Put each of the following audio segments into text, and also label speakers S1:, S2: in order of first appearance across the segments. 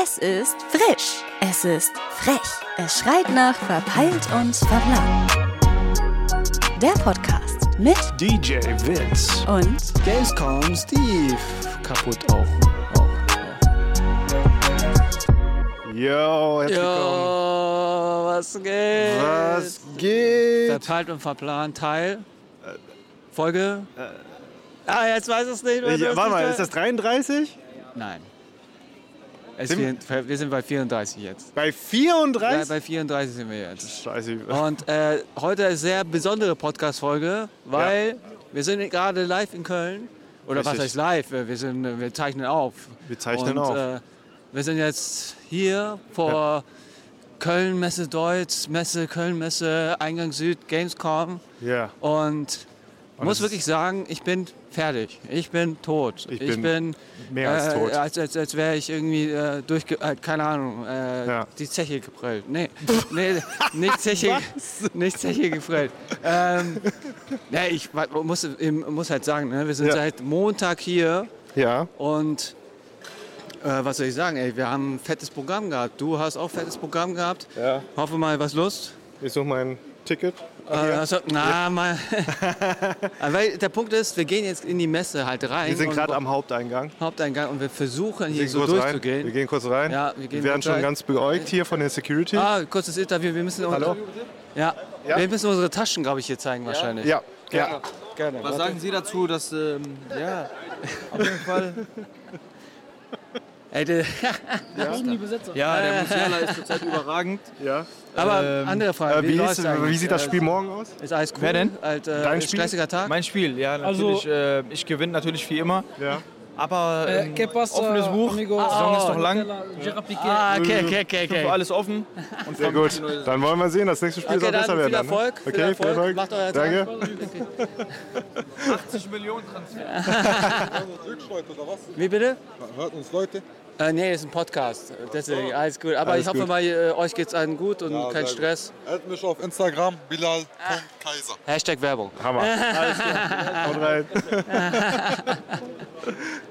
S1: Es ist frisch. Es ist frech. Es schreit nach verpeilt und verblannt. Der Podcast mit
S2: DJ Vince.
S1: und
S2: Gamescom Steve. Kaputt auch. auch. auch. Yo, herzlich willkommen.
S3: Jo, was geht?
S2: Was geht?
S3: Verteilt und verplant, Teil. Folge. ah, jetzt weiß es nicht. weiß
S2: Ich,
S3: es
S2: warte
S3: nicht.
S2: mal, ist das 33?
S3: Nein. Es
S2: Sind-
S3: wir, wir sind bei 34 jetzt.
S2: Bei
S3: Ja,
S2: 34?
S3: bei 34 sind wir jetzt.
S2: Scheiße.
S3: Und äh, heute ist sehr besondere Podcast-Folge, weil wir sind gerade live in Köln. Oder was
S2: Richtig.
S3: heißt live? Wir, sind, wir zeichnen auf.
S2: Wir zeichnen
S3: Und,
S2: auf.
S3: Äh, wir sind jetzt hier vor Köln Messe Deutsch, Messe Köln Messe, Eingang Süd, Gamescom.
S2: Ja.
S3: Und
S2: es
S3: muss
S2: ist-
S3: wirklich sagen, ich bin fertig. Ich bin tot.
S2: Ich bin mehr als
S3: äh,
S2: tot.
S3: Als, als, als wäre ich irgendwie äh, durch, äh, keine Ahnung, äh,
S2: Ja.
S3: die Zeche geprellt. Nee, nee nicht, Zeche, nicht Zeche geprellt. Ähm, ja, ich wa- muss, ich muss halt sagen, ne, wir sind
S2: Ja.
S3: seit Montag hier
S2: Ja.
S3: und äh, was soll ich sagen, ey, wir haben ein fettes Programm gehabt. Du hast auch fettes Programm gehabt.
S2: Ja.
S3: Hoffe mal, was Lust.
S2: Ich suche mein Ticket.
S3: Äh, also, na, mal. Weil der Punkt ist, wir gehen jetzt in die Messe halt rein.
S2: Wir sind
S3: und-
S2: gerade am Haupteingang.
S3: Haupteingang und wir versuchen
S2: Wir
S3: hier
S2: gehen
S3: so
S2: kurz rein.
S3: durchzugehen.
S2: Wir gehen kurz rein.
S3: Ja, wir gehen
S2: werden
S3: kurz
S2: schon
S3: rein.
S2: ganz beäugt hier von der Security.
S3: Ah, kurzes Interview. Wir müssen
S2: Hallo?
S3: Unsere, ja,
S2: Ja.
S3: wir müssen unsere Taschen, glaube ich, hier zeigen wahrscheinlich.
S2: Ja. Ja.
S3: gerne.
S4: Was sagen Sie dazu, dass ähm, ja auf jeden Fall
S3: Ey, der-
S4: ja
S2: Ähm,
S4: der Musiala ist zurzeit überragend.
S2: ja.
S3: aber andere Frage.
S2: Äh, wie,
S3: läuft's
S2: ist, wie
S3: eigentlich?
S2: sieht das Spiel morgen aus?
S3: Äh, Ist alles cool?
S4: Wer denn?
S3: Alt, äh,
S2: Dein
S3: ist
S2: Spiel?
S3: stressiger Tag.
S4: Mein Spiel, ja natürlich.
S5: Also-
S4: äh, ich gewinne natürlich wie immer,
S2: Ja.
S4: aber
S5: Äh,
S4: ähm,
S5: ¿Qué pasa,
S4: offenes Buch.
S5: amigo?
S4: Die Saison
S6: Ah,
S4: ist noch lang,
S5: Gerard Piqué.
S3: ah, okay, okay, okay,
S4: für
S3: okay.
S4: alles offen. Und
S2: Sehr gut. Dann wollen wir sehen. Das nächste Spiel soll
S3: Okay,
S2: besser werden.
S3: dann viel
S2: dann, ne?
S3: Erfolg.
S2: Okay,
S3: viel Erfolg. Macht euer
S2: Danke.
S3: Tag.
S4: 50 Millionen Transfer.
S3: Wie bitte?
S7: Hört uns Leute?
S3: Äh, nee, ist ein Podcast. Deswegen, alles gut. Aber ich hoffe
S2: gut.
S3: mal, äh, euch geht's allen gut
S4: Ah,
S3: und
S7: sehr
S3: kein
S7: gut.
S3: Stress.
S7: Add mich auf Instagram, Bilal.Kaiser.
S3: Hashtag Werbung.
S2: Hammer. Alles klar. Haut rein.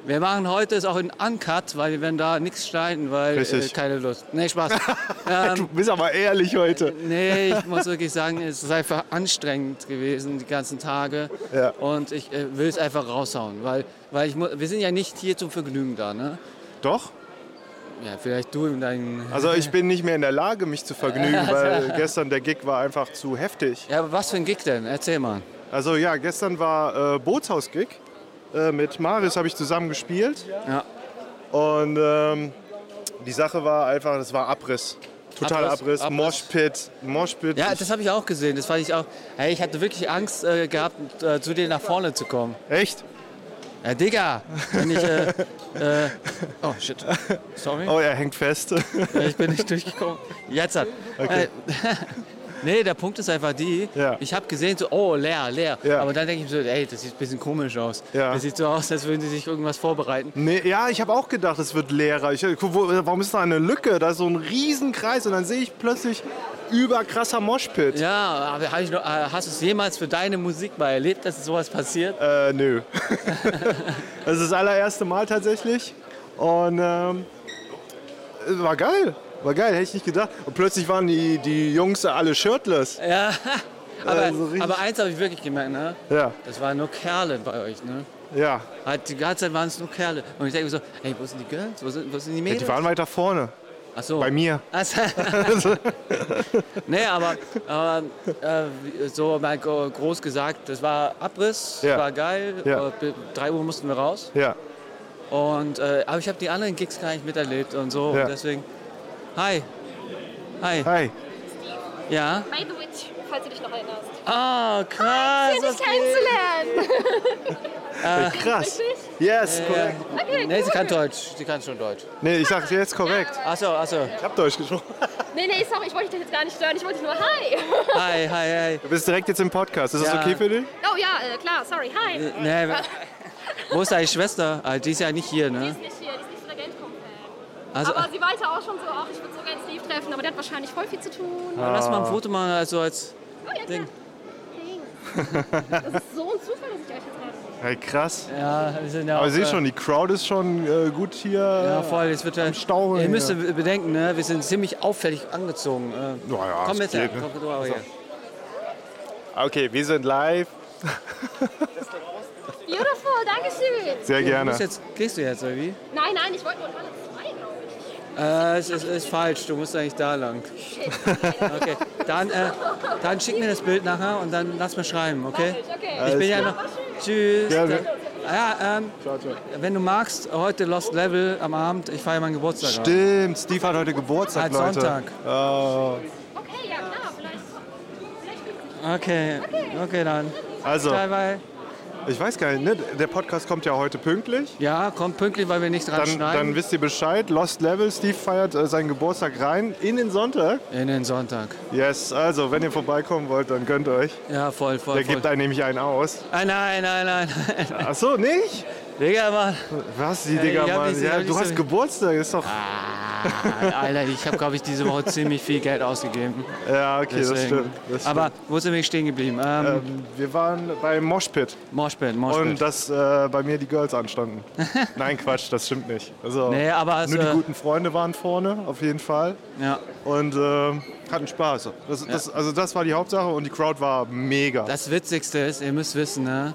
S3: Wir machen heute es auch in Uncut, weil wir werden da nichts schneiden, weil äh,
S2: Richtig.
S3: keine Lust. Nee, Spaß.
S2: Du
S3: ähm,
S2: bist aber ehrlich heute.
S3: nee, ich muss wirklich sagen, es ist einfach anstrengend gewesen die ganzen Tage.
S2: Ja.
S3: Und ich äh, will es einfach raushauen, weil, weil ich mu- wir sind ja nicht hier zum Vergnügen da, ne?
S2: Doch.
S3: Ja, vielleicht du in deinen.
S2: Also ich bin nicht mehr in der Lage, mich zu vergnügen, weil gestern der Gig war einfach zu heftig.
S3: Ja, aber was für ein Gig denn? Erzähl mal.
S2: Also ja, gestern war äh, Bootshaus-Gig. Äh, mit Marius habe ich zusammen gespielt.
S3: Ja.
S2: Und ähm, die Sache war einfach, das war Abriss. Totaler Abriss.
S3: Abriss, Abriss.
S2: Moshpit. Moshpit.
S3: Ja,
S2: Ich-
S3: das habe ich auch gesehen. Das fand ich auch. Hey, ich hatte wirklich Angst äh, gehabt, äh, zu dir nach vorne zu kommen.
S2: Echt?
S3: Ja, Äh, Digga! Wenn ich, äh, äh, oh, shit. Sorry.
S2: Oh, er hängt fest.
S3: Ja, Ich bin nicht durchgekommen. Jetzt hat. Äh, nee, der Punkt ist einfach die,
S2: Ja.
S3: ich habe gesehen, so, oh, leer, leer.
S2: Ja.
S3: Aber dann denke ich mir so, ey, das sieht ein bisschen komisch aus.
S2: Ja.
S3: Das sieht so aus, als würden sie sich irgendwas vorbereiten.
S2: Nee, ja, ich habe auch gedacht, es wird leerer. Ich, guck, wo, warum ist da eine Lücke? Da ist so ein Riesenkreis und dann sehe ich plötzlich überkrasser Moshpit.
S3: Ja, aber hab ich noch, äh, hast du es jemals für deine Musik mal erlebt, dass sowas passiert?
S2: Äh, nö. das ist das allererste Mal tatsächlich. Und ähm, war geil. War geil, hätte ich nicht gedacht. Und plötzlich waren die, die Jungs alle shirtless.
S3: Ja. Aber,
S2: so Also richtig-
S3: aber eins habe ich wirklich gemerkt, ne?
S2: Ja,
S3: Das waren nur Kerle bei euch, ne?
S2: ja.
S3: Halt, die ganze Zeit waren es nur Kerle. Und ich denke mir so, ey, wo sind die Girls? Wo sind, wo sind die Mädels?
S2: Die waren weiter vorne.
S3: Ach so.
S2: Bei mir.
S3: Also, nee, aber, aber äh, so mal gro- groß gesagt, das war Abriss,
S2: Ja.
S3: war geil.
S2: Ja.
S3: äh, bi- Drei Uhr mussten wir raus.
S2: Ja.
S3: Und, äh, aber ich habe die anderen Gigs gar nicht miterlebt und so.
S2: Ja.
S3: Und deswegen, hi. Hi.
S2: Hi.
S3: Ja.
S8: By the Witch, falls du dich noch erinnerst.
S3: Ah, krass.
S8: Schön,
S3: was
S8: dich kennenzulernen.
S2: Ah. Krass.
S8: Richtig?
S2: Yes, korrekt.
S8: Okay,
S3: Nee, sie
S8: cool.
S3: kann Deutsch. Sie kann schon Deutsch.
S2: Nee, ich sag's jetzt korrekt.
S3: Achso, achso.
S2: Ich hab Deutsch gesprochen.
S8: Nee, nee, sorry, ich wollte dich jetzt gar nicht stören. Ich wollte dich nur Hi.
S3: Hi, hi, hi.
S2: Du bist direkt jetzt im Podcast. Ist das
S3: Ja.
S2: okay für dich?
S8: Oh ja, äh, klar, sorry. Hi. Die
S3: Nee, wa- wo ist deine Schwester? Ah, Die ist ja nicht hier, ne?
S8: ist nicht hier, die ist nicht so der Gamescom-Fan.
S3: Also,
S8: Aber sie weinte auch schon so, ach, ich würde so gerne Steve treffen, aber der hat wahrscheinlich voll viel zu tun.
S3: ah, lass mal ein Foto machen, also als.
S8: Oh ja, klar.
S3: Ding.
S8: Thanks. Das ist so ein Zufall, dass ich euch jetzt gerade sehe.
S2: Hey, krass.
S3: Ja, wir sind ja
S2: Aber
S3: auch,
S2: ich sehe
S3: äh,
S2: schon, die Crowd ist schon äh, gut hier.
S3: Ja, voll, es wird ja.
S2: am Stau
S3: Ihr
S2: hier.
S3: müsst bedenken, ne? wir sind ziemlich auffällig angezogen. Äh,
S2: Naja,
S3: komm
S2: es
S3: jetzt,
S2: geht,
S3: her,
S2: ne?
S3: komm, du auch her.
S2: Okay, wir sind live.
S8: Beautiful, Dankeschön.
S2: Sehr
S3: Du
S2: gerne.
S3: musst jetzt, gehst du jetzt, oder wie?
S8: Nein, nein, ich wollte nur in Halle 2, glaube ich.
S3: Äh, es ist, ist falsch, du musst eigentlich da lang. Okay, dann, äh, dann schick mir das Bild nachher und dann lass mir schreiben, okay? Ich bin ja noch. Tschüss.
S2: Gerne.
S3: Ja, ähm, wenn du magst, heute Lost Level am Abend, ich feiere meinen Geburtstag. ab.
S2: Stimmt, Steve hat heute Geburtstag,
S3: Hat
S2: Leute.
S3: Halt Sonntag.
S2: Äh,
S8: Okay, ja, klar, vielleicht. vielleicht fühlt sich-
S3: Okay, okay dann.
S2: also,
S3: Bye, bye.
S2: ich weiß gar nicht, ne? der Podcast kommt ja heute pünktlich.
S3: Ja, kommt pünktlich, weil wir nicht dran
S2: Dann, dann
S3: schneiden.
S2: wisst ihr Bescheid. Lost Level, Steve feiert äh, seinen Geburtstag rein in den Sonntag.
S3: In den Sonntag.
S2: Yes, also, wenn ihr vorbeikommen wollt, dann gönnt euch.
S3: Ja, voll, voll,
S2: Der
S3: voll.
S2: gibt einen nämlich einen aus.
S3: Ah, nein, nein, nein.
S2: Ach so, nicht?
S3: Digga, Mann.
S2: Was, die Digga,
S3: ich hab
S2: Mann?
S3: nicht so- ich
S2: Ja,
S3: hab nicht
S2: du hast
S3: so- Ah,
S2: Geburtstag, ist doch...
S3: Alter, ich habe, glaube ich, diese Woche ziemlich viel Geld ausgegeben.
S2: Ja, okay, das
S3: Deswegen.
S2: stimmt. Das stimmt.
S3: Aber wo sind wir stehen geblieben? Ähm,
S2: Ähm, wir waren beim Moshpit
S3: Moshpit, Moshpit.
S2: und dass äh, bei mir die Girls anstanden. Nein, Quatsch, das stimmt nicht. Also,
S3: Nee, aber es,
S2: nur die
S3: äh,
S2: guten Freunde waren vorne, auf jeden Fall.
S3: ja.
S2: Und ähm, hatten Spaß. Das, das, also das war die Hauptsache und die Crowd war mega.
S3: Das Witzigste ist, ihr müsst wissen, ne?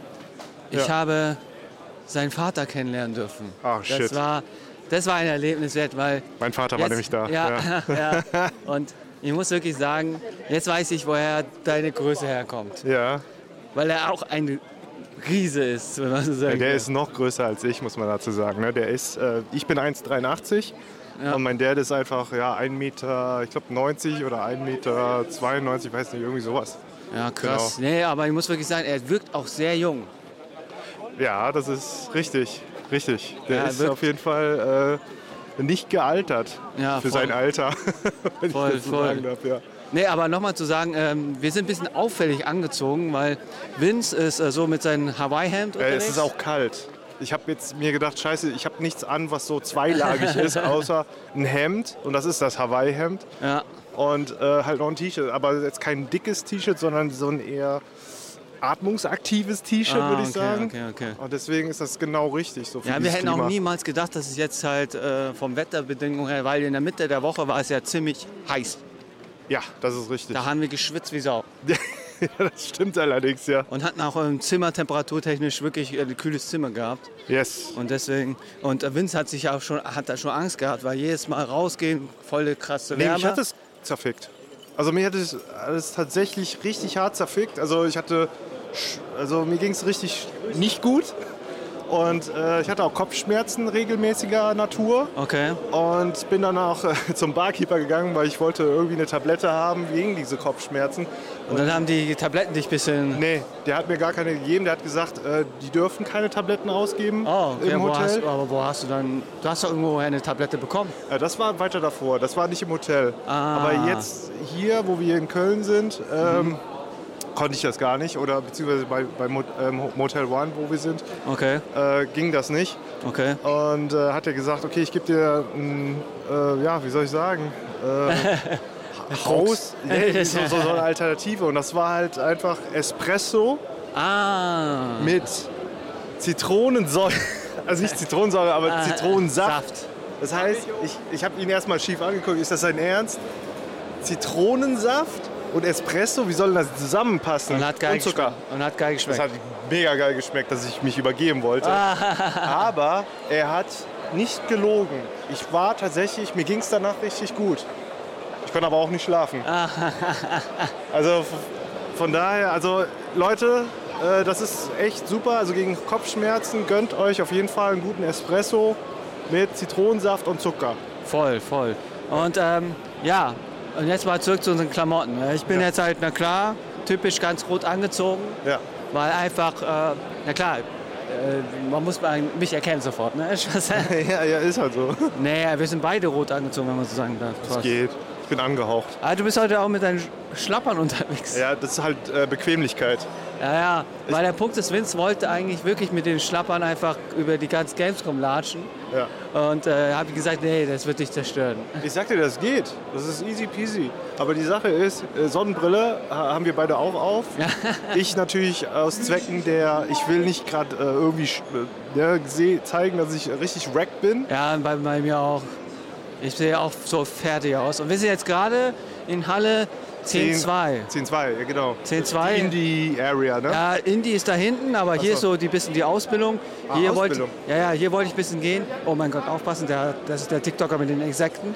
S3: ich
S2: Ja.
S3: habe seinen Vater kennenlernen dürfen.
S2: Ach,
S3: Das
S2: shit.
S3: war, das war ein Erlebnis wert, weil...
S2: mein Vater war
S3: jetzt-
S2: nämlich da.
S3: Ja, ja. Und ich muss wirklich sagen, jetzt weiß ich, woher deine Größe herkommt.
S2: ja. ja.
S3: Weil er auch ein Riese ist, wenn man so sagen
S2: Der
S3: will.
S2: ist noch größer als ich, muss man dazu sagen. ne? Der ist, äh, ich bin 1,83 und mein Dad ist einfach ja, 1 Meter, ich glaube 90 oder 1 Meter 92, weiß nicht, irgendwie sowas.
S3: Ja, krass.
S2: Genau.
S3: Nee, aber ich muss wirklich sagen, er wirkt auch sehr jung.
S2: Ja, das ist richtig, richtig. Der
S3: Ja,
S2: ist
S3: wirkt-
S2: auf jeden Fall äh, nicht gealtert
S3: Ja,
S2: für
S3: voll.
S2: sein Alter, wenn
S3: Voll,
S2: ich das so
S3: voll.
S2: sagen darf. Ja.
S3: Nee, aber nochmal zu sagen, ähm, wir sind ein bisschen auffällig angezogen, weil Vince ist äh, so mit seinem Hawaii-Hemd
S2: Äh,
S3: unterwegs.
S2: es ist auch kalt. Ich habe jetzt mir gedacht, scheiße, ich habe nichts an, was so zweilagig ist, außer ein Hemd und das ist das Hawaii-Hemd
S3: Ja,
S2: und äh, halt noch ein T-Shirt, aber jetzt kein dickes T-Shirt, sondern so ein eher atmungsaktives T-Shirt,
S3: Ah,
S2: würde ich
S3: okay,
S2: sagen.
S3: okay, okay.
S2: Und deswegen ist das genau richtig so für
S3: ja wir
S2: dieses
S3: hätten
S2: Klima.
S3: auch niemals gedacht, dass es jetzt halt äh, vom Wetterbedingungen her, weil in der Mitte der Woche war es ja ziemlich heiß.
S2: Ja, das ist richtig.
S3: Da haben wir geschwitzt wie Sau
S2: ja, das stimmt allerdings, ja.
S3: und hatten auch im Zimmer temperaturtechnisch wirklich äh, ein kühles Zimmer gehabt.
S2: Yes.
S3: Und deswegen, und äh, Vince hat sich auch schon, hat da schon Angst gehabt, weil jedes Mal rausgehen, volle krasse
S2: Nee,
S3: Wärme.
S2: mich hat es zerfickt. Also mir hat es alles tatsächlich richtig hart zerfickt. Also ich hatte, sch- also mir ging es richtig nicht gut. Und äh, ich hatte auch Kopfschmerzen regelmäßiger Natur
S3: okay.
S2: und bin dann auch äh, zum Barkeeper gegangen, weil ich wollte irgendwie eine Tablette haben gegen diese Kopfschmerzen.
S3: Und dann haben die Tabletten dich ein bisschen.
S2: Nee, der hat mir gar keine gegeben. Der hat gesagt, äh, die dürfen keine Tabletten ausgeben
S3: Oh, okay,
S2: im
S3: wo hast,
S2: Hotel.
S3: aber wo hast du dann. Du hast doch irgendwo eine Tablette bekommen.
S2: Ja, Äh, das war weiter davor, das war nicht im Hotel.
S3: Ah.
S2: Aber jetzt hier, wo wir in Köln sind, ähm,
S3: Mhm.
S2: konnte ich das gar nicht. Oder beziehungsweise bei, bei Mo ähm, Motel One, wo wir sind,
S3: Okay,
S2: äh, ging das nicht.
S3: okay.
S2: Und äh, hat er gesagt, okay, ich gebe dir ein, äh, ja, wie soll ich sagen, äh, Haus, nee, so, so, so eine Alternative. Und das war halt einfach Espresso
S3: Ah.
S2: mit Zitronensäure. Also nicht Zitronensäure,
S3: Ah.
S2: aber Zitronensaft.
S3: Saft.
S2: Das heißt, ich, ich habe ihn erstmal schief angeguckt. Ist das sein Ernst? Zitronensaft und Espresso, wie soll denn das zusammenpassen?
S3: Und hat geil
S2: und Zucker.
S3: geschmeckt. Und hat geil
S2: Das
S3: geschmeckt.
S2: hat mega geil geschmeckt, dass ich mich übergeben wollte. Aber er hat nicht gelogen. Ich war tatsächlich, mir ging es danach richtig gut. Ich konnte aber auch nicht schlafen. Also f- von daher, also Leute, äh, das ist echt super. Also gegen Kopfschmerzen gönnt euch auf jeden Fall einen guten Espresso mit Zitronensaft und Zucker.
S3: voll, voll. Und ähm, ja, und jetzt mal zurück zu unseren Klamotten. Ich bin jetzt halt, na klar, typisch ganz rot angezogen,
S2: Ja.
S3: weil einfach, äh, na klar, äh, man muss mal- mich erkennen sofort. Ne?
S2: Ja, ja, ist halt so.
S3: nee, wir sind beide rot angezogen, wenn man so sagen darf. Fast.
S2: Geht. Ich bin angehaucht.
S3: Ah, du bist heute auch mit deinen Schlappern unterwegs.
S2: Ja, das ist halt äh, Bequemlichkeit.
S3: Ja, ja. Weil der Punkt ist, Vince wollte eigentlich wirklich mit den Schlappern einfach über die ganze Gamescom latschen.
S2: Ja.
S3: Und äh, habe gesagt, nee, das wird dich zerstören.
S2: Ich sag dir, das geht. Das ist easy peasy. Aber die Sache ist, äh, Sonnenbrille ha- haben wir beide auch auf. ich natürlich aus Zwecken der, ich will nicht gerade äh, irgendwie sch- äh, ne, seh- zeigen, dass ich richtig wrecked bin.
S3: Ja, und bei, bei mir auch. Ich sehe auch so fertig aus. Und wir sind jetzt gerade in Halle 10-2.
S2: 10-2, ja genau.
S3: 10-2.
S2: Die Indie-Area, ne?
S3: Ja, Indie ist da hinten, aber hier ist
S2: so. Ah,
S3: so die bisschen die Ausbildung. Hier wollte,
S2: Ausbildung.
S3: ja, ja, hier wollte ich ein bisschen gehen. Oh mein Gott, aufpassen, der, das ist der TikToker mit den Insekten.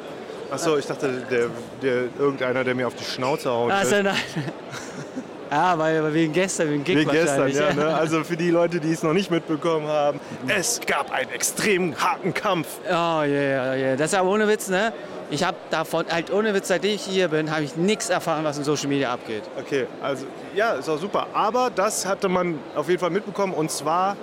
S2: Achso, ich dachte, der, der, irgendeiner, der mir auf die Schnauze haut.
S3: Also, nein. ja, weil, weil wegen gestern, wegen Gig
S2: Wie gestern,
S3: wahrscheinlich.
S2: ja. Ne? Also für die Leute, die es noch nicht mitbekommen haben, es gab einen extrem harten Kampf.
S3: Oh, ja, ja, ja. Das ist aber ohne Witz, ne? Ich habe davon, halt ohne Witz, seit ich hier bin, habe ich nichts erfahren, was in Social Media abgeht.
S2: Okay, also ja, ist auch super. Aber das hatte man auf jeden Fall mitbekommen und zwar,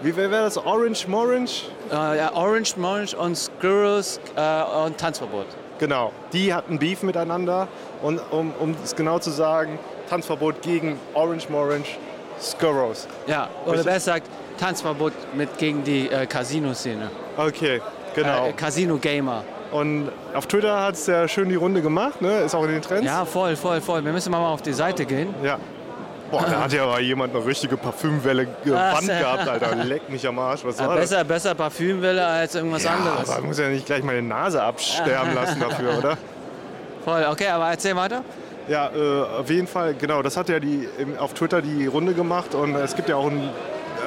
S2: wie wäre das? Orange Morange?
S3: Äh, ja, Orange, Morange und Squirrels äh, und Tanzverbot.
S2: Genau, die hatten Beef miteinander und um, um es genau zu sagen, Tanzverbot gegen Orange Morange, Skurros.
S3: Ja, oder
S2: Richtig.
S3: besser gesagt, Tanzverbot mit gegen die äh, Casino-Szene.
S2: Okay, genau.
S3: Äh, Casino-Gamer.
S2: Und auf Twitter hat es ja schön die Runde gemacht, ne? ist auch in den Trends.
S3: Ja, voll, voll, voll. Wir müssen mal auf die Seite gehen.
S2: Ja. Boah, da hat ja aber jemand eine richtige Parfümwelle gewandt
S3: ja.
S2: gehabt, Alter. Leck mich am Arsch. Was
S3: Äh,
S2: war das?
S3: besser, besser Parfümwelle als irgendwas
S2: Ja,
S3: anderes.
S2: aber man muss ja nicht gleich meine Nase absterben lassen dafür, oder?
S3: Voll, okay, aber erzähl weiter.
S2: Ja, äh, auf jeden Fall, genau. Das hat ja die, im, auf Twitter die Runde gemacht und es gibt ja auch ein,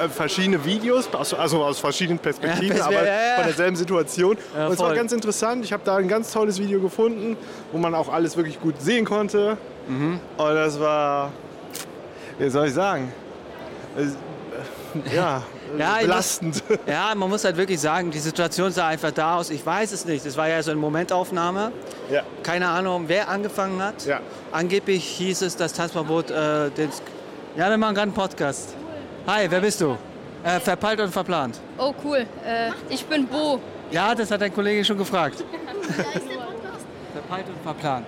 S2: äh, verschiedene Videos, also, also aus verschiedenen Perspektiven,
S3: Perspekt-
S2: aber
S3: ja, ja.
S2: von derselben Situation.
S3: Ja,
S2: und es war
S3: voll.
S2: ganz interessant. Ich habe da ein ganz tolles Video gefunden, wo man auch alles wirklich gut sehen konnte.
S3: Mhm.
S2: Und das war, wie soll ich sagen, Es- äh, ja,
S3: Ja, ich
S2: belastend.
S3: Ja, man muss halt wirklich sagen, die Situation sah einfach da aus. Ich weiß es nicht. Es war ja so eine Momentaufnahme.
S2: ja.
S3: Keine Ahnung, wer angefangen hat.
S2: Ja.
S3: Angeblich hieß es, dass Tanzverbot äh, den. Sk- Ja, wir machen gerade einen Podcast. Hi, wer bist du? Äh, verpeilt und verplant.
S8: Oh, cool. Äh, ich bin Bo.
S3: Ja, das hat dein Kollege schon gefragt.
S5: Da ist der Podcast.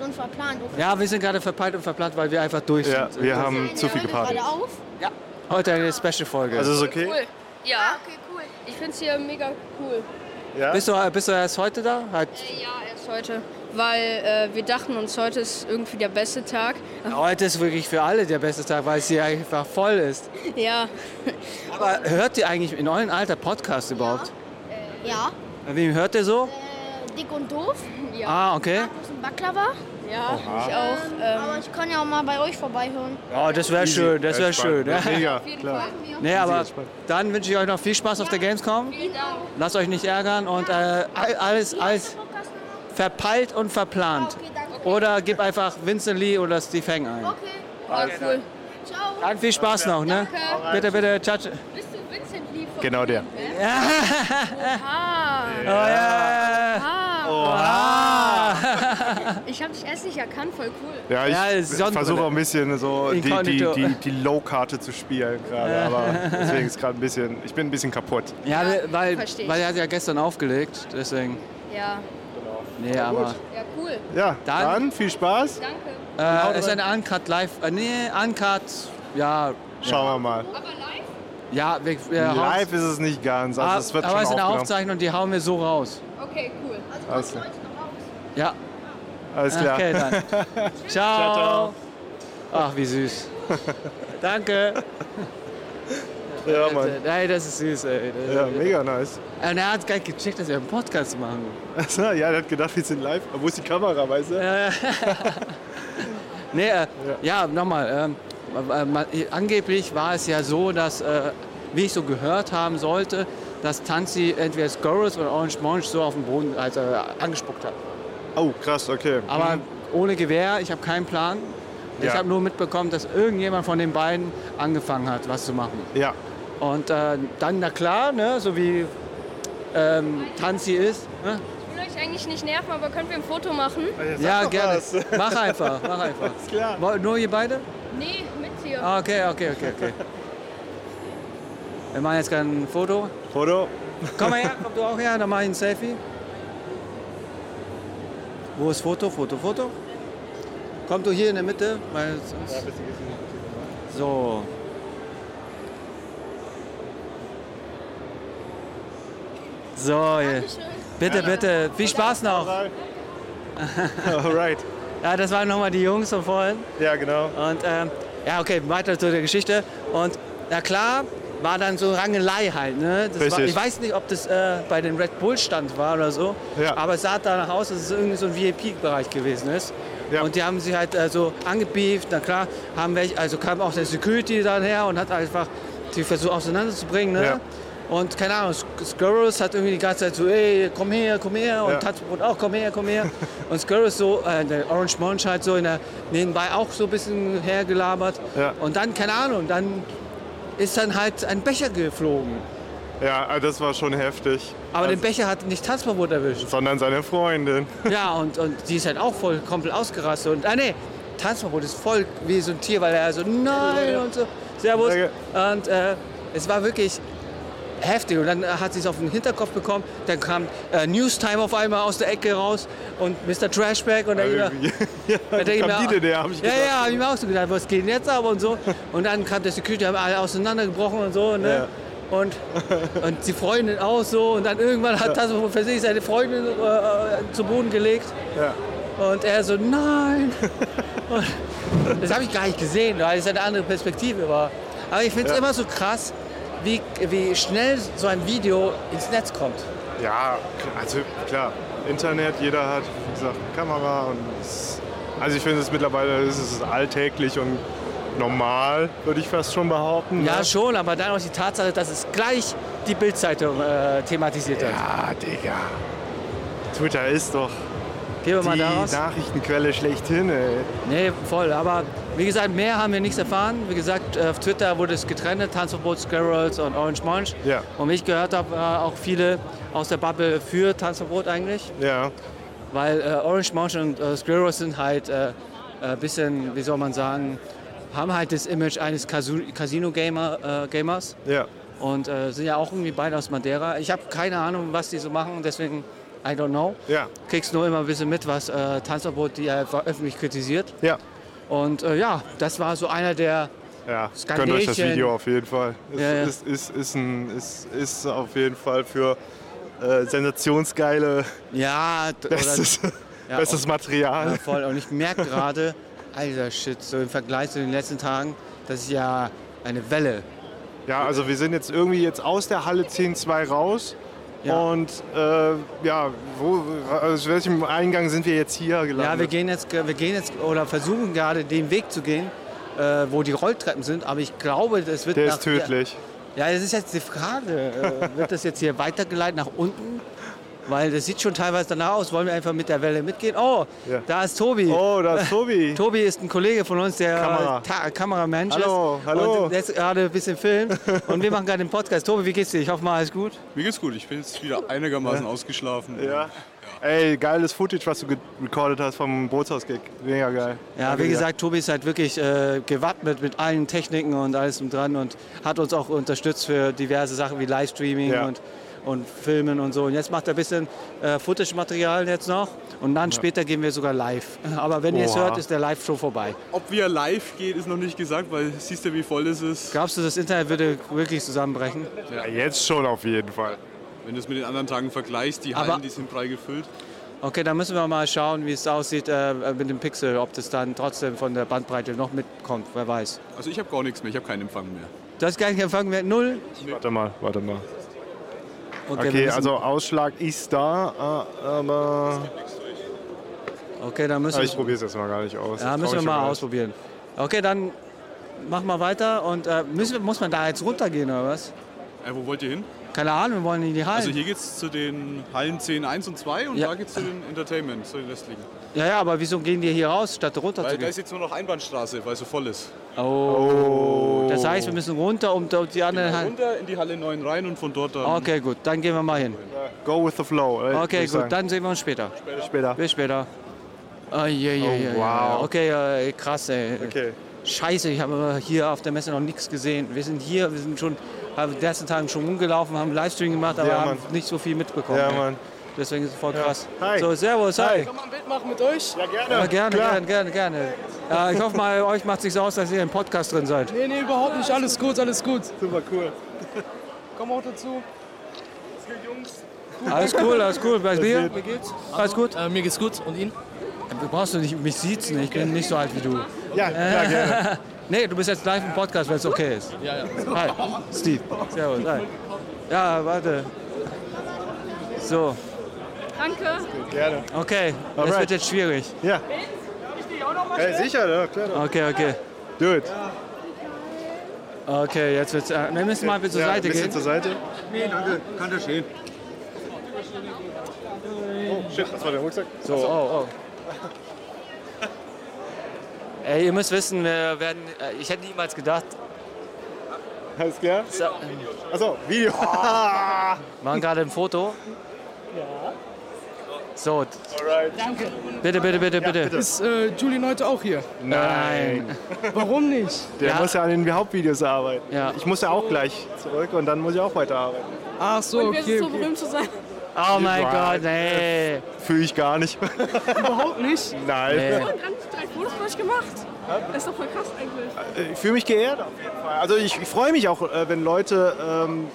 S5: Verpeilt
S3: und verplant.
S5: und verplant. Oh. Okay.
S3: Ja, wir sind gerade verpeilt und verplant, weil wir einfach durch
S2: ja,
S3: sind.
S2: wir haben zu viel
S5: Hören wir
S2: gepartet.
S5: gerade auf?
S3: Ja. Heute eine Special-Folge.
S2: Also ist okay?
S8: Cool. Ja,
S5: Okay, cool.
S8: ich find's hier mega cool.
S2: Ja?
S3: bist, du, bist du erst heute da? Halt,
S8: Ja, erst heute. Weil äh, wir dachten uns, heute ist irgendwie der beste Tag.
S3: heute ist wirklich für alle der beste Tag, weil es hier einfach voll ist.
S8: Ja,
S3: Aber hört ihr eigentlich in eurem Alter Podcast überhaupt?
S5: Ja.
S3: Wem hört ihr so?
S5: Äh, dick und doof.
S3: Ah, okay.
S5: Das ist ein Baklava.
S8: ja, ich auch.
S5: Aber ich kann ja auch mal bei euch vorbeihören.
S3: Oh, das wäre schön, das wäre
S2: Entspannt.
S3: schön. Ja.
S2: Mega, klar.
S3: Nee, aber dann wünsche ich euch noch viel Spaß auf der Gamescom. Lasst euch nicht ärgern und äh, all- alles, alles verpeilt und verplant.
S5: Okay, danke.
S3: Oder gib einfach Vincent Lee oder Steve Hang ein.
S5: Okay.
S8: War cool.
S5: Ciao.
S3: Dann viel Spaß noch, ne? Bitte, bitte, ciao. ciao.
S8: Bist du Vincent Lee von
S2: Genau der.
S8: Ah,
S3: Oh, ja.
S8: ich habe dich erst nicht erkannt, voll cool.
S2: Ja,
S3: Ja,
S2: ich
S3: ist Sonnenbrille.
S2: versuche auch ein bisschen so die, die,
S3: Inkognito.
S2: die, die Low-Karte zu spielen gerade, aber deswegen ist gerade ein bisschen, ich bin ein bisschen kaputt.
S3: Ja, weil,
S8: versteh ich.
S3: weil er hat ja gestern aufgelegt, deswegen.
S8: Ja,
S3: Nee, aber.
S8: ja cool.
S2: Ja,
S3: Dann-
S2: dann, viel Spaß.
S8: Danke.
S2: Genau,
S3: Äh, ist eine Uncut Live. Äh, nee, Uncut. Ja.
S2: Schauen wir mal.
S8: Aber live?
S3: Ja, wir, wir hauen-
S2: Live ist es nicht ganz, also es wird
S3: aber es
S2: schon
S3: ist eine
S2: aufgenommen.
S3: Aufzeichnung, die hauen wir so raus.
S8: Okay, cool. Also,
S2: Alles klar.
S3: Ja,
S2: Alles klar.
S3: okay, dann. ciao.
S2: ciao.
S3: Ach, wie süß. Danke.
S2: Ja, Mann.
S3: Ey, das ist süß, ey.
S2: Ja, mega nice.
S3: Und er hat gar nicht gecheckt, dass wir einen Podcast machen.
S2: Also, ja, der hat gedacht, wir sind live. Aber Wo ist die Kamera, weißt du?
S3: Nee, äh, ja, nochmal. Ähm, äh, man- äh, angeblich war es ja so, dass, äh, wie ich so gehört haben sollte, dass Tanzi entweder Scorus oder Orange Monge so auf dem Boden also, äh, angespuckt hat.
S2: Oh, krass, okay.
S3: Aber ohne Gewehr, ich habe keinen Plan. Ich
S2: Mhm. Ja.
S3: habe nur mitbekommen, dass irgendjemand von den beiden angefangen hat, was zu machen.
S2: Ja,
S3: Und äh, dann, na klar, ne, so wie ähm, Tanzi ist. Ne?
S8: Ich will euch eigentlich nicht nerven, aber können wir ein Foto machen?
S3: Ja, gerne.
S2: was.
S3: Mach einfach, mach einfach.
S2: klar.
S3: Woll- Nur ihr beide?
S8: Nee, mit hier.
S3: Ah, okay, okay, okay, okay. Wir machen jetzt gerade ein Foto.
S2: Foto.
S3: Komm mal her, komm du auch her, dann mach ich ein Selfie. Wo ist Foto, Foto, Foto? Kommt du hier in der Mitte? Weil es ist so. So, hier. bitte, bitte. Viel Spaß noch.
S2: Alright.
S3: Ja, das waren nochmal die Jungs von vorhin.
S2: Ja, genau.
S3: Und ähm, ja, okay, weiter zu der Geschichte. Und na klar, war dann so Rangelei halt. Ne? Das war,
S2: Richtig.
S3: ich weiß nicht, ob das äh, bei den Red Bull Stand war oder so,
S2: Ja.
S3: aber es sah danach aus, dass es irgendwie so ein VIP-Bereich gewesen ist.
S2: Ja.
S3: Und die haben sich halt äh, so angebieft, na klar, haben welche, also kam auch der Security dann her und hat einfach die versucht auseinanderzubringen. Ne?
S2: Ja.
S3: Und keine Ahnung, Sk- Skurrus hat irgendwie die ganze Zeit so, ey, komm her, komm her. Und
S2: Ja.
S3: Tatbrot auch, komm her, komm her. und Skurrus so, äh, der Orange Munch halt so in der, nebenbei auch so ein bisschen hergelabert.
S2: Ja.
S3: Und dann, keine Ahnung, dann ist dann halt ein Becher geflogen.
S2: Ja, also das war schon heftig.
S3: Aber
S2: also,
S3: den Becher hat nicht Tatbrot erwischt.
S2: sondern seine Freundin.
S3: ja, und, und die ist halt auch voll komplett ausgerastet. Und, ah nee, Tanzverbot ist voll wie so ein Tier, weil er so, nein und so, servus.
S2: Danke.
S3: Und äh, es war wirklich heftig. Und dann hat sie es auf den Hinterkopf bekommen. Dann kam äh, Newstime auf einmal aus der Ecke raus und Mr. Trashback. Und dann
S2: Also, ja,
S3: wieder, da denk ich mir
S2: kam
S3: auch-
S2: die denn her, hab ich
S3: ja,
S2: gedacht.
S3: ja, hab ich mir auch so gedacht, was geht denn jetzt ab und so. Und dann kam der Security, haben alle auseinandergebrochen und so. Ne? Und, und die Freundin auch so. Und dann irgendwann hat das versehentlich seine Freundin äh, zu Boden gelegt.
S2: Ja.
S3: Und er so, nein. Und das habe ich gar nicht gesehen, weil es eine andere Perspektive war. Aber ich finde es immer so krass, wie, wie schnell so ein Video ins Netz kommt.
S2: Ja, also klar, Internet, jeder hat, wie gesagt, eine Kamera und es, also ich finde es mittlerweile es ist alltäglich und normal, würde ich fast schon behaupten.
S3: Ja,
S2: ne?
S3: schon, aber dann auch die Tatsache, dass es gleich die Bildzeitung äh, thematisiert hat.
S2: Ja, Ah, Digga. Twitter ist doch
S3: Gehen wir
S2: die
S3: mal daraus.
S2: Nachrichtenquelle schlechthin, ey.
S3: Nee, voll. Aber wie gesagt, mehr haben wir nichts erfahren. Wie gesagt, äh, auf Twitter wurde es getrennt, Tanzverbot, Squirrels und Orange Munch.
S2: Ja.
S3: Und wie ich gehört habe, äh, auch viele aus der Bubble für Tanzverbot eigentlich.
S2: Ja,
S3: Weil äh, Orange Munch und äh, Squirrels sind halt ein äh, bisschen, wie soll man sagen, haben halt das Image eines Casu- Casino-Gamer- äh, Gamers
S2: ja.
S3: und äh, sind ja auch irgendwie beide aus Madeira. Ich habe keine Ahnung, was die so machen, deswegen I don't know.
S2: Ja.
S3: Kriegst nur immer ein bisschen mit, was äh, Tanzverbot die einfach öffentlich kritisiert.
S2: Ja.
S3: Und äh, ja, das war so einer der.
S2: Ja, könnt
S3: Skandelchen.
S2: euch das Video auf jeden Fall. Es
S3: Ja, ja.
S2: Ist, ist, ist, ein, ist, ist auf jeden Fall für äh, sensationsgeile
S3: Ja, d-
S2: bestes,
S3: Ja,
S2: bestes Material.
S3: ja, voll. Und ich merke gerade, alter Shit, so im Vergleich zu den letzten Tagen, das ist ja eine Welle.
S2: Ja, also wir sind jetzt irgendwie jetzt aus der Halle 10-2 raus.
S3: Ja.
S2: Und äh, ja, wo, aus welchem Eingang sind wir jetzt hier gelandet?
S3: Ja, wir gehen jetzt, wir gehen jetzt oder versuchen gerade den Weg zu gehen, äh, wo die Rolltreppen sind. Aber ich glaube, das wird
S2: Der
S3: nach,
S2: ist tödlich.
S3: Ja, das ist jetzt die Frage. Äh, wird das jetzt hier weitergeleitet nach unten? Weil das sieht schon teilweise danach aus. Wollen wir einfach mit der Welle mitgehen? Oh,
S2: Ja.
S3: da ist Tobi.
S2: Oh, da ist Tobi.
S3: Tobi ist ein Kollege von uns, der
S2: Kamera.
S3: äh, Ta Kameramensch
S2: Hallo,
S3: ist.
S2: hallo.
S3: Und jetzt gerade ein bisschen filmt. Und wir machen gerade den Podcast. Tobi, wie geht's dir? Ich hoffe mal, alles gut.
S9: Mir geht's gut, ich bin jetzt wieder einigermaßen ausgeschlafen.
S2: ja. Ey, geiles Footage, was du ge- recorded hast vom Bootshaus-Gig. Mega geil.
S3: Ja, wie gesagt, Tobi ist halt wirklich äh, gewappnet mit allen Techniken und alles und dran und hat uns auch unterstützt für diverse Sachen wie Livestreaming
S2: Ja.
S3: und, und Filmen und so. Und jetzt macht er ein bisschen äh, Footage-Material jetzt noch und dann später gehen wir sogar live. Aber wenn ihr es
S2: Oha.
S3: hört, ist der Live-Show vorbei.
S9: Ob wir live geht, ist noch nicht gesagt, weil siehst du, wie voll es ist.
S3: Glaubst du, das Internet würde wirklich zusammenbrechen?
S2: Ja, jetzt schon auf jeden Fall.
S9: Wenn du es mit den anderen Tagen vergleichst, die
S3: Aber-
S9: Hallen, die sind prall gefüllt.
S3: Okay, dann müssen wir mal schauen, wie es aussieht äh, mit dem Pixel, ob das dann trotzdem von der Bandbreite noch mitkommt, wer weiß.
S9: Also ich habe gar nichts mehr, ich habe keinen Empfang mehr.
S3: Du hast gar nicht empfangen, mehr null.
S2: Warte mal, warte mal.
S3: Okay, wir
S2: Okay,
S3: müssen-
S2: also Ausschlag ist da, äh, aber
S3: okay dann müssen
S2: Ah, ich probiere es jetzt mal gar nicht aus.
S3: Ja,
S2: Das trau
S3: müssen wir
S2: ich mir
S3: mal
S2: nicht.
S3: ausprobieren. Okay, dann machen wir weiter und äh, müssen, wir- muss man da jetzt runtergehen oder was?
S9: Äh, wo wollt ihr hin?
S3: Keine Ahnung, wir wollen in die Hallen.
S9: Also hier geht's zu den Hallen 10, 1 und 2 und
S3: Ja.
S9: da geht's zu den Entertainment, zu den restlichen.
S3: ja, ja, aber wieso gehen wir hier raus, statt
S9: Weil da
S3: runterzugehen?
S9: ist jetzt nur noch Einbahnstraße, weil so voll ist.
S3: Oh. Das heißt, wir müssen runter, um da- die anderen
S9: Genau,
S3: Hallen.
S9: runter in die Halle 9 rein und von dort dann.
S3: Okay, gut, dann gehen wir mal hin.
S2: Go with the flow. ey, würd
S3: Okay,
S2: ich
S3: gut,
S2: sagen.
S3: dann sehen wir uns später.
S2: später.
S3: Bis später. Oh, je, je, je,
S2: Oh,
S3: je.
S2: wow.
S3: Okay, äh, krass, ey.
S2: Okay.
S3: Scheiße, ich habe hier auf der Messe noch nichts gesehen. Wir sind hier, wir sind schon, haben in den letzten Tagen schon rumgelaufen, haben Livestream gemacht, aber
S2: Ja,
S3: haben
S2: Mann.
S3: nicht so viel mitbekommen.
S2: Ja,
S3: ey.
S2: Mann.
S3: Deswegen ist es voll
S2: Ja.
S3: krass.
S2: Hi.
S3: So, servus, hi.
S6: Kann man ein Bild machen mit euch?
S2: Ja, gerne.
S3: Ja, gerne,
S2: Klar.
S3: gerne, gerne, gerne. Ja, ich hoffe mal, euch macht es aus, dass ihr im Podcast drin seid.
S6: Nee, nee, überhaupt nicht. Alles gut, alles gut.
S2: Super cool.
S6: Komm auch dazu.
S3: Alles cool, alles cool. Bei dir? Wie geht's? Alles gut?
S6: Äh, mir geht's gut. Und Ihnen?
S3: Du brauchst du nicht, mich sieht's nicht, ich bin nicht so alt wie du.
S2: Ja, klar, gerne.
S3: Nee, du bist jetzt live im Podcast, wenn es okay ist.
S6: Ja, ja.
S3: Hi, Steve. Servus, hi. Ja, warte. So,
S8: Danke.
S2: gerne.
S3: okay. Das
S2: Alright.
S3: wird jetzt schwierig.
S2: Ja. Hey, sicher, ja, klar. doch.
S3: Okay, okay.
S2: Dude.
S3: Okay, jetzt wird's. Äh, wir müssen mal ein bisschen zur
S2: Ja,
S3: Seite
S2: ein bisschen
S3: gehen.
S2: zur Seite.
S7: Nee, danke, kann der stehen.
S2: Oh, shit, das war der Rucksack.
S3: So, oh, oh. Ey, ihr müsst wissen, wir werden. äh, Ich hätte niemals gedacht.
S2: Alles klar?
S3: So, äh,
S2: Achso, Video.
S3: machen gerade ein Foto. Ja. So,
S2: Alright.
S3: bitte, bitte, bitte, bitte.
S6: Ist äh, Julian heute auch hier?
S2: Nein.
S6: Warum nicht?
S2: Der
S3: Ja.
S2: muss ja an den Hauptvideos arbeiten.
S3: Ja.
S2: Ich muss ja auch gleich zurück und dann muss ich auch weiterarbeiten.
S6: Ach so, okay. okay.
S8: berühmt zu sein.
S3: Oh mein
S2: Right.
S3: Gott, nee.
S2: Fühle ich gar nicht.
S6: Überhaupt nicht?
S2: Nein.
S8: Dann drei Fotos für euch gemacht. Ist doch voll krass eigentlich.
S2: Ich fühle mich geehrt auf jeden Fall. Also ich, ich freue mich auch, äh, wenn Leute ähm,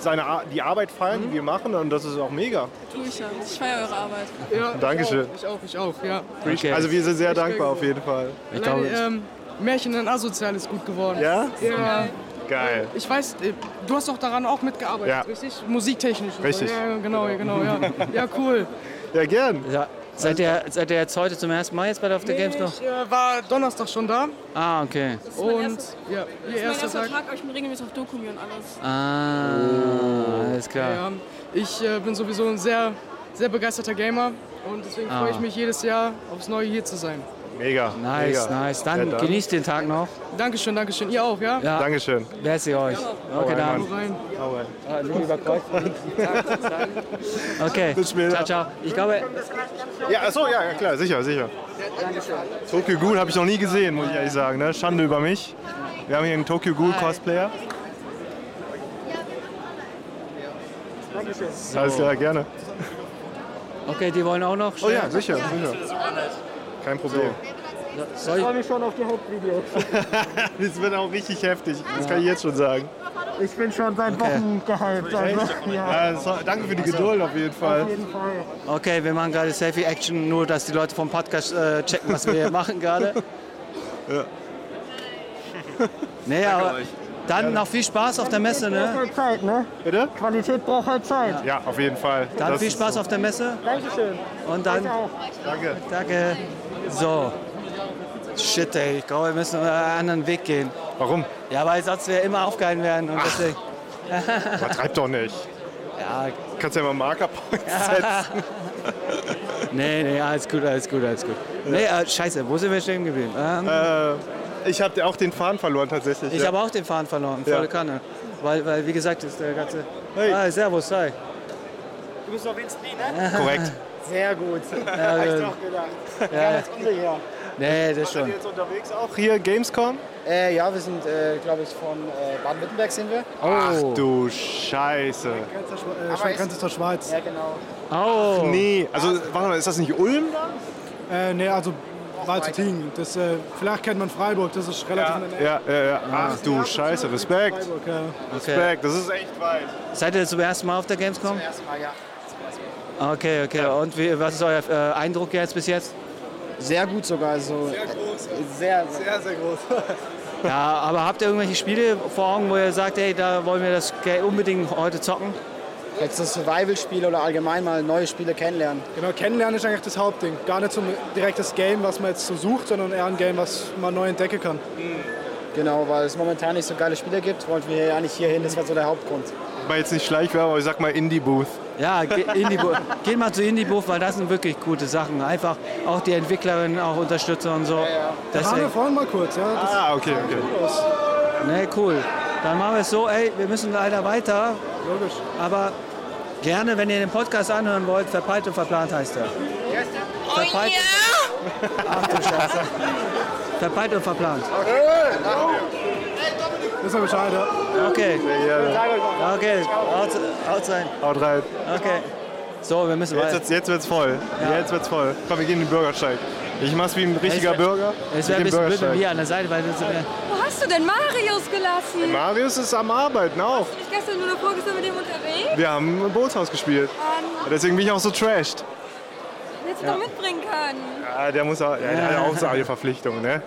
S2: seine Ar die Arbeit feiern,
S3: Mhm.
S2: die wir machen und das ist auch mega.
S8: Tue ich ja. Ich feiere eure Arbeit.
S6: Ja,
S2: Dankeschön.
S6: Ich auch, ich auch, ich auch ja.
S3: Okay.
S2: Also wir sind sehr dankbar auf jeden Fall.
S3: ich
S6: Alleine,
S3: glaube,
S6: ähm, Märchen in Asozial ist gut geworden.
S2: Ja?
S6: Ja.
S2: Geil.
S6: Ich weiß, äh, du hast doch daran auch mitgearbeitet,
S2: Ja.
S6: richtig? Musiktechnisch. und so.
S2: Richtig.
S6: Ja, ja, genau, ja, genau, ja. Ja, cool.
S2: Ja, gern.
S3: Ja, seid, ihr, seid ihr jetzt heute zum ersten Mal jetzt bei der After Games noch?
S6: Ich äh, war Donnerstag schon da
S3: Ah, okay.
S6: und ja, ihr erster Tag.
S8: aber ich bin regelmäßig auf Dokumi und alles.
S2: Oh.
S3: Ah, alles klar.
S6: Ja, ich äh, bin sowieso ein sehr, sehr begeisterter Gamer und deswegen freue
S4: Ah.
S6: ich mich jedes Jahr aufs Neue hier zu sein.
S2: Mega.
S3: Nice,
S2: mega.
S3: nice. Dann
S2: Ja,
S3: genießt den Tag noch.
S6: Dankeschön, Dankeschön. Ihr auch, ja?
S3: Ja,
S2: Dankeschön.
S3: bless you euch. Okay,
S2: Mann.
S3: dann.
S6: Rein.
S2: Aber
S3: Okay,
S2: Bis später.
S3: ciao, ciao. Ich glaube,
S2: Ja, achso, ja, ja, klar, sicher, sicher. Tokyo Ghoul habe ich noch nie gesehen, muss ich ehrlich sagen. Ne? Schande über mich. Wir haben hier einen Tokyo Ghoul Cosplayer. Alles klar, gerne.
S3: okay, die wollen auch noch.
S2: Oh ja, sicher, sicher. Kein Problem.
S3: Soll ich?
S10: mich schon auf die Hauptvideos.
S2: Das wird auch richtig heftig, das kann ich jetzt schon sagen.
S10: Ich bin schon seit Wochen gehypt. Also, ja, Also,
S2: Ja, so, danke für die Geduld auf jeden Fall.
S10: auf jeden Fall.
S3: Okay, wir machen gerade Selfie-Action, nur dass die Leute vom Podcast äh, checken, was wir hier machen gerade. Nee, aber dann noch viel Spaß auf der Messe,
S10: Braucht
S3: ne?
S10: halt Zeit, ne?
S2: Bitte?
S10: Qualität braucht halt Zeit.
S2: Ja, auf jeden Fall.
S3: Dann
S2: Das
S3: viel
S2: ist
S3: Spaß
S2: so.
S3: auf der Messe
S10: Dankeschön.
S3: und dann.
S10: Auch.
S2: Danke.
S3: Danke. So. Shit, ey. Ich glaube, wir müssen einen anderen Weg gehen.
S2: Warum?
S3: Ja, weil sonst wir immer aufgehalten werden. Und deswegen,
S2: Übertreib doch nicht.
S3: ja,
S2: Kannst ja mal Markerpoints setzen.
S3: nee, nee, alles gut, alles gut, alles gut. Nee, äh, scheiße, wo sind wir stehen geblieben? Ähm,
S2: Äh, ich habe auch den Faden verloren tatsächlich.
S3: ich
S2: ja.
S3: habe auch den Faden verloren,
S2: Ja.
S3: volle Kanne. Weil, weil, wie gesagt, ist der ganze...
S2: Hey.
S3: Ah, servus, hi.
S2: Korrekt.
S10: Sehr gut.
S3: Ja, äh, ja,
S10: Ja,
S3: nee, das schon.
S2: jetzt unterwegs auch hier Gamescom?
S10: äh, ja wir sind, äh, glaube ich, von äh, Baden-Württemberg sind wir.
S2: Ach
S3: Oh.
S2: du Scheiße.
S10: Aber Grenze zur Schweiz. Ja, genau.
S3: Oh,
S2: Nee, also warte mal, ist das nicht Ulm?
S6: Äh, ne, also Walzutingen. Das, äh, vielleicht kennt man Freiburg, das ist relativ in der
S2: Ja, ja, ja. Ach du Scheiße, Respekt.
S3: Oh, okay.
S2: Respekt, das ist echt weit.
S3: Seid ihr zum ersten Mal auf der Gamescom?
S10: Erstmal, ja.
S3: Okay, okay. Und wie, was ist euer äh, Eindruck jetzt bis jetzt?
S10: Sehr gut sogar. Also, sehr groß. Sehr, sehr, sehr groß.
S3: Ja, aber habt ihr irgendwelche Spiele vor Augen, wo ihr sagt, hey, da wollen wir das ge- unbedingt heute zocken?
S10: Jetzt das Survival-Spiel oder allgemein mal neue Spiele kennenlernen.
S6: Genau, kennenlernen ist eigentlich das Hauptding. Gar nicht so ein direktes Game, was man jetzt so sucht, sondern eher ein Game, was man neu entdecken kann.
S10: Genau, weil es momentan nicht so geile Spiele gibt, wollten wir ja eigentlich hier hin. Das war so der Hauptgrund.
S2: War jetzt nicht Schleichwerbung, aber ich sag mal Indie-Booth.
S3: Ja, ge- Indie-Bo- geht mal zu Indie-Buff, weil das sind wirklich gute Sachen. Einfach auch die Entwicklerinnen auch unterstützen und so. Deswegen,
S6: vorhin mal kurz, ja? Das
S2: Ah, okay, okay.
S3: ne, cool. Dann machen wir es so, ey, wir müssen leider weiter. Logisch. Aber gerne, wenn ihr den Podcast anhören wollt, verpeilt und verplant heißt er. Verpeilt, Ach du Scheiße. Verpeilt und verplant.
S6: ist ja Bescheid, ja.
S3: Okay,
S2: Sehr gerne.
S3: okay. Haut, haut sein.
S2: Haut rein.
S3: Okay. So, wir müssen
S2: Jetzt,
S3: weiter.
S2: jetzt, jetzt wird's voll.
S3: Ja.
S2: Jetzt wird's voll. Komm, wir gehen in den Bürgersteig. Ich mach's wie ein richtiger
S3: wär-
S2: Bürger.
S3: Es
S2: Wir
S3: wäre
S2: gehen
S3: ein bisschen blöd, wenn
S2: Bürgersteig.
S3: wir an der Seite, weil das, äh,
S11: Wo hast du denn Marius gelassen?
S2: Marius ist am Arbeiten auch.
S11: Ich gestern nur noch vorgestern mit ihm unterwegs.
S2: Wir haben im Bootshaus gespielt.
S11: Ähm,
S2: Deswegen bin ich auch so trashed.
S11: Hättest du
S2: Ja.
S11: doch mitbringen können.
S2: Ja, der muss auch, der hat auch so eine Verpflichtung, ne?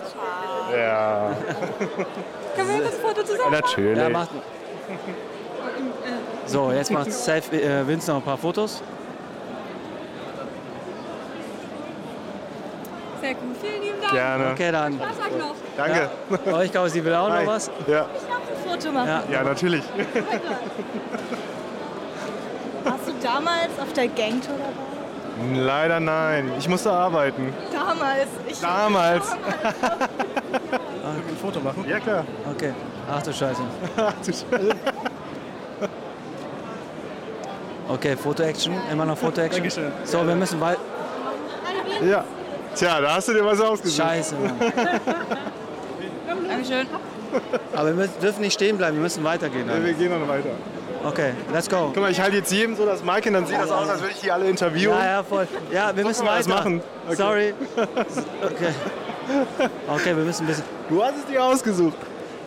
S2: Ja.
S11: Können wir das Foto zusammen
S2: Ja, natürlich.
S3: Ja, macht- so, jetzt macht Self äh, Vince noch ein paar Fotos.
S11: Sehr gut, vielen lieben Dank.
S2: Gerne.
S3: Okay, dann.
S11: Spaß euch noch.
S2: Danke.
S3: Ja. Oh, ich glaube, sie will auch
S2: Hi.
S3: noch was.
S2: Ja.
S11: Ich darf ein Foto machen.
S3: Ja.
S2: ja, natürlich.
S12: Warst du damals auf der Gangtour dabei?
S2: Leider nein. Ich musste arbeiten.
S12: Damals. Ich
S2: Damals.
S3: ein Foto machen? Ja, klar. Okay. Ach du Scheiße. Okay, Foto-Action. Immer noch Foto-Action. Dankeschön. So, wir müssen bald.
S2: Ja. Tja, da hast du dir was ausgesucht.
S3: Scheiße, Mann.
S11: Dankeschön.
S3: Aber wir müssen, dürfen nicht stehen bleiben, wir müssen weitergehen.
S2: Ja, wir gehen noch weiter.
S3: Okay, let's go.
S2: Guck mal, ich halte jetzt jedem so das Mike hin, dann sieht das aus, als würde ich die alle interviewen.
S3: Ja, ja, voll. Ja, wir
S2: Sollen
S3: müssen
S2: wir
S3: weiter.
S2: das machen? Okay.
S3: Sorry. Okay. Okay, wir müssen ein bisschen.
S2: Du hast es dir ausgesucht.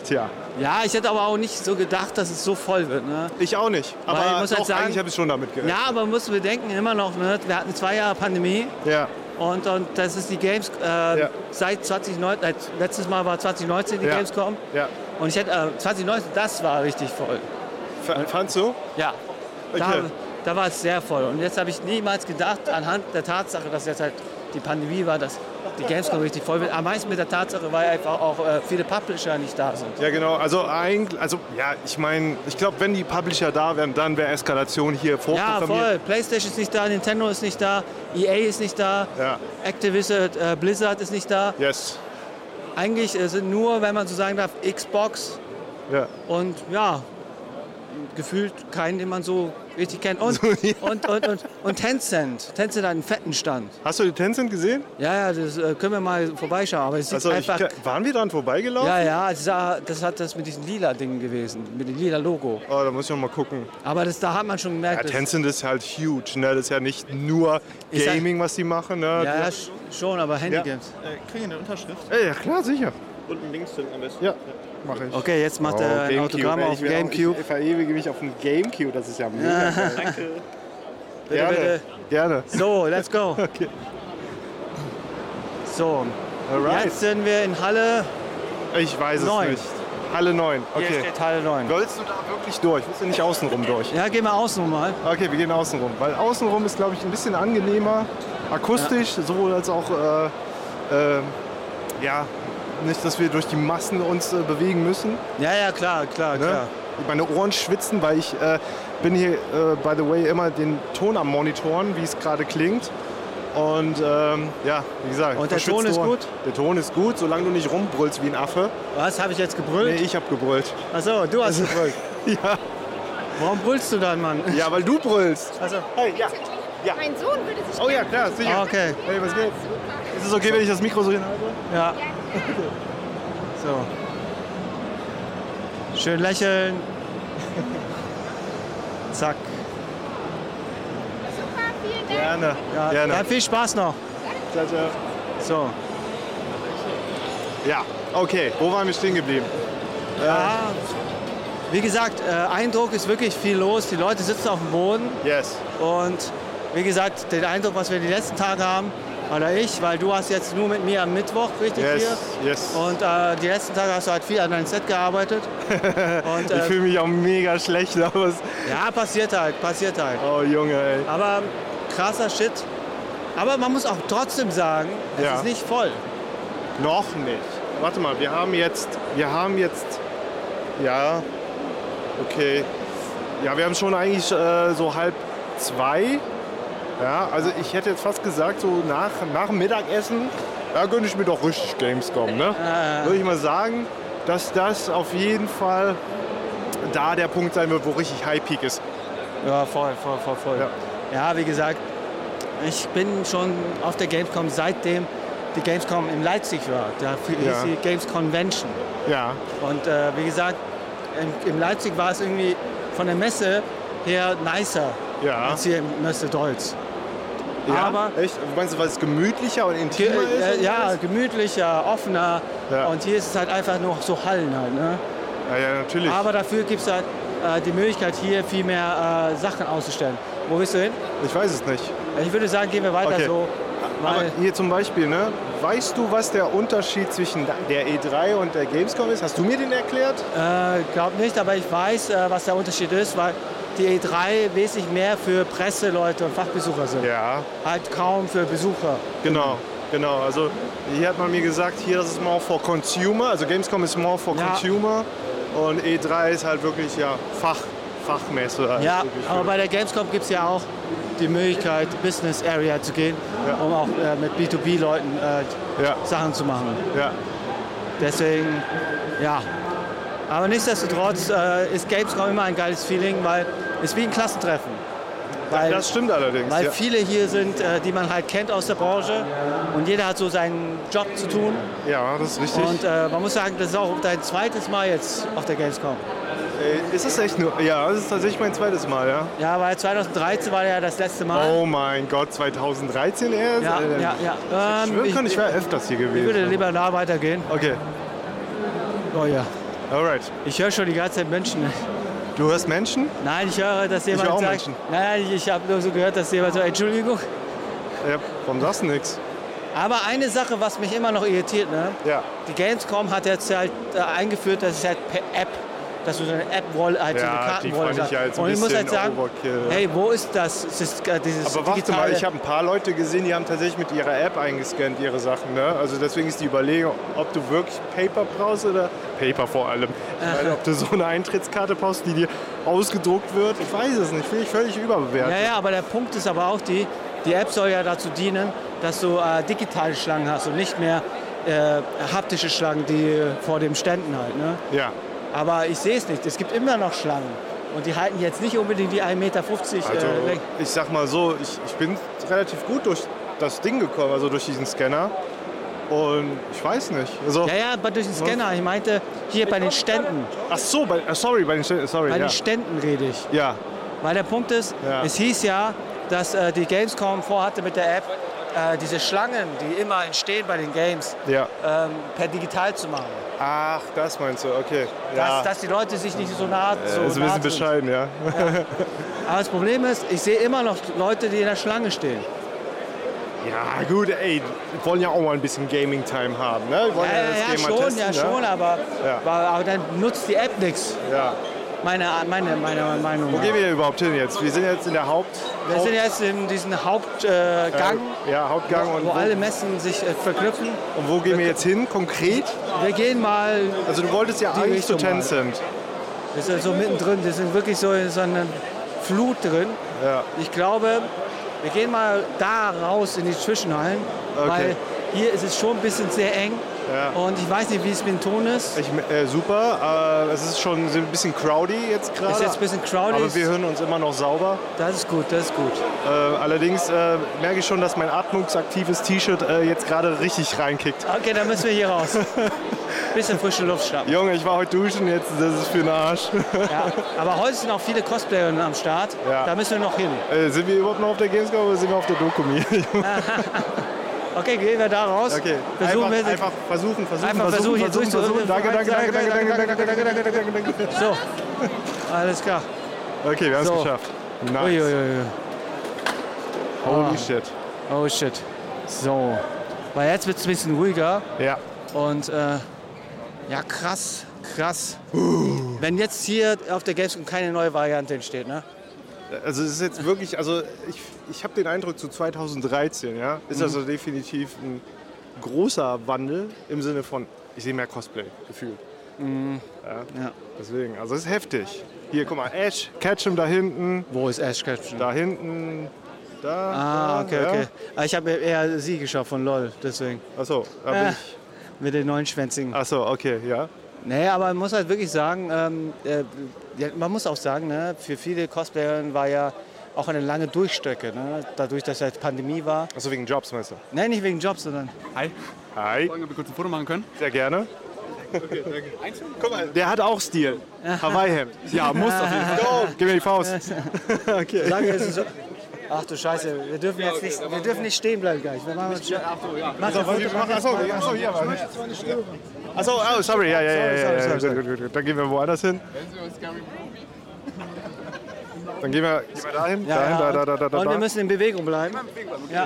S2: Tja.
S3: Ja, ich hätte aber auch nicht so gedacht, dass es so voll wird. Ne?
S2: Ich auch nicht. Aber
S3: Weil ich muss
S2: doch,
S3: halt sagen,
S2: eigentlich habe ich schon damit gerechnet.
S3: Ja, aber man muss bedenken, immer noch, ne? wir hatten zwei Jahre Pandemie.
S2: Ja.
S3: Und, und das ist die Games, äh, seit 2019, äh, letztes Mal war 2019 die
S2: Ja.
S3: Gamescom.
S2: Ja.
S3: Und ich hätte, äh, 2019, das war richtig voll.
S2: F fandst du?
S3: Ja. Da,
S2: Okay.
S3: da war es sehr voll. Und jetzt habe ich niemals gedacht, anhand der Tatsache, dass jetzt halt die Pandemie war, dass die Gamescom richtig voll wird. Am meisten mit der Tatsache, weil einfach auch äh, viele Publisher nicht da sind.
S2: Ja, genau. Also, eigentlich, also ja, ich meine, ich glaube, wenn die Publisher da wären, dann wäre Eskalation hier
S3: Ja,
S2: vorprogrammiert.
S3: voll. PlayStation ist nicht da, Nintendo ist nicht da, EA ist nicht da, Activision, äh, Blizzard ist nicht da.
S2: Yes.
S3: Eigentlich äh, sind nur, wenn man so sagen darf, Xbox
S2: Ja.
S3: und ja, gefühlt keinen, den man so richtig kennt. Und, und, und, und, und Tencent. Tencent hat einen fetten Stand.
S2: Hast du den Tencent gesehen?
S3: Ja, ja, das äh, können wir mal vorbeischauen. Aber es sieht
S2: Also, ich,
S3: einfach.
S2: waren wir dran vorbeigelaufen?
S3: Ja, ja, das, sah- das hat das mit diesen lila Dingen gewesen, mit dem lila Logo.
S2: Oh, da muss ich noch mal gucken.
S3: Aber das, da hat man schon
S2: Ja,
S3: gemerkt, dass-
S2: Tencent ist halt huge. Ne? Das ist ja nicht nur
S3: Ist halt-
S2: Gaming, was die machen. Ne?
S3: Ja, ja,
S2: Die-
S3: sch- schon, aber Handygames.
S13: Äh, kriegen wir eine Unterschrift?
S2: Ey, ja, klar, sicher.
S13: Unten links hinten am besten.
S2: Ja, mache ich.
S3: Okay, jetzt macht
S2: Oh,
S3: er ein
S2: Gamecube.
S3: Autogramm
S2: Ey,
S3: auf
S2: ich
S3: dem
S2: wär auch-
S3: Gamecube.
S2: Ich verewige mich auf dem Gamecube, das ist ja mega. geil.
S13: Danke.
S3: Bitte,
S2: Gerne.
S3: bitte.
S2: Gerne.
S3: So, let's go. So,
S2: Alright.
S3: jetzt sind wir in Halle.
S2: Ich weiß
S3: Neun.
S2: es nicht. Halle 9. Okay.
S3: Hier steht Halle 9.
S2: Willst du da wirklich durch? Willst du nicht außenrum durch?
S3: Ja, gehen wir außenrum mal.
S2: Okay, wir gehen außenrum. Weil außenrum ist, glaube ich, ein bisschen angenehmer, akustisch, sowohl als auch, äh, äh, ja, nicht, dass wir durch die Massen uns äh, bewegen müssen.
S3: Ja, ja, klar, klar,
S2: klar. Ne? Meine Ohren schwitzen, weil ich äh, bin hier, äh, by the way, immer den Ton am Monitoren, wie es gerade klingt. Und ähm, ja, wie gesagt,
S3: Und der Ton
S2: verschwitzte
S3: ist
S2: Ohren.
S3: gut?
S2: Der Ton ist gut, solange du nicht rumbrüllst wie ein Affe.
S3: Was, habe ich jetzt gebrüllt?
S2: Nee, ich habe gebrüllt.
S3: Achso, du hast gebrüllt.
S2: ja.
S3: Warum brüllst du dann, Mann?
S2: Ja, weil du brüllst.
S3: Also,
S2: hey, ja. ja.
S5: Mein Sohn würde sich
S2: Oh ja, klar, sicher.
S3: Okay.
S2: Hey, was geht? Ist es okay, wenn ich das Mikro so hinhalte?
S3: Ja. So. Schön lächeln. Zack.
S2: Gerne.
S3: Ja,
S2: Gerne.
S3: ja, viel Spaß noch.
S2: Ciao, ciao.
S3: So.
S2: Ja, okay. Wo waren wir stehen geblieben?
S3: Ja, wie gesagt, äh, Eindruck ist wirklich viel los. Die Leute sitzen auf dem Boden.
S2: Yes.
S3: Und wie gesagt, den Eindruck, was wir die letzten Tage haben, oder ich, weil du hast jetzt nur mit mir am Mittwoch, richtig
S2: Yes,
S3: hier.
S2: yes.
S3: Und äh, die letzten Tage hast du halt viel an deinem Set gearbeitet. Und,
S2: ich
S3: äh,
S2: fühle mich auch mega schlecht, aber es
S3: Ja, passiert halt, passiert halt.
S2: Oh Junge, ey.
S3: Aber ähm, krasser Shit. Aber man muss auch trotzdem sagen, es
S2: Ja.
S3: ist nicht voll.
S2: noch nicht. Warte mal, wir haben jetzt, wir haben jetzt, ja, okay. Ja, wir haben schon eigentlich äh, so halb zwei. Ja, also ich hätte jetzt fast gesagt, so nach, nach dem Mittagessen, da könnte ich mir doch richtig Gamescom, ne?
S3: Äh.
S2: Würde ich mal sagen, dass das auf jeden Fall da der Punkt sein wird, wo richtig High Peak ist.
S3: Ja, voll, voll, voll, voll. Ja. wie gesagt, ich bin schon auf der Gamescom seitdem die Gamescom in Leipzig war. Da hieß
S2: Ja.
S3: die Games Convention.
S2: Ja.
S3: Und äh, wie gesagt, in, in Leipzig war es irgendwie von der Messe her nicer.
S2: Ja.
S3: als hier in Mössedolz.
S2: Ja,
S3: Aber
S2: echt? Meinst du, weil es gemütlicher und
S3: Ge
S2: intimer ist?
S3: äh,
S2: und
S3: ja,
S2: alles?
S3: gemütlicher, offener. Und hier ist es halt einfach nur so Hallen halt. Ne?
S2: Ja, ja, natürlich.
S3: Aber dafür gibt es halt äh, die Möglichkeit, hier viel mehr äh, Sachen auszustellen. Wo willst du hin?
S2: Ich weiß es nicht.
S3: Ich würde sagen, gehen wir weiter
S2: Okay.
S3: so.
S2: Aber
S3: weil-
S2: hier zum Beispiel, ne? Weißt du, was der Unterschied zwischen der E3 und der Gamescom ist? Hast du mir den erklärt?
S3: Äh, glaub nicht, aber ich weiß, äh, was der Unterschied ist, weil die E3 wesentlich mehr für Presseleute und Fachbesucher sind.
S2: Ja.
S3: Halt kaum für Besucher.
S2: Genau, genau. Also hier hat man mir gesagt, hier das ist more for consumer. Also Gamescom ist more for
S3: Ja.
S2: consumer und E3 ist halt wirklich ja Fach, Fachmesse. halt
S3: ja,
S2: wirklich
S3: aber
S2: für-
S3: bei der Gamescom gibt es ja auch die Möglichkeit, Business Area zu gehen, um auch äh, mit B2B-Leuten äh, Sachen zu machen.
S2: Ja.
S3: Deswegen, ja. Aber nichtsdestotrotz äh, ist Gamescom immer ein geiles Feeling, weil es ist wie ein Klassentreffen. Weil,
S2: das stimmt allerdings,
S3: Weil
S2: ja.
S3: viele hier sind, äh, die man halt kennt aus der Branche und jeder hat so seinen Job zu tun.
S2: Ja, das ist richtig.
S3: Und äh, man muss sagen, das ist auch dein zweites Mal jetzt auf der Gamescom.
S2: Äh, Ist das echt nur? Ja, das ist tatsächlich mein zweites Mal, ja.
S3: Ja, weil 2013 war ja das letzte Mal.
S2: Oh mein Gott, 2013 erst?
S3: Ja,
S2: Alter.
S3: ja, ja.
S2: Ich
S3: Ähm,
S2: schwöre,
S3: ich-
S2: kann ich wäre öfters hier gewesen.
S3: Ich würde lieber da weitergehen.
S2: Okay.
S3: Oh ja.
S2: Alright.
S3: Ich höre schon die ganze Zeit Menschen.
S2: Du hörst Menschen?
S3: Nein, ich höre, dass
S2: Ich höre
S3: jemand
S2: auch
S3: sagt.
S2: Menschen.
S3: Nein, ich, ich habe nur so gehört, dass jemand sagt, Entschuldigung.
S2: Ja, warum sagst du nichts?
S3: Aber eine Sache, was mich immer noch irritiert, ne?
S2: Ja.
S3: Die Gamescom hat jetzt halt äh, eingeführt, dass es halt per App, dass du so eine App-Wall, halt so
S2: Ja,
S3: eine
S2: die
S3: Kartenwall
S2: fand ich ja jetzt ein
S3: Und ich muss halt
S2: bisschen
S3: sagen,
S2: Overkill.
S3: hey, wo ist das? das ist, äh, dieses
S2: Aber warte mal,
S3: digitale-
S2: ich habe ein paar Leute gesehen, die haben tatsächlich mit ihrer App eingescannt ihre Sachen. Ne? Also deswegen ist die Überlegung, ob du wirklich Paper brauchst oder Paper vor allem. Ich meine, ob du so eine Eintrittskarte brauchst, die dir ausgedruckt wird. Ich weiß es nicht. Finde ich völlig überbewertet.
S3: Ja, ja, aber der Punkt ist aber auch die, die App soll ja dazu dienen, dass du äh, digitale Schlangen hast und nicht mehr äh, haptische Schlangen, die äh, vor dem Ständen halt. Ne?
S2: Ja.
S3: Aber ich sehe es nicht. Es gibt immer noch Schlangen. Und die halten jetzt nicht unbedingt die 1,50 Meter
S2: Also,
S3: äh, weg.
S2: ich sag mal so, ich, ich bin relativ gut durch das Ding gekommen, also durch diesen Scanner. Und ich weiß nicht. Also,
S3: Ja, ja, aber durch den Scanner. Ich meinte hier bei den Ständen.
S2: Ach so, bei, ah, sorry, bei den Ständen. Sorry,
S3: Bei
S2: ja.
S3: den Ständen rede ich.
S2: Ja.
S3: Weil der Punkt ist,
S2: Ja.
S3: es hieß ja, dass äh, die Gamescom vorhatte mit der App, äh, diese Schlangen, die immer entstehen bei den Games,
S2: Ja.
S3: ähm, per digital zu machen.
S2: Ach, das meinst du, okay. Ja.
S3: Dass, dass die Leute sich nicht so nah
S2: Äh,
S3: so
S2: ist ein
S3: nah
S2: bisschen
S3: sind.
S2: bescheiden, ja.
S3: Aber das Problem ist, ich sehe immer noch Leute, die in der Schlange stehen.
S2: Oh Ja, gut, ey, wir wollen ja auch mal ein bisschen Gaming-Time haben, ne? Wir wollen
S3: Ja, ja,
S2: das
S3: ja,
S2: Game mal
S3: schon,
S2: testen,
S3: ja,
S2: ne?
S3: schon, aber,
S2: Ja.
S3: aber, aber dann nutzt die App nichts.
S2: Ja.
S3: Meine, meine, meine Meinung.
S2: Wo
S3: nach.
S2: gehen wir denn überhaupt hin jetzt? Wir sind jetzt in der Haupt...
S3: Wir sind jetzt in diesem Hauptgang, äh, Gang,
S2: Äh, ja, Hauptgang.
S3: wo,
S2: und
S3: wo alle Messen sich äh, verknüpfen.
S2: Und wo gehen wir jetzt hin, konkret?
S3: Wir gehen mal.
S2: Also du wolltest ja
S3: die
S2: eigentlich zu
S3: Richtung mal.
S2: Tencent.
S3: Wir sind so mittendrin, wir sind wirklich so in so einer Flut drin.
S2: Ja.
S3: Ich glaube, wir gehen mal da raus in die Zwischenhallen,
S2: Okay.
S3: weil hier ist es schon ein bisschen sehr eng.
S2: Ja.
S3: Und ich weiß nicht, wie es mit dem Ton ist.
S2: Ich, äh, super, äh, es ist schon so ein bisschen crowdy jetzt gerade.
S3: Ist jetzt ein bisschen crowdy.
S2: Aber wir hören uns immer noch sauber.
S3: Das ist gut, das ist gut.
S2: Äh, allerdings äh, merke ich schon, dass mein atmungsaktives T-Shirt äh, jetzt gerade richtig reinkickt.
S3: Okay, dann müssen wir hier raus. Bisschen frische Luft schnappen.
S2: Junge, ich war heute duschen, jetzt das ist für den Arsch.
S3: Ja, aber heute sind auch viele Cosplayerinnen am Start.
S2: Ja.
S3: Da müssen wir noch hin.
S2: Äh, sind wir überhaupt noch auf der Gamescom oder sind wir auf der Dokumi?
S3: Okay, gehen wir da raus.
S2: okay,
S3: Versuchen
S2: einfach,
S3: wir
S2: einfach versuchen, versuchen,
S3: Einfach versuchen, hier durchzuirren.
S2: Danke, danke, danke, danke, danke, danke, danke, danke, danke, danke, danke.
S3: So, alles klar.
S2: Okay, wir haben es
S3: So.
S2: geschafft. Nice.
S3: Uiuiui.
S2: Holy
S3: Ah.
S2: shit.
S3: Oh shit. So. Weil jetzt wird es ein bisschen ruhiger.
S2: Ja.
S3: Und äh, ja, krass, krass. Wenn jetzt hier auf der Gamescom keine neue Variante entsteht, ne?
S2: Also es ist jetzt wirklich, also ich, ich habe den Eindruck, zu 2013 ja, ist
S3: Mhm.
S2: also definitiv ein großer Wandel im Sinne von, ich sehe mehr Cosplay gefühlt. Mhm. Ja, Deswegen, also es ist heftig. Hier, guck mal, Ash Ketchum da hinten.
S3: Wo ist Ash Ketchum?
S2: Da hinten, da.
S3: Ah,
S2: da,
S3: okay,
S2: ja.
S3: okay. Aber Ich habe eher sie geschaut von LOL, deswegen.
S2: Achso, da
S3: Äh.
S2: bin ich.
S3: Mit den neuen Schwänzigen.
S2: Achso, okay, ja.
S3: Nee, aber man muss halt wirklich sagen, ähm, äh, ja, man muss auch sagen, ne, für viele Cosplayerinnen war ja auch eine lange Durchstrecke, ne? dadurch, dass halt Pandemie war.
S2: Also wegen Jobs, meinst du?
S3: Nein, nicht wegen Jobs, sondern
S9: Hi.
S2: Hi.
S9: Wollen wir kurz ein Foto machen können?
S2: Sehr gerne.
S14: Okay, danke. Einzeln?
S2: Guck mal, der hat auch Stil. Hawaii-Hemd. Ja, muss auf jeden Fall. Go, gib mir die Faust. okay.
S3: Solange es so. Ach du Scheiße, wir dürfen jetzt nicht, wir dürfen nicht stehen bleiben gleich. Wir machen uns
S2: Ach so, ja.
S3: Mach
S2: Achso,
S3: das Foto, mach das
S2: achso,
S3: Foto.
S2: achso, hier
S3: Ich
S2: aber.
S3: möchte zwar nicht stören.
S2: Achso, oh, sorry, ja, ja, ja,
S3: Sorry,
S2: ja, ja,
S3: sorry,
S2: ja,
S3: sorry,
S2: gut, gut, gut. Dann gehen wir woanders hin. Dann gehen wir, gehen wir dahin,
S3: Ja,
S2: dahin, da,
S3: ja.
S2: da, da, da,
S3: Und wir
S2: da.
S3: müssen in Bewegung bleiben. Ja,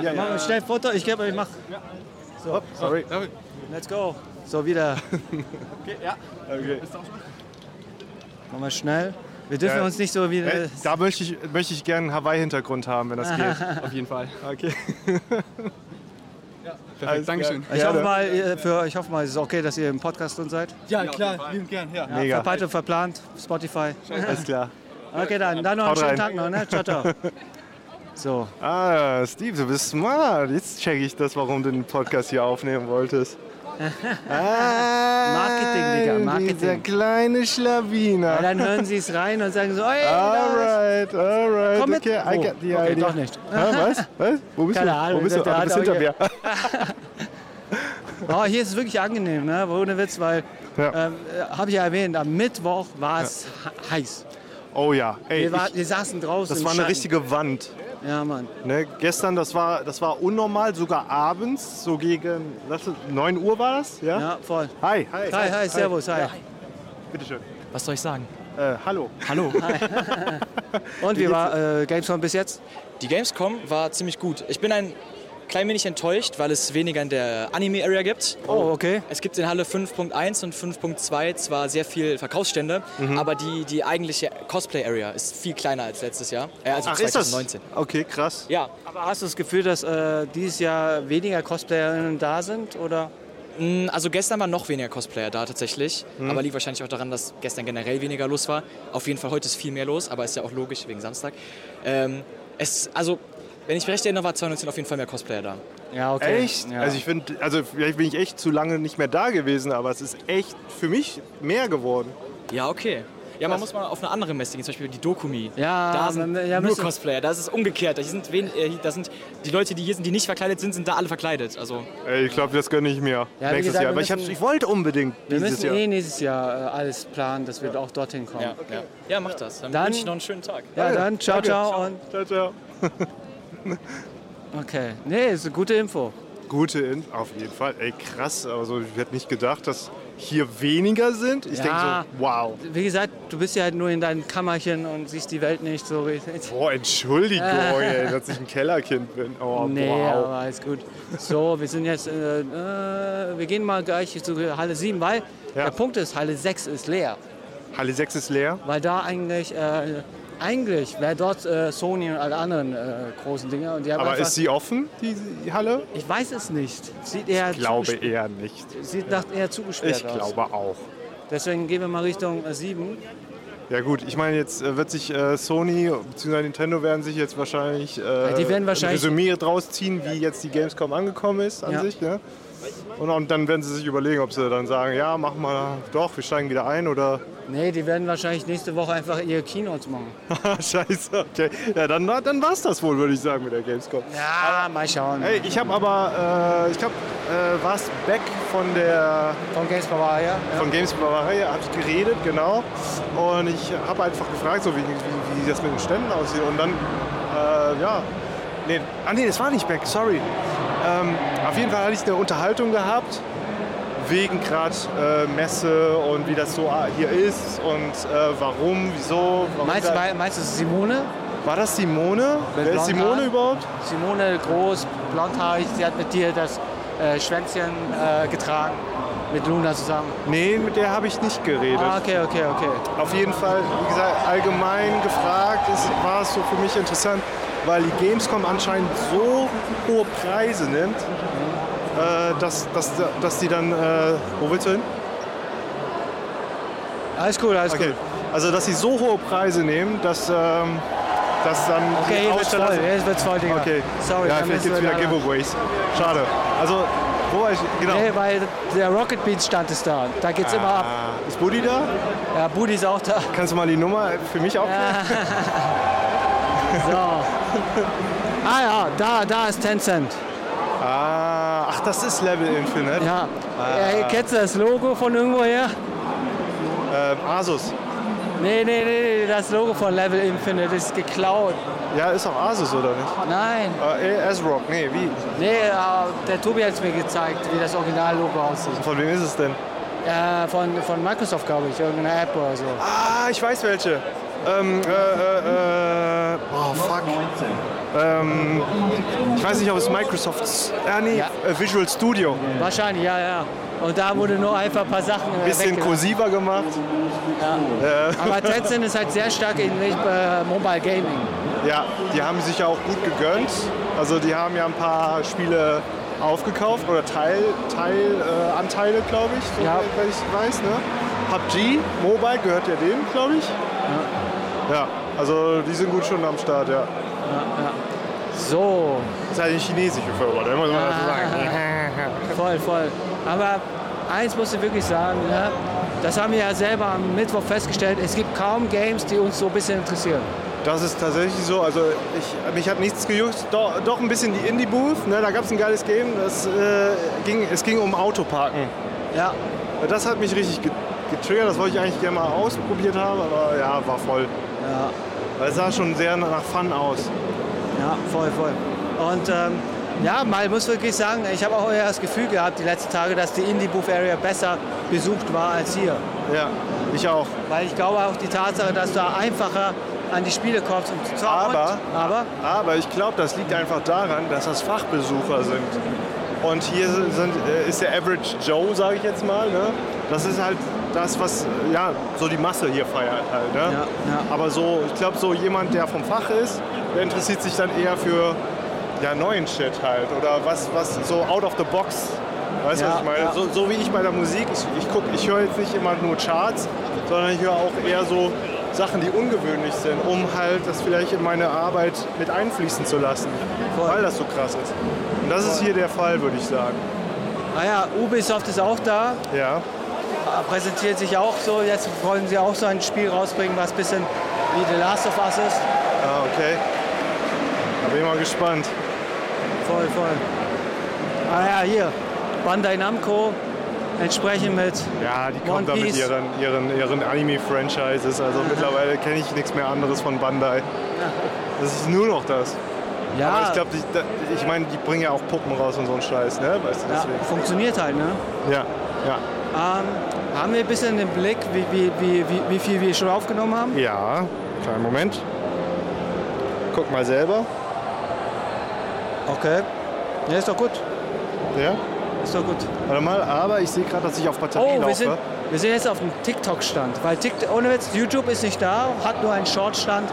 S2: Ja, ja.
S3: machen wir schnell ein Foto. Ich gebe, ich mach. So,
S2: sorry.
S3: Let's go. So, wieder.
S2: Okay, ja. Okay.
S3: Machen wir schnell. Wir dürfen
S2: Ja.
S3: uns nicht so wieder.
S2: Äh, Da möchte ich, möchte ich gerne einen Hawaii-Hintergrund haben, wenn das geht. Auf jeden Fall. Okay. Alles klar.
S15: Dankeschön.
S3: Ich hoffe, mal, ihr- für, ich hoffe mal, es ist okay, dass ihr im Podcast drin seid.
S16: Ja, klar, lieben gern. Ja.
S3: Ja,
S2: Mega.
S3: Verbreitet, verplant, Spotify.
S2: Alles klar.
S3: Okay, dann, dann noch einen
S2: Haut
S3: schönen Tag
S2: rein.
S3: noch, ne? Ciao, ciao. So.
S2: Ah, Steve, du bist smart. Jetzt checke ich das, warum du den Podcast hier aufnehmen wolltest. Ah,
S3: Marketing,
S2: Dieser
S3: Digga, Marketing.
S2: kleine Schlawiner.
S3: Ja, dann hören sie es rein und sagen so, ey, da
S2: Alright,
S3: ist-
S2: alright.
S3: Komm mit.
S2: Okay, I
S3: Oh,
S2: got the
S3: okay,
S2: idea.
S3: doch nicht.
S2: Hä, was? was? Wo bist
S3: Keine
S2: du?
S3: Ahnung,
S2: Wo bist du?
S3: der
S2: Ah, du bist
S3: hat
S2: hinter mir.
S3: auch Oh, hier ist es wirklich angenehm, ne? ohne Witz, weil, ähm, äh, habe ich ja erwähnt, am Mittwoch war es he- heiß.
S2: Oh ja, ey.
S3: wir, war,
S2: ich-
S3: wir saßen draußen
S2: Das
S3: im
S2: war eine
S3: Schatten.
S2: richtige Wand.
S3: Ja, Mann.
S2: Ne, gestern, das war, das war unnormal, sogar abends, so gegen lass, es- 9 Uhr war das? Ja,
S3: voll.
S2: Hi. Hi,
S3: Hi, hi, servus, hi.
S2: Ja, bitteschön.
S17: Was soll ich sagen?
S2: Äh, hallo.
S17: Hallo.
S3: Und wie war äh, Gamescom bis jetzt?
S17: Die Gamescom war ziemlich gut. Ich bin ein klein wenig enttäuscht, weil es weniger in der Anime-Area gibt.
S3: Oh, okay.
S17: Es gibt in Halle 5.1 und 5.2 zwar sehr viel Verkaufsstände,
S9: Mhm.
S17: aber die, die eigentliche Cosplay-Area ist viel kleiner als letztes Jahr. Äh, also
S3: Ach, ist das?
S17: 2019.
S2: Okay, krass.
S17: Ja.
S3: Aber hast du das Gefühl, dass äh, dieses Jahr weniger Cosplayerinnen da sind? Oder?
S17: Mm, Also gestern waren noch weniger Cosplayer da tatsächlich,
S3: Mhm.
S17: aber liegt wahrscheinlich auch daran, dass gestern generell weniger los war. Auf jeden Fall heute ist viel mehr los, aber ist ja auch logisch wegen Samstag. Ähm, es, also wenn ich recht erinnere, war 2019 auf jeden Fall mehr Cosplayer da.
S3: Ja,
S2: Echt? Also ich finde, also vielleicht bin ich echt zu lange nicht mehr da gewesen, aber es ist echt für mich mehr geworden.
S17: Ja, okay. Ja, man
S2: Krass.
S17: muss mal auf eine andere Messe gehen, zum Beispiel die Dokumi.
S3: Ja,
S17: da sind
S3: man- ja,
S17: nur
S3: müssen-
S17: Cosplayer, da ist es umgekehrt. Da sind, wen, äh, da sind die Leute, die hier sind, die nicht verkleidet sind, sind da alle verkleidet. Also
S2: Ey, ich glaube, das gönne ich mir
S3: Ja, wie
S2: nächstes
S3: gesagt,
S2: Jahr.
S3: wir
S2: Aber ich,
S3: müssen-
S2: hab's- ich wollte unbedingt
S3: Wir
S2: dieses
S3: müssen
S2: Jahr.
S3: eh nächstes Jahr äh, alles planen, dass wir auch dorthin kommen. Ja,
S17: ja. ja, mach das. Dann,
S3: Dann-
S17: wünsche ich noch einen schönen Tag.
S3: dann ciao,
S17: Danke.
S3: ciao und
S2: Ciao, ciao.
S3: Okay. Nee, ist eine gute Info.
S2: Gute Info, auf jeden Fall. Ey, krass. Also ich hätte nicht gedacht, dass hier weniger sind. Ich
S3: Ja.
S2: denke so, wow.
S3: Wie gesagt, du bist ja halt nur in deinem Kammerchen und siehst die Welt nicht so richtig.
S2: Boah, Entschuldigung, ey, dass ich ein Kellerkind bin. Oh,
S3: nee,
S2: wow.
S3: aber ist gut. So, wir sind jetzt, äh, äh, wir gehen mal gleich zu Halle 7, weil der Punkt ist, Halle 6 ist leer.
S2: Halle 6 ist leer?
S3: Weil da eigentlich, äh, eigentlich wäre dort äh, Sony und alle anderen äh, großen Dinger. Und die haben
S2: Aber
S3: einfach,
S2: ist sie offen, die Halle?
S3: Ich weiß es nicht. Sieht eher
S2: Ich glaube
S3: zugesperrt-
S2: eher nicht.
S3: Sieht nach eher zugesperrt
S2: Ich
S3: aus.
S2: glaube auch.
S3: Deswegen gehen wir mal Richtung äh, 7.
S2: Ja gut, ich meine, jetzt äh, wird sich äh, Sony bzw. Nintendo werden sich jetzt wahrscheinlich, äh,
S3: die werden wahrscheinlich-
S2: ein Resümee draus ziehen, wie jetzt die Gamescom angekommen ist an
S3: Ja.
S2: sich. Ne? Und, und dann werden sie sich überlegen, ob sie dann sagen, ja, machen wir doch, wir steigen wieder ein oder...
S3: Nee, die werden wahrscheinlich nächste Woche einfach ihre Keynotes machen.
S2: Scheiße, okay. Ja, dann, war- dann war es das wohl, würde ich sagen, mit der Gamescom.
S3: Ja, mal schauen.
S2: Ey, ich habe aber, äh, ich glaube, äh, war es Beck von der...
S3: Von Games Bavaria.
S2: Von Games Bavaria habe ich geredet, genau. Und ich habe einfach gefragt, so wie, wie, wie das mit den Ständen aussieht. Und dann, äh, ja... Nee, ah nee, das war nicht Beck, sorry. Ähm, auf jeden Fall hatte ich eine Unterhaltung gehabt wegen gerade äh, Messe und wie das so ah, hier ist und äh, warum, wieso. Warum
S3: Meinst du,
S2: da-
S3: weil- meinst du, es ist Simone?
S2: War das Simone? Wer ist Simone überhaupt?
S3: Simone groß, blondhaarig. Sie hat mit dir das äh, Schwänzchen äh, getragen. Mit Luna zusammen.
S2: Nee, mit der habe ich nicht geredet.
S3: Ah, okay, okay, okay.
S2: Auf jeden Fall, wie gesagt, allgemein gefragt ist, war es so für mich interessant, weil die Gamescom anscheinend so hohe Preise nimmt, äh, dass, dass, dass die dann, äh, wo willst du hin?
S3: Alles cool, alles
S2: okay. Also, dass sie so hohe Preise nehmen, dass, ähm, dass dann
S3: Okay,
S2: die
S3: jetzt wird's
S2: Aussteller...
S3: voll, jetzt wird's voll, Digga.
S2: Okay,
S3: Sorry,
S2: ja,
S3: dann
S2: vielleicht
S3: müssen
S2: gibt es
S3: wir
S2: wieder
S3: danach.
S2: Giveaways. Schade. Also, wo war ich? Genau.
S3: Nee, weil der Rocket Beach stand es da. Da geht's
S2: Ah.
S3: immer ab.
S2: Ist Buddy da?
S3: Ja, Buddy ist auch da.
S2: Kannst du mal die Nummer für mich auch
S3: So. Ah ja, da, da ist Tencent.
S2: Ah, ach, das ist Level Infinite.
S3: Ja.
S2: Ah.
S3: Äh, kennst du das Logo von irgendwoher?
S2: Ähm, Asus.
S3: Nee, nee, nee, nee, das Logo von Level Infinite ist geklaut.
S2: Ja, ist auch Asus, oder nicht?
S3: Nein.
S2: Äh, S-Rock, nee, wie?
S3: Nee, äh, der Tobi hat es mir gezeigt, wie das Original-Logo aussieht.
S2: Von wem ist es denn?
S3: Äh, von, von Microsoft, glaube ich, irgendeiner App oder so.
S2: Ah, ich weiß welche. Ähm, äh, äh, äh, oh, fuck. Ähm, ich weiß nicht, ob es Microsofts, äh, nee,
S3: Ja.
S2: äh, Visual Studio.
S3: Wahrscheinlich, ja, ja. Und da wurde nur einfach ein paar Sachen. Äh,
S2: Bisschen
S3: weggelassen.
S2: kursiver gemacht.
S3: Ja.
S2: Äh.
S3: Aber Tencent ist halt sehr stark in äh, Mobile Gaming.
S2: Ja, die haben sich ja auch gut gegönnt. Also die haben ja ein paar Spiele aufgekauft oder Teil, Teil, äh, Anteile, glaube ich, so
S3: Ja.
S2: wenn ich weiß. Ne? PUBG Mobile gehört ja dem, glaube ich. Ja. also die sind gut schon am Start, ja.
S3: So.
S2: Das ist halt eine chinesische Firma, da muss man das so sagen. ne?
S3: voll, voll. Aber eins muss ich wirklich sagen, ne? das haben wir ja selber am Mittwoch festgestellt, es gibt kaum Games, die uns so ein bisschen interessieren.
S2: Das ist tatsächlich so. Also ich, mich hat nichts gejuckt. Doch, doch ein bisschen die Indie-Booth. Ne? Da gab es ein geiles Game. Das, äh, ging, es ging um Autoparken.
S3: Ja.
S2: Das hat mich richtig ge- getriggert. Das wollte ich eigentlich gerne mal ausprobiert haben. Aber ja, war voll.
S3: Ja.
S2: Weil es sah schon sehr nach Fun aus.
S3: Ja, voll, voll. Und ähm, ja, mal muss wirklich sagen, ich habe auch eher das Gefühl gehabt die letzten Tage, dass die Indie-Booth-Area besser besucht war als hier.
S2: Ja, ich auch.
S3: Weil ich glaube auch die Tatsache, dass du da einfacher an die Spiele kommst. Und zwar
S2: Aber,
S3: und, aber
S2: aber ich glaube, das liegt einfach daran, dass das Fachbesucher sind. Und hier sind, äh, ist der Average Joe, sage ich jetzt mal. Ne? Das ist halt das, was äh, ja, so die Masse hier feiert. Halt, ne? Aber so, ich glaube, so jemand, der vom Fach ist, der interessiert sich dann eher für ja, neuen Shit halt. Oder was, was so out of the box. Weißt du,
S3: Ja,
S2: was ich meine?
S3: ja.
S2: So, so wie ich bei der Musik, ich, ich, guck- ich höre jetzt nicht immer nur Charts, sondern ich höre auch eher so Sachen, die ungewöhnlich sind, um halt das vielleicht in meine Arbeit mit einfließen zu lassen, weil das so krass ist. Und das ist hier der Fall, würde ich sagen.
S3: naja, Ah Ubisoft ist auch da,
S2: Ja,
S3: äh, präsentiert sich auch so. Jetzt wollen sie auch so ein Spiel rausbringen, was ein bisschen wie The Last of Us ist.
S2: ah, okay. Da bin ich mal gespannt.
S3: Voll, voll. Ah ja, hier, Bandai Namco, entsprechend mit
S2: Ja, die kommen
S3: One
S2: da mit
S3: Piece.
S2: ihren, ihren, ihren Anime-Franchises. Also mittlerweile kenne ich nichts mehr anderes von Bandai. Das ist nur noch das.
S3: Ja.
S2: Aber ich glaube, die- da- ich meine, die bringen ja auch Puppen raus und so einen Scheiß, ne? Weißt du,
S3: Ja,
S2: deswegen.
S3: funktioniert halt, ne?
S2: Ja, ja.
S3: Ähm, haben wir ein bisschen den Blick, wie, wie, wie, wie, wie viel wir schon aufgenommen haben?
S2: Ja, kleinen Moment. Guck mal selber.
S3: Okay. Ja, ist doch gut.
S2: Ja?
S3: Ist doch gut.
S2: Warte mal, aber ich sehe gerade, dass ich auf Batterie
S3: Oh,
S2: laufe.
S3: wir sind, wir sind jetzt auf dem TikTok-Stand. Weil TikTok, ohne Witz, YouTube ist nicht da, hat nur einen Short-Stand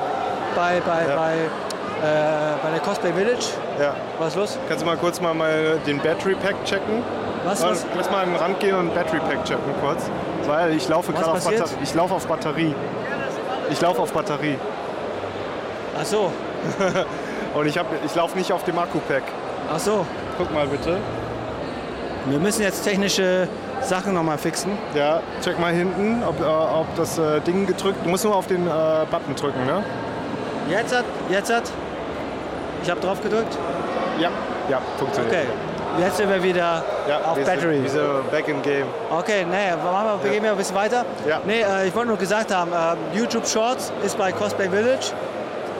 S3: bei, bei,
S2: Ja.
S3: bei, äh, bei der Cosplay Village.
S2: ja.
S3: Was ist los?
S2: Kannst du mal kurz mal, mal den Battery Pack checken?
S3: Was,
S2: Mal-
S3: was?
S2: Lass mal an den Rand gehen und Battery Pack checken kurz. Weil ich laufe
S3: Was
S2: gerade auf,
S3: passiert?
S2: Batter ich laufe auf Batterie. Ich laufe auf Batterie.
S3: Ach so.
S2: Und ich, hab- ich laufe nicht auf dem Akku-Pack.
S3: Ach so.
S2: Guck mal bitte.
S3: Wir müssen jetzt technische Sachen nochmal fixen.
S2: Ja, check mal hinten, ob, äh, ob das äh, Ding gedrückt. Du musst nur auf den äh, Button drücken, ne?
S3: Jetzt hat, jetzt hat. Ich habe drauf gedrückt.
S2: Ja. Ja, funktioniert.
S3: Okay. Jetzt sind wir wieder
S2: Ja,
S3: auf
S2: wir sind-
S3: Battery.
S2: Wir sind back in game.
S3: Okay, naja, machen wir, wir gehen ja ein bisschen weiter.
S2: Ja.
S3: Nee, äh, ich wollte nur gesagt haben, äh, YouTube Shorts ist bei Cosplay Village,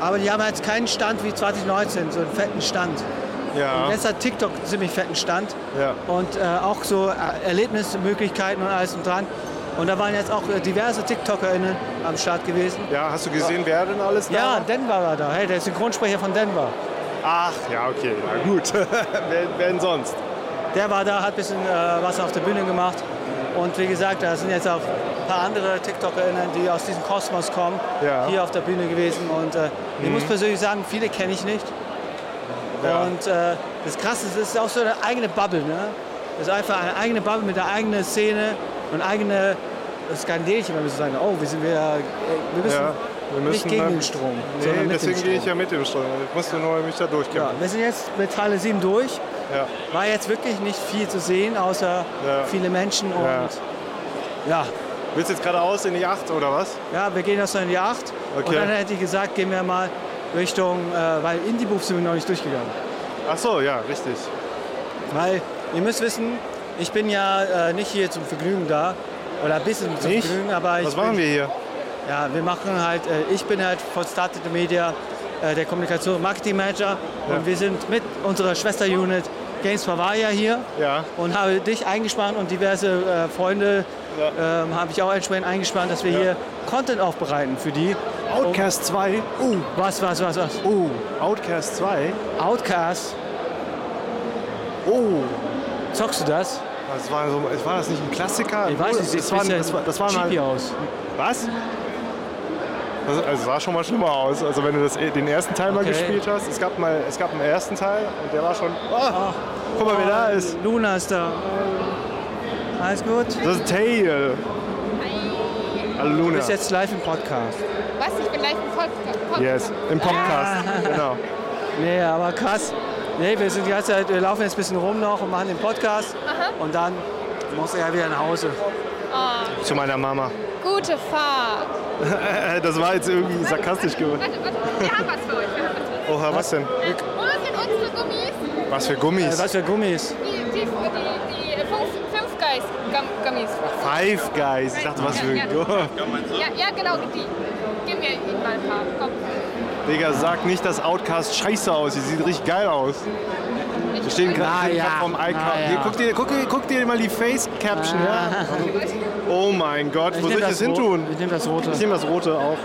S3: aber die haben jetzt keinen Stand wie 2019, so einen fetten Stand.
S2: Ja.
S3: Und jetzt hat TikTok einen ziemlich fetten Stand
S2: Ah. Ja.
S3: und äh, auch so äh, Erlebnismöglichkeiten und alles und dran. Und da waren jetzt auch äh, diverse TikTokerInnen am Start gewesen.
S2: Ja, hast du gesehen, wer denn alles da
S3: Ja,
S2: war?
S3: Denver war da. Hey, der ist Synchronsprecher von Denver.
S2: Ach, ja, okay, na gut. wer, wer denn sonst?
S3: Der war da, hat ein bisschen äh, was auf der Bühne gemacht. Und wie gesagt, da sind jetzt auch ein paar andere TikTokerinnen, die aus diesem Kosmos kommen,
S2: Ja.
S3: hier auf der Bühne gewesen. Und äh, ich
S2: Mhm.
S3: muss persönlich sagen, viele kenne ich nicht.
S2: Ja.
S3: Und äh, das Krasse ist, es ist auch so eine eigene Bubble. Ne? Es ist einfach eine eigene Bubble mit einer eigenen Szene und eigene Skandelchen, wenn wir so sagen. Oh, wir sind wir, äh, wir müssen
S2: Ja, wir müssen
S3: nicht gegen
S2: dann-
S3: den Strom, sondern
S2: Nee,
S3: mit dem
S2: deswegen
S3: Strom.
S2: gehe ich ja mit dem Strom. Ich musste nur mich da
S3: Ja,
S2: durchkämpfen.
S3: wir sind jetzt mit Halle 7 durch.
S2: Ja.
S3: War jetzt wirklich nicht viel zu sehen, außer
S2: Ja.
S3: viele Menschen und
S2: Ja.
S3: ja. ja.
S2: Willst du jetzt geradeaus in die 8 oder was?
S3: wir gehen jetzt noch in die 8. Und
S2: Okay.
S3: dann hätte ich gesagt, gehen wir mal Richtung, äh, weil Indie-Buch sind wir noch nicht durchgegangen.
S2: Ach so, ja, richtig.
S3: Weil Ihr müsst wissen, ich bin ja äh, nicht hier zum Vergnügen da. Oder ein bisschen zum
S2: Nicht?
S3: Vergnügen, aber ich
S2: Was machen
S3: bin,
S2: wir hier?
S3: Ja, wir machen halt, äh, ich bin halt von Started Media äh, der Kommunikation und Marketing Manager
S2: Ja.
S3: und wir sind mit unserer Schwester-Unit Games for Varia hier
S2: Ja.
S3: und habe dich eingespannt und diverse äh, Freunde ähm, habe ich auch entsprechend eingespannt, dass wir hier Content aufbereiten für die.
S2: Outcast 2?
S3: Oh, was, was, was, was?
S2: Oh, Outcast 2?
S3: Outcast?
S2: Oh.
S3: Zockst du das?
S2: Das war, so, es war das nicht ein Klassiker?
S3: Ich weiß nicht, sieht
S2: das war,
S3: ein bisschen
S2: das halt- war, das war
S3: cheapy
S2: mal,
S3: aus.
S2: Was? Das, also es sah schon mal schlimmer aus. Also wenn du das, den ersten Teil mal
S3: Okay.
S2: gespielt hast, es gab mal, es gab einen ersten Teil und der war schon. Oh,
S3: Ah.
S2: guck mal, wer da ist.
S3: Luna ist da. Alles gut?
S2: Das ist Tail. Hallo
S3: Du
S2: Luna.
S3: bist jetzt live im Podcast.
S8: Was? Ich bin live im Podcast.
S2: Yes, im Podcast.
S3: Ah.
S2: Genau.
S3: Nee, aber krass. Nee, wir sind die ganze Zeit, wir laufen jetzt ein bisschen rum noch und machen den Podcast. Und dann muss er ja wieder nach Hause.
S8: Oh,
S2: Zu meiner Mama. Äh,
S8: gute Fahrt.
S2: das war jetzt irgendwie sarkastisch geworden.
S8: Warte, warte, wir haben was für euch. Wir haben was für euch.
S2: Oha, was denn?
S8: Wo sind unsere Gummis?
S2: Was für Gummis?
S3: Äh, was für Gummis?
S8: Die, die, die, die fünf, fünf Guys Gum- Gummis.
S2: Five Guys. Ich dachte, was für
S8: Ja,
S2: ein
S8: ja. Ja, ja, genau, die. Gib mir ihnen mal ein paar. Komm.
S2: Digga, sag nicht, dass Outcast scheiße aussieht. Sieht richtig geil aus. Wir stehen
S3: Na
S2: gerade
S3: ja,
S2: vom
S3: na
S2: iCloud.
S3: ja.
S2: Hier, guck, dir, guck, dir- guck dir mal die Face Caption
S3: Ah.
S2: ja. Oh mein Gott,
S3: Ich
S2: wo
S3: nehm
S2: soll ich
S3: das
S2: das
S3: Ro-
S2: hin tun?
S3: ich nehm das Rote.
S2: Ich nehm das Rote auch.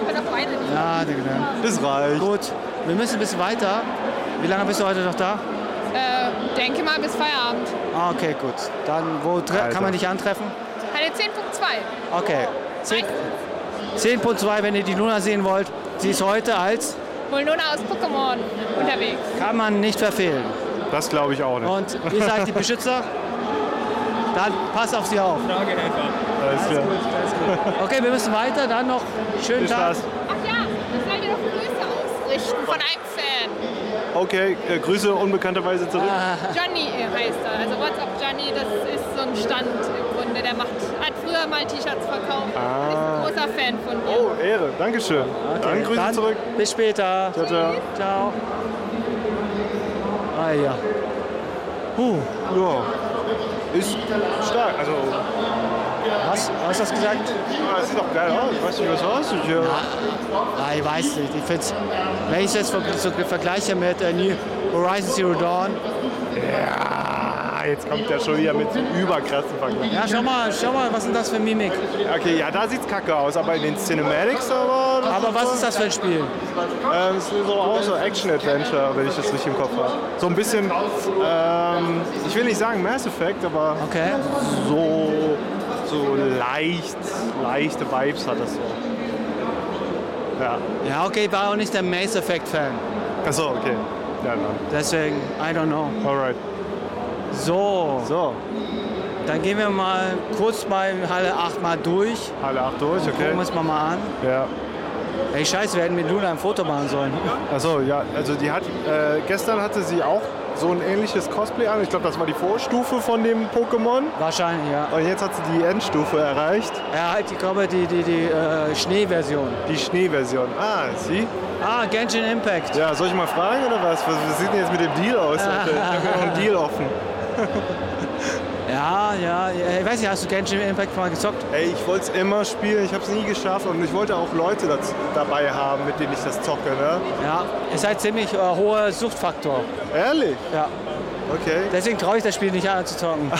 S8: Ich bin auf eine.
S3: Ja, Digga.
S2: Das reicht.
S3: Gut, wir müssen ein bisschen weiter. Wie lange bist du heute noch da?
S8: Äh, denke mal bis Feierabend.
S3: Ah, okay, gut. Dann, wo tre-
S2: Alter.
S3: kann man dich antreffen?
S8: Halle 10.2.
S3: Okay. 10 10.2, wenn ihr die Luna sehen wollt. Sie ist heute als,
S8: Mulnona aus Pokémon unterwegs.
S3: kann man nicht verfehlen.
S2: Das glaube ich auch nicht.
S3: Und ihr seid die Beschützer? Dann passt auf sie auf.
S2: Alles klar.
S3: Okay, wir müssen weiter. Dann noch schönen
S2: Viel
S3: Tag.
S2: Spaß.
S8: Ach ja, das soll ihr doch Grüße ausrichten von einem Fan.
S2: Okay, äh, Grüße unbekannterweise zurück.
S8: Johnny heißt er. Also WhatsApp Johnny, das ist so ein Stand im Grunde. Der macht, hat früher mal T-Shirts verkauft.
S2: Ah.
S8: Großer Fan von mir.
S2: Oh, Ehre. Dankeschön. Dann Grüße
S3: dann
S2: zurück.
S3: Bis später.
S2: Ciao, ciao.
S3: Ciao. Ah ja. Huh.
S2: Ja. Ist stark. Also.
S3: Was? Hast du das gesagt?
S2: Ja, das sieht doch geil aus. Ich weiß nicht, was hast du hier?
S3: Ah, ich weiß nicht. Ich find's, wenn ich es jetzt ver- so vergleiche mit äh, New Horizon Zero Dawn.
S2: Ja, Ah, jetzt kommt der schon wieder mit überkrassen Vergleich.
S3: Ja, schau mal, schau mal, was ist das für Mimik?
S2: Okay, ja, da sieht's kacke aus, aber in den Cinematics aber.
S3: Aber was ist das für ein Spiel?
S2: Ähm, es ist so auch so Action-Adventure, wenn ich das richtig im Kopf habe. So ein bisschen, ähm, ich will nicht sagen Mass Effect, aber so, so leicht, leichte Vibes hat das so. Ja.
S3: Ja, okay, ich war auch nicht der Mass Effect Fan.
S2: Achso, okay. Ja, dann.
S3: Deswegen, I don't know.
S2: Alright.
S3: So.
S2: So.
S3: Dann gehen wir mal kurz bei Halle 8 mal durch.
S2: Halle 8 durch, okay.
S3: Gucken wir uns mal, mal an.
S2: Ja.
S3: Ey, scheiße, wir hätten mit Luna ein Foto machen sollen.
S2: Achso, ja, also die hat, äh, gestern hatte sie auch so ein ähnliches Cosplay an. Ich glaube, das war die Vorstufe von dem Pokémon.
S3: Wahrscheinlich, ja.
S2: Und jetzt hat sie die Endstufe erreicht.
S3: Ja, halt, ich glaube, die, die, die äh, Schneeversion.
S2: Die Schneeversion. Ah, sie?
S3: Ah, Genshin Impact.
S2: Ja, soll ich mal fragen oder was? Was, was sieht denn jetzt mit dem Deal aus? Alter? Ich habe ja noch einen Deal offen.
S3: Ja, ja, ja. Ich weiß nicht, hast du Genshin Impact mal gezockt?
S2: Ey, ich wollte es immer spielen, ich habe es nie geschafft und ich wollte auch Leute daz- dabei haben, mit denen ich das zocke, ne?
S3: Ja, ist halt ziemlich äh, hoher Suchtfaktor.
S2: Ehrlich?
S3: Ja.
S2: Okay.
S3: Deswegen traue ich das Spiel nicht an zu zocken.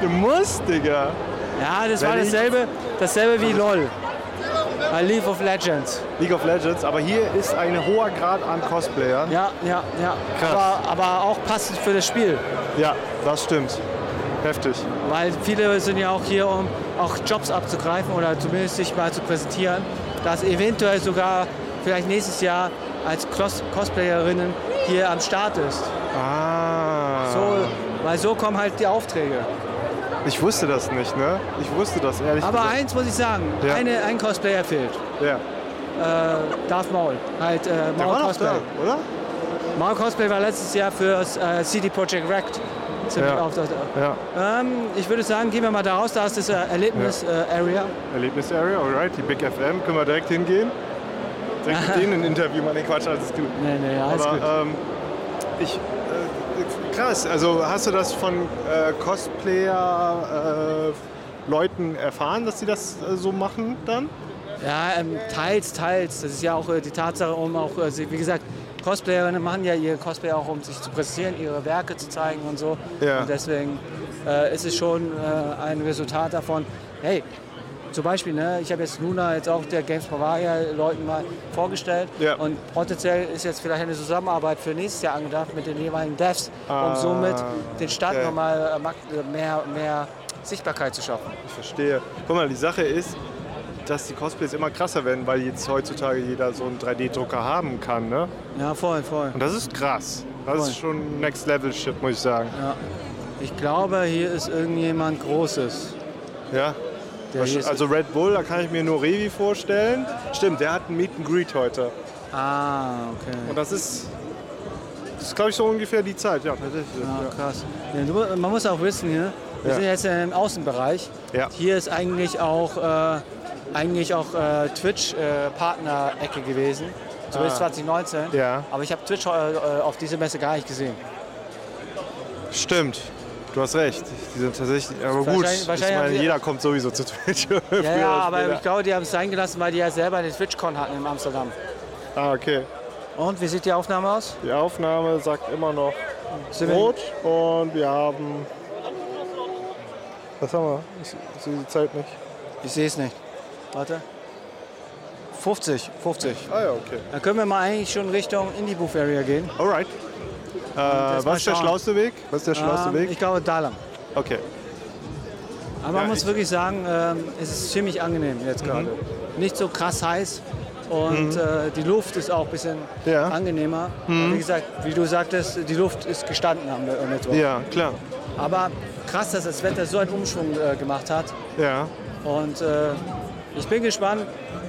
S2: du musst, Digga.
S3: Ja, das
S2: Wenn
S3: war
S2: ich-
S3: dasselbe, dasselbe wie LOL. Bei League of Legends.
S2: League of Legends, aber hier ist ein hoher Grad an Cosplayern.
S3: Ja, ja, ja.
S2: Krass.
S3: Aber, aber auch passend für das Spiel.
S2: Ja, das stimmt. Heftig.
S3: Weil viele sind ja auch hier, um auch Jobs abzugreifen oder zumindest sich mal zu präsentieren, dass eventuell sogar vielleicht nächstes Jahr als Cos Cosplayerinnen hier am Start ist.
S2: Ah.
S3: So, weil so kommen halt die Aufträge.
S2: Ich wusste das nicht, ne? Ich wusste das ehrlich
S3: Aber
S2: gesagt.
S3: eins muss ich sagen,
S2: Ja.
S3: eine, ein Cosplayer fehlt.
S2: Ja.
S3: Äh, Darth Maul. Halt, äh, Maul
S2: war noch
S3: Cosplay.
S2: da, oder?
S3: Maul Cosplay war letztes Jahr für äh, CD Projekt Rekt ziemlich
S2: Ja.
S3: auf. äh,
S2: Ja.
S3: Ähm, ich würde sagen, gehen wir mal da raus, da ist das äh, Erlebnis-Area.
S2: Erlebnis-Area, alright. Die Big FM, können wir direkt hingehen. Direkt mit denen ein Interview machen. Nee, Quatsch, alles ist gut.
S3: nee, alles
S2: Aber,
S3: gut.
S2: Ähm, ich, äh, krass. Also hast du das von äh, Cosplayer-Leuten erfahren, dass sie das äh, so machen dann?
S3: Ja, ähm, teils, teils. Das ist ja auch äh, die Tatsache, um auch, äh, sie- wie gesagt, Cosplayerinnen machen ja ihr Cosplay auch, um sich zu präsentieren, ihre Werke zu zeigen und so.
S2: Ja.
S3: Und deswegen äh, ist es schon äh, ein Resultat davon, hey, zum Beispiel, ne, ich habe jetzt Luna jetzt auch der Games Bavaria Leuten mal vorgestellt und potenziell ist jetzt vielleicht eine Zusammenarbeit für nächstes Jahr angedacht mit den jeweiligen Devs,
S2: Ah,
S3: um somit den Start
S2: okay.
S3: nochmal äh, mak- äh, mehr, mehr Sichtbarkeit zu schaffen.
S2: Ich verstehe. Guck mal, die Sache ist, dass die Cosplays immer krasser werden, weil jetzt heutzutage jeder so einen 3D-Drucker haben kann, ne?
S3: Ja, voll, voll.
S2: Und das ist krass. Das
S3: Voll.
S2: ist schon Next-Level-Shit, muss ich sagen.
S3: Ja. Ich glaube, hier ist irgendjemand Großes.
S2: Ja.
S3: Der hier ist-
S2: also Red Bull, da kann ich mir nur Revi vorstellen. Stimmt, der hat ein Meet and Greet heute.
S3: Ah, okay.
S2: Und das ist, das ist glaube ich, so ungefähr die Zeit. Ja, tatsächlich.
S3: Ah,
S2: Ja.
S3: krass. Ja, du, man muss auch wissen, hier, wir
S2: Ja.
S3: sind jetzt im Außenbereich. Hier ist eigentlich auch, äh, eigentlich auch äh, Twitch-Partner-Ecke gewesen. Zumindest
S2: Ah.
S3: 2019.
S2: Ja.
S3: Aber ich habe Twitch äh, auf diese Messe gar nicht gesehen.
S2: Stimmt. Du hast recht. Die sind tatsächlich. Aber gut,
S3: Wahrscheinlich- wahrscheinlich
S2: ich
S3: haben
S2: meine,
S3: sie-
S2: jeder kommt sowieso zu Twitch.
S3: Ja, ja aber ich glaube, die haben es sein gelassen, weil die ja selber den Twitch-Con hatten in Amsterdam.
S2: Ah, okay.
S3: Und wie sieht die Aufnahme aus?
S2: Die Aufnahme sagt immer noch
S3: Sind wir-
S2: Rot und wir haben. Was haben wir? Ich, ich sehe die Zeit nicht.
S3: Ich sehe es nicht. Warte. 50, 50.
S2: Ah ja, okay.
S3: Dann können wir mal eigentlich schon Richtung Indie-Booth-Area gehen.
S2: Alright. Äh,
S3: jetzt mal
S2: was ist der
S3: schauen.
S2: schlauste Weg? Was ist der schlauste
S3: Ähm,
S2: Weg?
S3: Ich glaube, da lang.
S2: Okay.
S3: Aber man muss wirklich sagen, ähm, es ist ziemlich angenehm jetzt gerade. Nicht so krass heiß und
S2: Mhm.
S3: äh, die Luft ist auch ein bisschen angenehmer.
S2: Mhm.
S3: Und Wie gesagt, wie du sagtest, die Luft ist gestanden am äh, Mittwoch.
S2: Ja, klar.
S3: Aber krass, dass das Wetter so einen Umschwung äh, gemacht hat.
S2: Ja.
S3: Und äh, ich bin gespannt,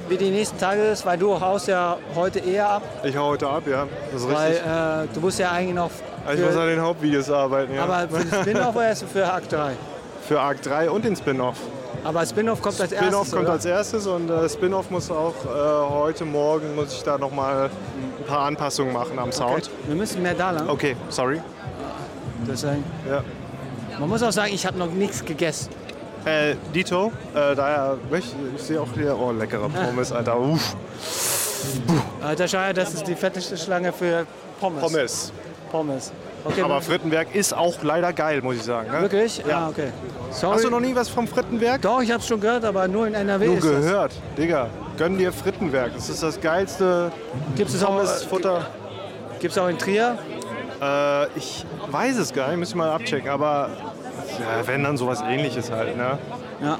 S3: wie die nächsten Tage ist, weil du haust ja heute eher ab,
S2: Ich hau heute ab, ja. Das ist
S3: weil
S2: richtig.
S3: äh, du musst ja eigentlich noch.
S2: Also ich muss an den Hauptvideos arbeiten, ja.
S3: aber für den Spin-Off oder erst für Akt 3?
S2: Für Arc 3 und den Spin-Off.
S3: Aber Spin-Off kommt als erstes.
S2: Spin-off kommt
S3: oder?
S2: als erstes und äh, Spin-off muss auch äh, heute Morgen muss ich da noch mal ein paar Anpassungen machen am Sound.
S3: Wir müssen mehr da lang.
S2: Okay, sorry.
S3: Deswegen.
S2: Ja.
S3: Man muss auch sagen, ich habe noch nichts gegessen.
S2: Äh, Dito, äh, daher möchte ich sehe auch hier oh leckere
S3: Ah.
S2: Pommes, Alter. Uff.
S3: Alter Äh, Scheier, das ist die fetteste Schlange für Pommes.
S2: Pommes.
S3: Pommes. Okay,
S2: Aber
S3: man-
S2: Frittenwerk ist auch leider geil, muss ich sagen. Ne?
S3: genau. Wirklich?
S2: Ja.
S3: Ah, okay. Sorry.
S2: Hast du noch nie was vom Frittenwerk?
S3: Doch, ich habe es schon gehört, aber nur in NRW
S2: Nur
S3: ist
S2: gehört, Digga. Gönn dir Frittenwerk. Das ist das geilste
S3: Gibt's es auch,
S2: Pommes
S3: äh,
S2: Futter.
S3: Gibt es auch in Trier?
S2: Äh, ich weiß es gar nicht, müsste ich mal abchecken. Aber ja, wenn dann sowas ähnliches halt, ne?
S3: das. Ja.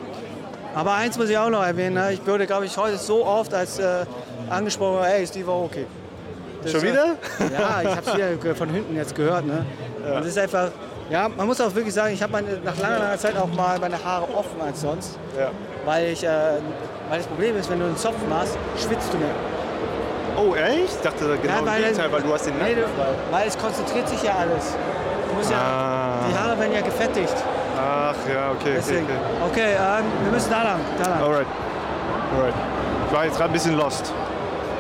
S3: Aber eins muss ich auch noch erwähnen. Ne? Ich würde, glaube ich, heute so oft als äh, angesprochen, hey, Steve Aoki. Das,
S2: Schon
S3: äh,
S2: wieder?
S3: Ja, ich habe es wieder ge- von hinten jetzt gehört. Ne? Und es ist einfach, ja, man muss auch wirklich sagen, ich habe nach langer, langer Zeit auch mal meine Haare offen als sonst.
S2: Ja.
S3: Weil, ich, äh, weil das Problem ist, wenn du einen Zopf machst, schwitzt du mehr.
S2: Oh, echt? Ich dachte genau im Gegenteil, weil du hast den Nacken
S3: nee, du-
S2: frei.
S3: Weil es konzentriert sich ja alles. Du musst ja,
S2: Ah.
S3: die Haare werden ja gefettigt.
S2: Ach ja, okay, okay,
S3: Deswegen.
S2: okay.
S3: Okay, ähm, wir müssen da lang. Da lang.
S2: Alright. Alright. Ich war jetzt gerade ein bisschen lost.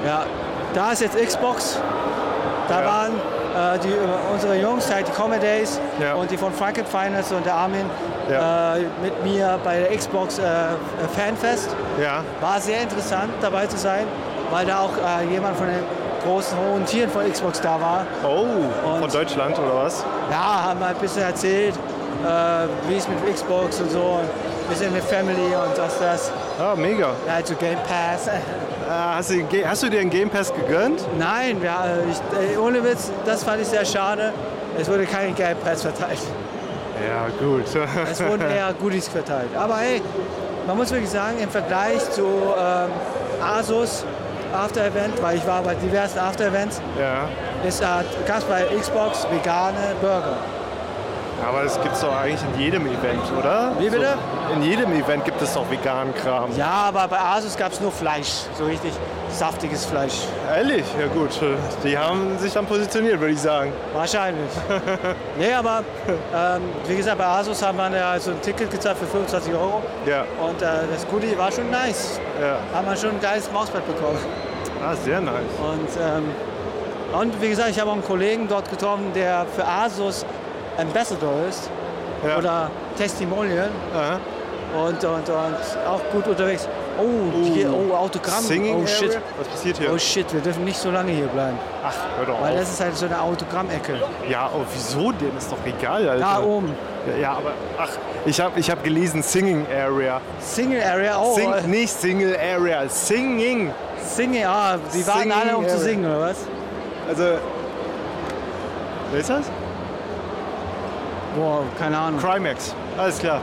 S3: Ja, da ist jetzt Xbox. Da waren äh, die, äh, unsere Jungs, halt die Comedies
S2: Ja.
S3: und die von Franken Finance und der Armin äh, mit mir bei der Xbox äh, Fanfest.
S2: Ja.
S3: War sehr interessant dabei zu sein, weil da auch äh, jemand von den großen hohen Tieren von Xbox da war.
S2: Oh,
S3: von
S2: Deutschland oder was?
S3: Ja, haben halt ein bisschen erzählt, äh, wie es mit Xbox und so, und ein bisschen mit Family und das, das.
S2: Ah, mega.
S3: Ja, also Game Pass.
S2: Ah, hast, du, den Ga- hast du dir einen Game Pass gegönnt?
S3: Nein, ja, ich, äh, ohne Witz, das fand ich sehr schade. Es wurde kein Game Pass verteilt.
S2: Ja, gut.
S3: Es wurden eher Goodies verteilt. Aber hey, man muss wirklich sagen, im Vergleich zu ähm, Asus After Event, weil ich war bei diversen After Events,
S2: Ja.
S3: ist äh, gab bei Xbox vegane Burger.
S2: Aber das gibt es doch eigentlich in jedem Event, oder?
S3: Wie bitte?
S2: So, in jedem Event gibt es doch veganen Kram.
S3: Ja, aber bei Asus gab es nur Fleisch, so richtig saftiges Fleisch.
S2: Ehrlich? Ja gut, die haben sich dann positioniert, würde ich sagen.
S3: Wahrscheinlich. nee, aber ähm, wie gesagt, bei Asus haben wir ja so ein Ticket gezahlt für 25 Euro.
S2: Ja.
S3: Und äh, das Goodie war schon nice.
S2: Ja.
S3: Haben wir schon ein geiles Mauspad bekommen.
S2: Ah, sehr nice.
S3: Und ähm, Und wie gesagt, ich habe auch einen Kollegen dort getroffen, der für Asus Ambassador ist oder Testimonial. Und, und, und auch gut unterwegs. Oh, hier, oh Autogramm.
S2: Singing
S3: oh shit.
S2: Area? Was passiert hier?
S3: Oh shit, wir dürfen nicht so lange hier bleiben.
S2: Ach, hör doch
S3: Weil
S2: auf.
S3: das ist halt so eine Autogramm-Ecke.
S2: Ja, oh, wieso denn? Ist doch egal, Alter.
S3: Da oben.
S2: Ja, ja aber ach, ich habe ich hab gelesen Singing Area.
S3: Single Area oh, auch.
S2: Sing, nicht Single Area, Singing.
S3: Singing, ah, die waren alle, um zu singen, oder was?
S2: Also, wer ist das?
S3: Boah, keine Ahnung.
S2: Crimex, alles klar.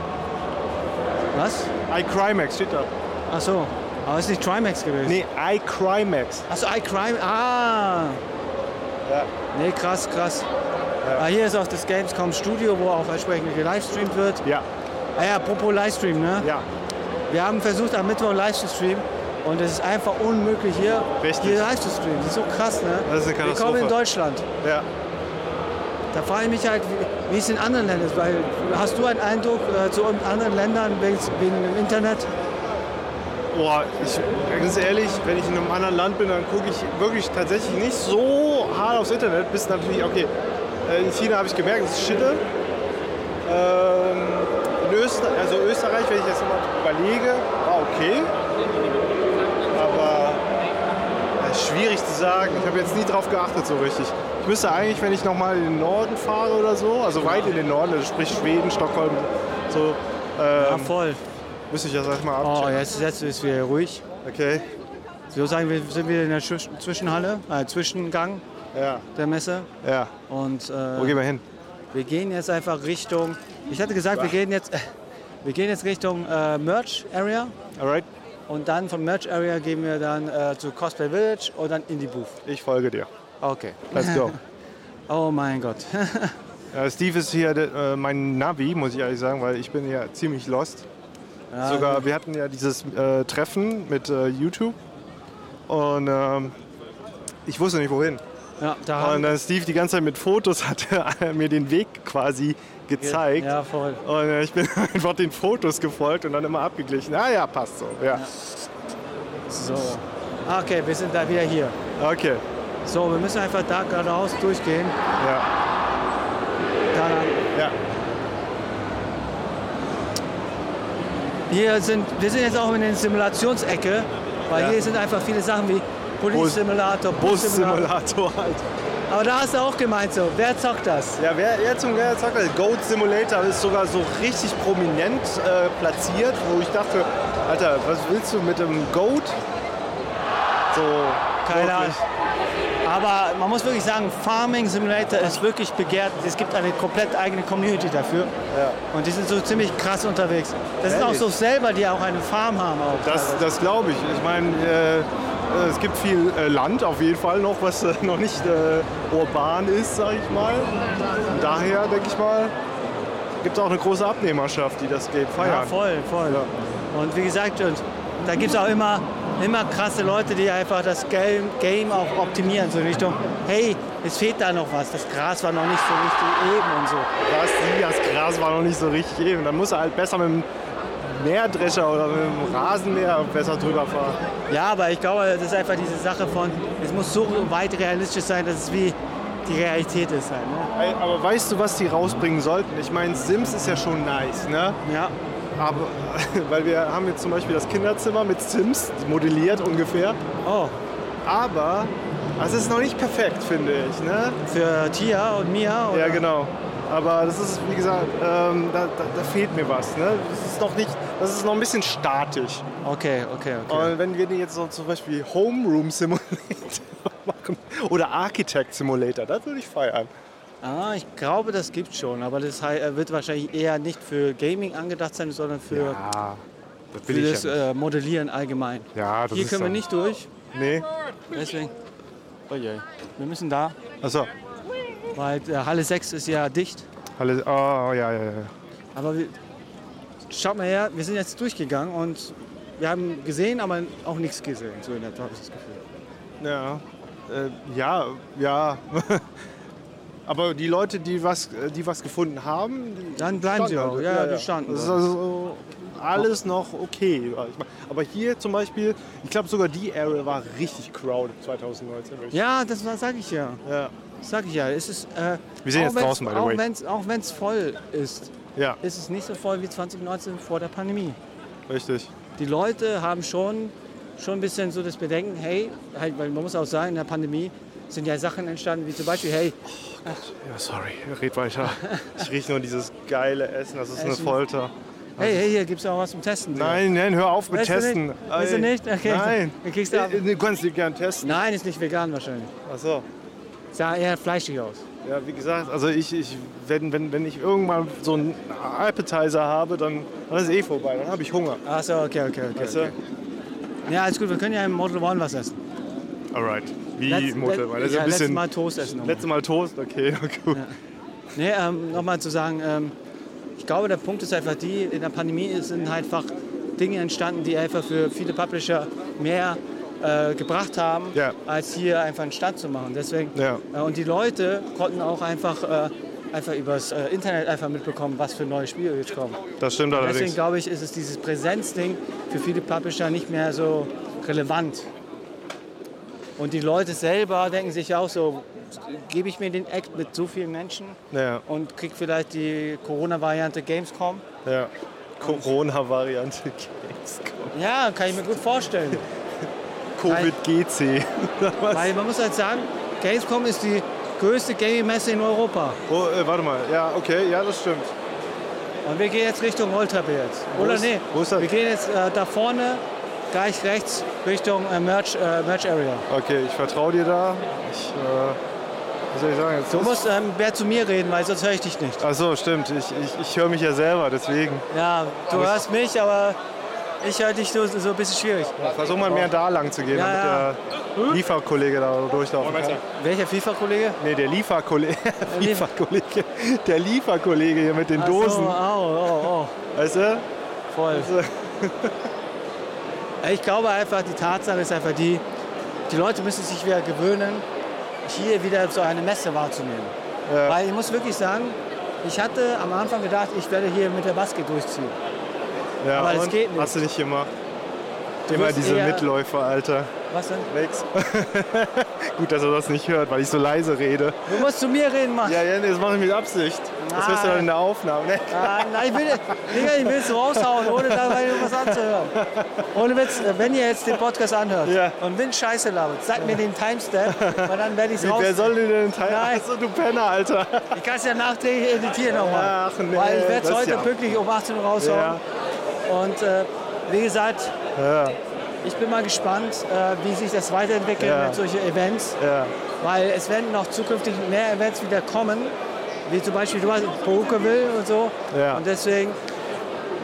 S3: Was?
S2: iCrimex steht da.
S3: Ach so, aber ist nicht Trimax gewesen?
S2: Nee, iCrimex.
S3: Achso, iCrime, ah.
S2: Ja.
S3: Nee, krass, krass. Ah, hier ist auch das Gamescom Studio, wo auch entsprechend gelivestreamt wird.
S2: Ja.
S3: Ah ja, apropos Livestream, ne?
S2: Ja.
S3: Wir haben versucht, am Mittwoch live zu streamen. Und es ist einfach unmöglich, hier,
S2: Richtig.
S3: hier live zu streamen. Das ist so krass, ne?
S2: Das ist eine Katastrophe.
S3: Willkommen in Deutschland.
S2: Ja.
S3: Da frage ich mich halt, wie- wie es in anderen Ländern ist. Weil, hast du einen Eindruck äh, zu anderen Ländern wegen, wegen dem Internet?
S2: Ähm, Boah, ich, ganz ehrlich, wenn ich in einem anderen Land bin, dann gucke ich wirklich tatsächlich nicht so hart aufs Internet, bis natürlich, okay, äh, in China habe ich gemerkt, es ist Schitte. Ähm, in Öster also Österreich, wenn ich jetzt mal überlege, war okay. Aber ja, schwierig zu sagen, ich habe jetzt nie drauf geachtet so richtig. Ich müsste eigentlich, wenn ich nochmal in den Norden fahre oder so, also weit in den Norden, also sprich Schweden, Stockholm, so. Ähm,
S3: voll.
S2: Müsste ich das erstmal ab.
S3: Oh, jetzt, jetzt ist wieder ruhig.
S2: Okay.
S3: So sagen wir, sind wir in der Zwisch- Zwischenhalle, äh, Zwischengang
S2: Ja.
S3: der Messe.
S2: Ja.
S3: Und, äh,
S2: Wo gehen wir hin?
S3: Wir gehen jetzt einfach Richtung. Ich hatte gesagt, wir gehen jetzt, wir gehen jetzt Richtung äh, Merch Area.
S2: Alright.
S3: Und dann von Merch Area gehen wir dann äh, zu Cosplay Village und dann in die Booth.
S2: Ich folge dir.
S3: Okay.
S2: Let's go.
S3: oh mein Gott.
S2: Äh, Steve ist hier der, äh, mein Navi, muss ich ehrlich sagen, weil ich bin ja ziemlich lost.
S3: Ja.
S2: Sogar, wir hatten ja dieses äh, Treffen mit äh, YouTube und ähm, ich wusste nicht wohin.
S3: Ja, da haben-
S2: und äh, Steve die ganze Zeit mit Fotos hat er mir den Weg quasi gezeigt.
S3: Ja, voll.
S2: Und äh, ich bin einfach den Fotos gefolgt und dann immer abgeglichen. Ah ja, passt so. Ja.
S3: So. Ah, Okay, wir sind da wieder hier.
S2: Okay.
S3: So, wir müssen einfach da geradeaus durchgehen.
S2: Ja.
S3: Da lang.
S2: Ja.
S3: Hier sind, wir sind jetzt auch in der Simulationsecke, weil
S2: Ja.
S3: hier sind einfach viele Sachen wie Police-Simulator,
S2: Bus-Simulator, Alter.
S3: Aber da hast du auch gemeint so, wer zockt das?
S2: Ja, wer, wer zum Geier sagt das? Goat Simulator ist sogar so richtig prominent äh, platziert, wo ich dachte, Alter, was willst du mit dem Goat? So,
S3: Keine Ahnung.
S2: wirklich.
S3: Aber man muss wirklich sagen, Farming Simulator ist wirklich begehrt. Es gibt eine komplett eigene Community dafür. Und die sind so ziemlich krass unterwegs. Das sind auch
S2: Ehrlich?
S3: so selber, die auch eine Farm haben. Auch Also,
S2: Das, das glaube ich. Ich meine, äh, äh, es gibt viel äh, Land auf jeden Fall noch, was äh, noch nicht äh, urban ist, sag ich mal. Und daher denke ich mal, gibt es auch eine große Abnehmerschaft, die das Game feiern.
S3: Ja, voll, voll. Und wie gesagt, und da gibt es auch immer, immer krasse Leute, die einfach das Game, Game auch optimieren. So in Richtung, hey, es fehlt da noch was. Das Gras war noch nicht so richtig eben und so.
S2: Was, die, das Gras war noch nicht so richtig eben. Dann muss er halt besser mit dem Mähdrescher oder mit dem Rasenmäher besser drüber fahren.
S3: Ja, aber ich glaube, das ist einfach diese Sache von, es muss so weit realistisch sein, dass es wie die Realität ist halt. Ne?
S2: Ey, Aber weißt du, was die rausbringen sollten? Ich meine, Sims ist ja schon nice, ne?
S3: Ja.
S2: Aber, weil wir haben jetzt zum Beispiel das Kinderzimmer mit Sims, modelliert ungefähr.
S3: Oh.
S2: Aber, also es ist noch nicht perfekt, finde ich, ne?
S3: Für Tia und Mia?
S2: Ja, genau. Aber das ist, wie gesagt, ähm, da, da, da fehlt mir was, ne? Das ist noch nicht, das ist noch ein bisschen statisch.
S3: Okay, okay, okay.
S2: Und wenn wir den jetzt so zum Beispiel Homeroom Simulator machen oder Architect Simulator, das würde ich feiern.
S3: Ah, ich glaube, das gibt schon, aber das hei- äh, wird wahrscheinlich eher nicht für Gaming angedacht sein, sondern für,
S2: das
S3: für das äh, Modellieren allgemein.
S2: Ja, das
S3: Hier
S2: ist
S3: können wir
S2: so.
S3: nicht durch.
S2: Nee.
S3: Deswegen. Oje. Wir müssen da,
S2: Achso,
S3: weil äh, Halle 6 ist ja dicht.
S2: alles. Oh, ja, ja, ja.
S3: Aber wir, schaut mal her, wir sind jetzt durchgegangen und wir haben gesehen, aber auch nichts gesehen. So in der Tat habe ich das Gefühl.
S2: Ja, äh, ja, ja. Aber die Leute, die was, die was gefunden haben, die
S3: Dann bleiben sie
S2: standen
S3: auch.
S2: halt.
S3: Ja, ja, die standen
S2: Das ist
S3: da.
S2: also alles noch okay. Ich mein, Aber hier zum Beispiel, ich glaube sogar die Area war richtig crowded 2019. wirklich.
S3: Ja, das war, sag ich ja.
S2: ja.
S3: Sag ich ja. Es ist, äh,
S2: Wir sind
S3: auch
S2: jetzt
S3: wenn's-
S2: draußen, by the
S3: auch
S2: way.
S3: Wenn's, auch wenn es voll ist,
S2: ja.
S3: ist es nicht so voll wie 2019 vor der Pandemie.
S2: Richtig.
S3: Die Leute haben schon, schon ein bisschen so das Bedenken, hey, halt, weil man muss auch sagen, in der Pandemie sind ja Sachen entstanden, wie zum Beispiel, hey,
S2: Ja, sorry, red weiter. Ich rieche nur dieses geile Essen, das ist eine
S3: Essen.
S2: Folter.
S3: hey, hey, hier gibt's auch was zum Testen.
S2: Also- Nein, nein, hör auf mit
S3: Weißt du
S2: Testen.
S3: nicht? Weißt du
S2: Ey,
S3: nicht? Okay.
S2: Nein.
S3: Dann kriegst du ab.
S2: Äh, Du kannst dich gern testen.
S3: Nein, ist nicht vegan wahrscheinlich.
S2: Ach so.
S3: Sah eher fleischig aus.
S2: Ja, wie gesagt, also ich, ich wenn, wenn, wenn ich irgendwann so einen Appetizer habe, dann, dann ist eh vorbei, dann habe ich Hunger.
S3: Ach so, okay, okay, okay.
S2: Weißt
S3: okay. Ja, alles gut, wir können ja im Model One was essen.
S2: Alright. Wie
S3: Letz-
S2: Mutter,
S3: let-
S2: weil das ist
S3: ja,
S2: Also ein bisschen.
S3: letztes Mal Toast essen.
S2: Letztes Mal Toast, okay, gut.
S3: Nee, ähm, nochmal zu sagen, ähm, ich glaube, der Punkt ist einfach die, in der Pandemie sind halt einfach Dinge entstanden, die einfach für viele Publisher mehr äh, gebracht haben, als hier einfach einen Stand zu machen. Deswegen,
S2: Ja.
S3: äh, und die Leute konnten auch einfach, äh, einfach übers äh, Internet einfach mitbekommen, was für neue Spiele jetzt kommen.
S2: Das stimmt
S3: Und
S2: allerdings.
S3: Deswegen glaube ich, ist es dieses Präsenzding für viele Publisher nicht mehr so relevant. Und die Leute selber denken sich auch so, gebe ich mir den Act mit so vielen Menschen
S2: Ja.
S3: und kriege vielleicht die Corona-Variante Gamescom?
S2: Ja. Corona-Variante Gamescom.
S3: Ja, kann ich mir gut vorstellen.
S2: Covid-GC. oder was?
S3: Weil man muss halt sagen, Gamescom ist die größte Gaming-Messe in Europa.
S2: Oh, äh, warte mal. Ja, okay, ja, das stimmt.
S3: Und wir gehen jetzt Richtung Oltrabills.
S2: Wo
S3: Oder
S2: ist-
S3: nee,
S2: wo ist das?
S3: wir gehen jetzt äh, da vorne, gleich rechts, Richtung äh, Merch, äh, Merch Area.
S2: Okay, ich vertraue dir da. Ich, äh, was soll ich sagen? Jetzt
S3: Du musst ähm, mehr zu mir reden, weil sonst höre ich dich nicht.
S2: Ach so, stimmt. Ich, ich, ich höre mich ja selber, deswegen.
S3: Ja, du
S2: Aber ich-
S3: hörst mich, aber ich höre dich nur so ein bisschen schwierig.
S2: Versuch mal mehr da lang zu gehen,
S3: Ja, ja. Hm?
S2: damit der Lieferkollege da durchlaufen kann.
S3: Welcher FIFA-Kollege?
S2: Nee, der Lieferkollege. Lieferkollege. Der Lieferkollege hier mit den Dosen.
S3: So, au, au,
S2: Weißt du?
S3: au. Voll. Ich glaube einfach, die Tatsache ist einfach die, die Leute müssen sich wieder gewöhnen, hier wieder so eine Messe wahrzunehmen. Weil ich muss wirklich sagen, ich hatte am Anfang gedacht, ich werde hier mit der Basket durchziehen.
S2: Ja,
S3: Aber das
S2: und?
S3: geht nicht.
S2: Hast du nicht gemacht?
S3: Du
S2: Immer
S3: wirst
S2: diese
S3: eher-
S2: Mitläufer, Alter.
S3: Was denn?
S2: Nix. Gut, dass er das nicht hört, weil ich so leise rede.
S3: Du musst zu mir reden, Mann.
S2: Ja, ja, nee, das mache ich mit Absicht. Das
S3: Ah.
S2: hörst du dann in der Aufnahme. Ne?
S3: Ah, nein, ich will, Digga, ich will es raushauen, ohne dabei irgendwas anzuhören. Ohne Witz, wenn ihr jetzt den Podcast anhört und Wind scheiße labert, sagt mir den Timestamp, weil dann werde ich es
S2: Wie,
S3: raus.
S2: wer soll denn den Teil?
S3: Nein.
S2: Achso, du Penner, Alter.
S3: Ich kann es ja nachträglich editieren nochmal.
S2: Ach, nee,
S3: weil ich werde
S2: das
S3: es
S2: ist
S3: heute
S2: ja-
S3: pünktlich um 18 Uhr raushauen. Und äh, wie gesagt,
S2: Ja.
S3: ich bin mal gespannt, äh, wie sich das weiterentwickelt
S2: Ja.
S3: mit solchen Events. Weil es werden noch zukünftig mehr Events wieder kommen, wie zum Beispiel du hast Pokeville und so.
S2: Ja.
S3: Und deswegen,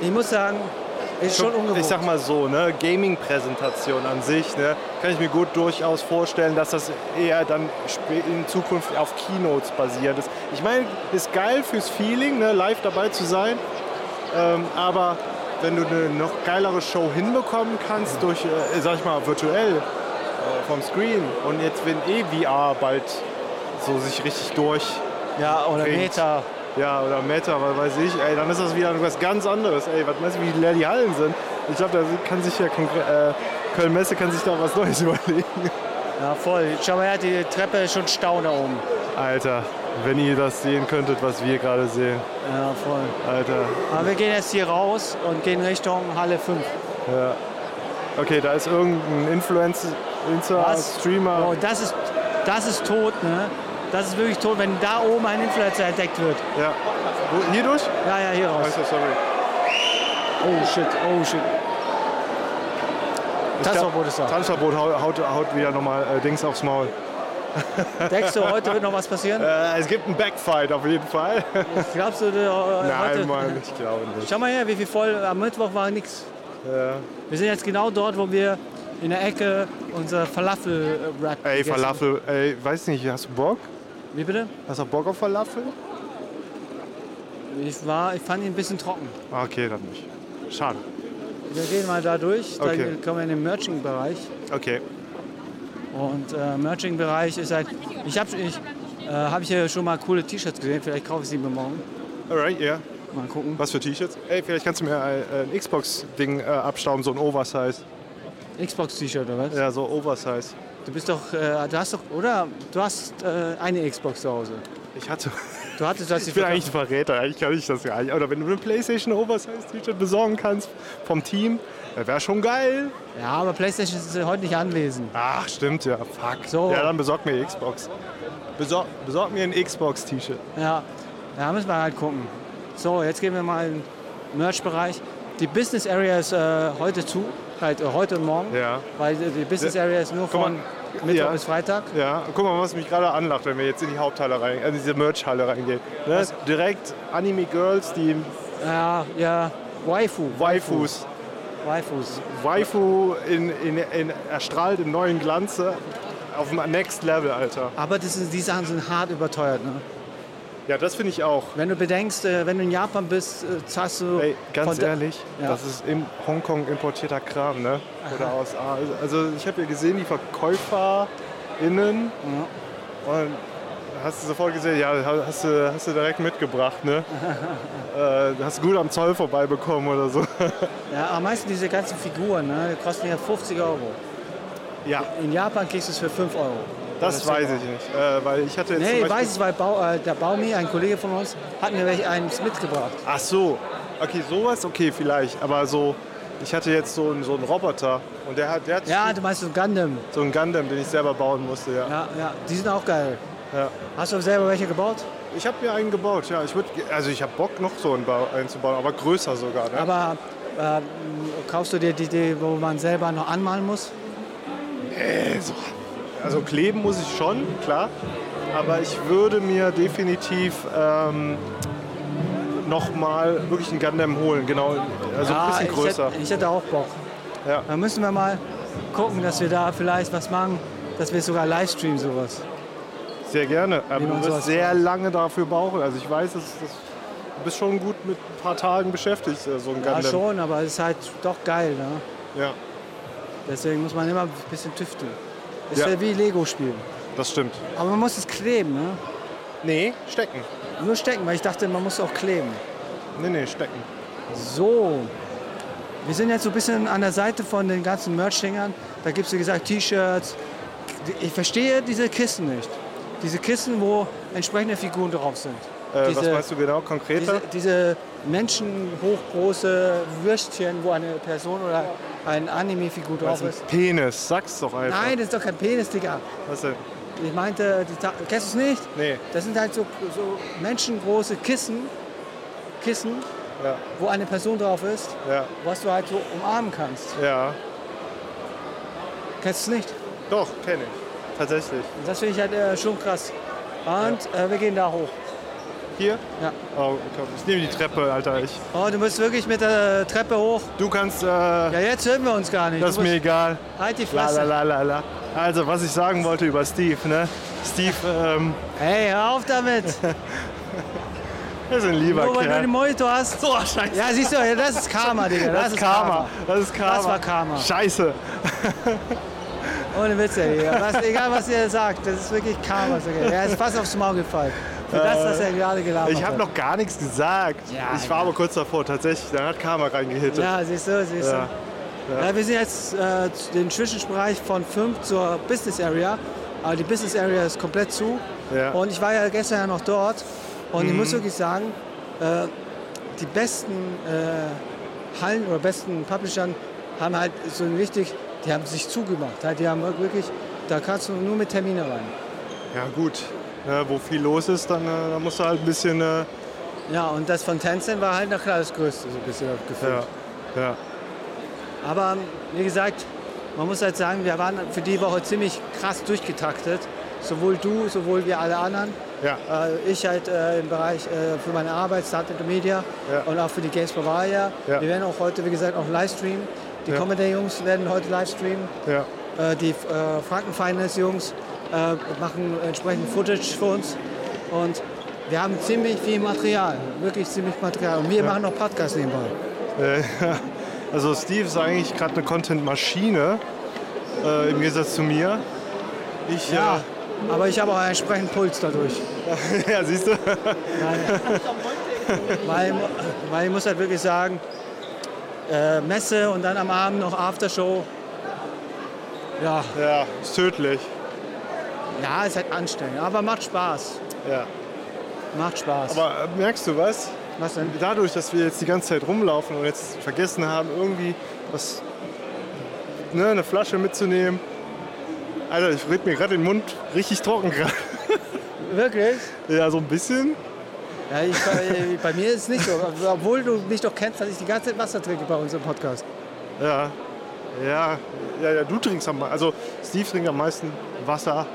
S3: ich muss sagen, ist schon ungewohnt.
S2: Ich sag mal so, ne, Gaming-Präsentation an sich, ne, kann ich mir gut durchaus vorstellen, dass das eher dann spä- in Zukunft auf Keynotes basiert ist. Ich meine, ist geil fürs Feeling, ne, live dabei zu sein, ähm, aber wenn du eine noch geilere Show hinbekommen kannst
S3: Mhm.
S2: durch, äh, sag ich mal, virtuell äh, vom Screen und jetzt wenn eh VR bald so sich richtig durch
S3: Ja, oder
S2: bringt.
S3: Meta.
S2: Ja, oder Meta, was weiß ich. Ey, dann ist das wieder was ganz anderes. Ey, was meinst du, wie leer die Hallen sind? Ich glaube, da kann sich ja Kongre- äh, Köln-Messe kann sich da was Neues überlegen.
S3: Ja, voll. Schau mal her, die Treppe ist schon stau da oben.
S2: Alter, wenn ihr das sehen könntet, was wir gerade sehen.
S3: Ja, voll.
S2: Alter.
S3: Aber wir gehen jetzt hier raus und gehen Richtung Halle 5.
S2: Ja. Okay, da ist irgendein Influencer,
S3: Was?
S2: Streamer.
S3: Oh, das ist, das ist tot, ne? Das ist wirklich tot, wenn da oben ein Influencer entdeckt wird.
S2: Ja. Hier durch?
S3: Ja, ja, hier raus.
S2: Also, sorry.
S3: Oh shit, oh shit.
S2: Ich
S3: Tanzverbot ist da.
S2: Tanzverbot haut, haut, haut wieder nochmal äh, Dings aufs Maul.
S3: Denkst du, heute wird noch was passieren?
S2: Äh, es gibt einen Backfight auf jeden Fall.
S3: Glaubst du, du äh, heute?
S2: Nein, Mann, ich glaube nicht.
S3: Schau mal her, wie viel voll. Am Mittwoch war nix.
S2: Ja.
S3: Wir sind jetzt genau dort, wo wir in der Ecke unser äh, Falafel-Wrap
S2: Ey, Falafel, ey, weiß nicht, hast du Bock?
S3: Wie bitte?
S2: Hast du Bock auf Falafel?
S3: Ich, war, ich fand ihn ein bisschen trocken.
S2: Ah, Okay, dann nicht. Schade.
S3: Wir gehen mal da durch, dann
S2: Okay.
S3: kommen wir in den Merching-Bereich.
S2: Okay.
S3: Und äh, Merching-Bereich ist halt, ich habe ich, äh, habe ich ja schon mal coole T-Shirts gesehen. Vielleicht kaufe ich sie mir morgen.
S2: Alright, ja.
S3: Mal gucken.
S2: Was für T-Shirts? Ey, vielleicht kannst du mir ein, ein Xbox-Ding äh, abstauben, so ein Oversize.
S3: Xbox-T-Shirt oder was?
S2: Ja, so Oversize.
S3: Du bist doch, äh, du hast doch, oder? Du hast äh, eine Xbox zu Hause.
S2: Ich hatte.
S3: Du hattest das
S2: Ich bin eigentlich ein Verräter, eigentlich kann ich das gar nicht. Oder wenn du eine PlayStation Oversize T-Shirt besorgen kannst vom Team, wäre schon geil.
S3: Ja, aber PlayStation ist heute nicht anwesend.
S2: Ach, stimmt ja. Fuck.
S3: So.
S2: Ja, dann besorg mir Xbox. Besorg, besorg mir ein Xbox-T-Shirt.
S3: Ja, da müssen wir halt gucken. So, jetzt gehen wir mal in den Merch-Bereich. Die Business Area ist äh, heute zu, halt äh, heute und morgen.
S2: Ja.
S3: Weil äh, die Business
S2: Ja.
S3: Area ist nur
S2: Guck mal.
S3: von Mittwoch
S2: Ja.
S3: bis Freitag.
S2: Ja, guck mal, was mich gerade anlacht, wenn wir jetzt in die Haupthalle rein, also diese Merch-Halle reingehen. Ne? Direkt Anime Girls, die
S3: Ja, ja. Waifu.
S2: Waifus.
S3: Waifus.
S2: Waifu in, in, in erstrahlt im neuen Glanze auf dem Next Level, Alter.
S3: Aber das ist, die Sachen sind hart überteuert. Ne?
S2: Ja, das finde ich auch.
S3: Wenn du bedenkst, äh, wenn du in Japan bist, äh, zahlst du.
S2: Ey, ganz
S3: von da-
S2: ehrlich,
S3: Ja.
S2: das ist in Hongkong importierter Kram, ne? Oder
S3: Aha.
S2: aus A- Also ich habe ja gesehen, die VerkäuferInnen und hast du sofort gesehen, ja, hast du, hast du direkt mitgebracht, ne? äh, hast du gut am Zoll vorbeibekommen oder so.
S3: Ja, aber meistens diese ganzen Figuren, ne, die kosten ja 50 Euro.
S2: Ja.
S3: In Japan kriegst du es für 5 Euro.
S2: Das
S3: Oder 10
S2: weiß
S3: Euro.
S2: ich nicht. Äh, weil ich hatte jetzt
S3: Nee,
S2: zum
S3: ich
S2: Beispiel-
S3: weiß es, weil Bau, äh, der Baumi, ein Kollege von uns, hat mir welche eins mitgebracht.
S2: Ach so. Okay, sowas, okay, vielleicht. Aber so, ich hatte jetzt so einen, so einen Roboter und der hat, der hat
S3: Ja, du meinst so ein Gundam.
S2: so einen Gundam, den ich selber bauen musste, ja.
S3: Ja, ja, die sind auch geil.
S2: Ja.
S3: Hast du selber welche gebaut?
S2: Ich habe mir einen gebaut, ja. Ich würd, also ich habe Bock, noch so einen Bau einzubauen, aber größer sogar. Ne?
S3: Aber äh, m, kaufst du dir die, die, wo man selber noch anmalen muss?
S2: Nee, so. Also kleben muss ich schon, klar. Aber ich würde mir definitiv ähm, nochmal wirklich einen Gundam holen. Genau, also
S3: Ja,
S2: ein bisschen größer.
S3: Ich hätte, ich hätte auch Bock.
S2: Ja.
S3: Dann müssen wir mal gucken, dass wir da vielleicht was machen, dass wir sogar Livestream sowas.
S2: Sehr gerne. Aber
S3: Wie man
S2: du wirst
S3: sowas
S2: sehr
S3: macht.
S2: lange dafür brauchen. Also ich weiß, dass, dass du bist schon gut mit ein paar Tagen beschäftigt, äh, so ein Gundam.
S3: Ja, schon, aber es ist halt doch geil. Ne?
S2: Ja,
S3: Deswegen muss man immer ein bisschen tüfteln. Ist
S2: Ja.
S3: ja wie Lego spielen.
S2: das stimmt.
S3: Aber man muss es kleben, ne?
S2: Nee, stecken.
S3: Nur stecken, weil ich dachte, man muss auch kleben.
S2: Nee, nee, stecken. Äh,
S3: So. Wir sind jetzt so ein bisschen an der Seite von den ganzen Merch-Dingern. Da gibt es, wie gesagt, T-Shirts. Ich verstehe diese Kissen nicht. Diese Kissen, wo entsprechende Figuren drauf sind.
S2: Äh, was
S3: diese,
S2: meinst du genau konkreter?
S3: diese, diese menschenhochgroße Würstchen, wo eine Person oder ein Anime-Figur drauf
S2: Meinst du
S3: ist.
S2: einen Penis, sag's doch einfach.
S3: Nein, das ist doch kein Penis, Digga.
S2: Was denn?
S3: Ich meinte, die Ta- kennst du es nicht?
S2: Nee.
S3: Das sind halt so, so menschengroße Kissen, Kissen,
S2: Ja,
S3: wo eine Person drauf ist,
S2: ja,
S3: was du halt so umarmen kannst.
S2: ja.
S3: Kennst du es nicht?
S2: Doch, kenne ich. Tatsächlich.
S3: Und Das finde ich halt äh, schon krass. Und äh, wir gehen da hoch.
S2: Hier?
S3: Ja.
S2: Oh, komm, ich nehme die Treppe, Alter. Ich.
S3: Oh, du musst wirklich mit der Treppe hoch.
S2: Du kannst. Äh,
S3: Ja, jetzt hören wir uns gar nicht.
S2: das ist
S3: Du
S2: mir
S3: musst-
S2: egal.
S3: Halt die
S2: La,
S3: Fresse.
S2: la, la, la, la. Also, was ich sagen wollte über Steve, ne? Steve, ähm,
S3: Hey, hör auf damit.
S2: er ist ein lieber
S3: Nur weil du
S2: Kerl.
S3: den Monitor hast. So, scheiße. Ja, siehst du, ja, das ist Karma, Digga. Das, ist Karma.
S2: Das ist Karma.
S3: Das war Karma.
S2: Scheiße.
S3: Ohne Witz, ey. Digga. Was, egal, was ihr sagt, das ist wirklich Karma. Digga. Er ist fast aufs Maul gefallen. Für das, dass er gerade gelabert
S2: Ich habe
S3: hat.
S2: noch gar nichts gesagt.
S3: Ja,
S2: ich war
S3: ja.
S2: aber kurz davor, tatsächlich. Dann hat Karma reingehittet.
S3: Ja, siehst du, siehst du.
S2: Ja,
S3: Ja. wir sind jetzt äh, zu- den Zwischenbereich von 5 zur Business Area. Aber die Business Area ist komplett zu.
S2: Ja.
S3: Und ich war ja gestern ja noch dort. Und ich
S2: Mhm.
S3: muss wirklich sagen, äh, die besten äh, Hallen oder besten Publishern haben halt so ein richtig, die haben sich zugemacht. Halt, die haben wirklich, da kannst du nur mit Termine rein.
S2: ja gut. Ne, wo viel los ist, dann, äh, dann musst du halt ein bisschen. Äh,
S3: Ja, und das von Tencent war halt noch klar das Größte, so ein bisschen gefühlt.
S2: ja, ja.
S3: Aber ähm, wie gesagt, man muss halt sagen, wir waren für die Woche ziemlich krass durchgetaktet. Sowohl du, sowohl wir alle anderen.
S2: Ja.
S3: Äh, ich halt äh, im Bereich äh, für meine Arbeit, Startup und Media
S2: Ja.
S3: und auch für die Games Bavaria.
S2: Ja.
S3: Wir werden auch heute, wie gesagt, auch livestreamen. Die
S2: Ja.
S3: Comedy-Jungs werden heute livestreamen.
S2: Ja.
S3: Äh, die äh, Franken Finance-Jungs äh, machen entsprechend Footage für uns. Und wir haben ziemlich viel Material, wirklich ziemlich Material. Und wir machen noch Podcasts nebenbei.
S2: Äh, Also Steve ist eigentlich gerade eine Content-Maschine, äh, im Gegensatz zu mir. Ich,
S3: Ja,
S2: äh,
S3: Aber ich habe auch entsprechend Puls dadurch.
S2: ja, siehst du?
S3: weil, weil ich muss halt wirklich sagen, äh, Messe und dann am Abend noch Aftershow. Ja.
S2: Ja, ist tödlich.
S3: Ja, ist halt anstrengend, aber macht Spaß.
S2: Ja.
S3: Macht Spaß.
S2: Aber äh, merkst du was?
S3: Was denn?
S2: Dadurch, dass wir jetzt die ganze Zeit rumlaufen und jetzt vergessen haben, irgendwie was, ne, eine Flasche mitzunehmen. Alter, ich red mir gerade den Mund richtig trocken gerade.
S3: Wirklich?
S2: Ja, so ein bisschen.
S3: Ja, ich, bei, bei mir ist es nicht so. Obwohl du mich doch kennst, dass ich die ganze Zeit Wasser trinke bei uns im Podcast.
S2: Ja. Ja, ja, ja du trinkst am meisten. Also Steve trinkt am meisten Wasser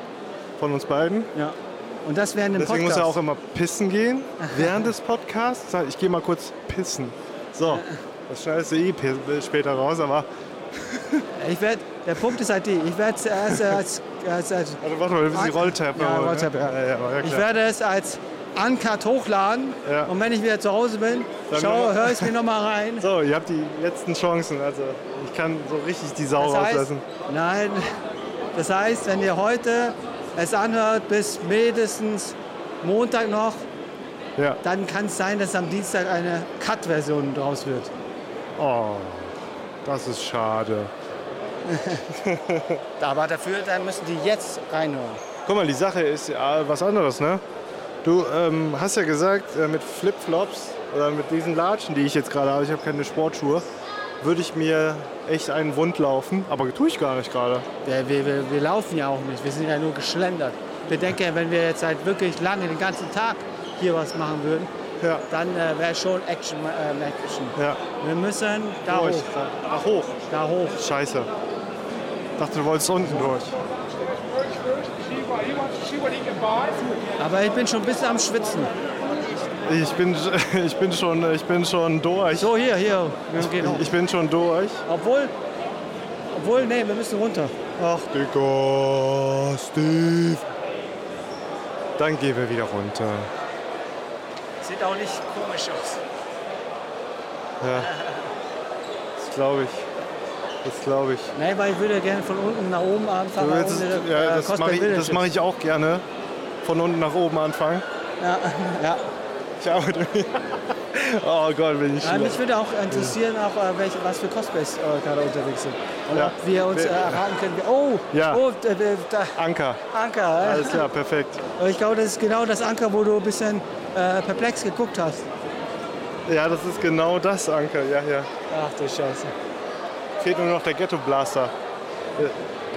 S2: von uns beiden.
S3: Ja. Und das während dem
S2: Deswegen muss
S3: Podcast.
S2: er auch immer pissen gehen während des Podcasts. Sag, Ich gehe mal kurz pissen. So, das schneidest du eh pe- später raus, aber
S3: Ich werd, der Punkt ist halt die, ich werde es erst als... als, als
S2: also warte mal, wir müssen die Rolltreppe
S3: ja,
S2: holen, ne?
S3: Rolltreppe, ja.
S2: Ja, ja, war ja
S3: Ich
S2: klar.
S3: werde es als Uncut hochladen und wenn ich wieder zu Hause bin, schau, höre ich mir noch mal rein.
S2: So, ihr habt die letzten Chancen. Also ich kann so richtig die Sau
S3: Das heißt-
S2: rauslassen.
S3: Nein, das heißt, wenn ihr heute es anhört, bis mindestens Montag noch,
S2: Ja.
S3: dann kann es sein, dass am Dienstag eine Cut-Version draus wird.
S2: Oh, das ist schade.
S3: Aber dafür dann müssen die jetzt reinhören.
S2: Guck mal, die Sache ist ja was anderes, ne? Du ähm, hast ja gesagt, äh, mit Flipflops oder mit diesen Latschen, die ich jetzt gerade habe, ich habe keine Sportschuhe, würde ich mir echt einen Wund laufen. Aber tue ich gar nicht gerade.
S3: Wir, wir, wir, wir laufen ja auch nicht, wir sind ja nur geschlendert. Wir denken, ja, wenn wir jetzt halt wirklich lange den ganzen Tag hier was machen würden, dann äh, wäre schon Action. Äh, Action. Wir müssen da
S2: Durch.
S3: hoch.
S2: Oh, Ach, hoch.
S3: Da hoch.
S2: Scheiße. Dachte, du wolltest unten durch.
S3: Aber ich bin schon ein bisschen am Schwitzen.
S2: Ich bin, ich bin schon, ich bin schon durch.
S3: So, hier, hier. Wir
S2: Ich,
S3: gehen hoch.
S2: ich bin schon durch.
S3: Obwohl, obwohl, nee, wir müssen runter.
S2: Ach, Digga, Steve. Dann gehen wir wieder runter.
S3: Sieht auch nicht komisch aus.
S2: Ja. Das glaube ich. Das glaube ich.
S3: Nee, weil ich würde gerne von unten nach oben anfangen.
S2: Du willst es-
S3: ohne,
S2: ja,
S3: äh,
S2: das
S3: Costa
S2: mache ich, das
S3: Villages.
S2: mache ich auch gerne. Von unten nach oben anfangen.
S3: Ja, ja.
S2: Ich arbeite. oh Gott, bin ich
S3: Ja, mich
S2: schlecht.
S3: würde auch interessieren, auch, äh, welche, was für Cosplays äh, gerade unterwegs sind. Und
S2: Ja.
S3: ob wir uns äh,
S2: Wir-
S3: erraten können. Oh,
S2: Ja.
S3: oh da, da- da,
S2: Anker.
S3: Anker. äh.
S2: Alles klar, perfekt.
S3: Und Ich glaube, das ist genau das Anker, wo du ein bisschen äh, perplex geguckt hast.
S2: Ja, das ist genau das Anker. Ja, ja.
S3: Ach du Scheiße.
S2: Fehlt nur noch der Ghetto Blaster. Der-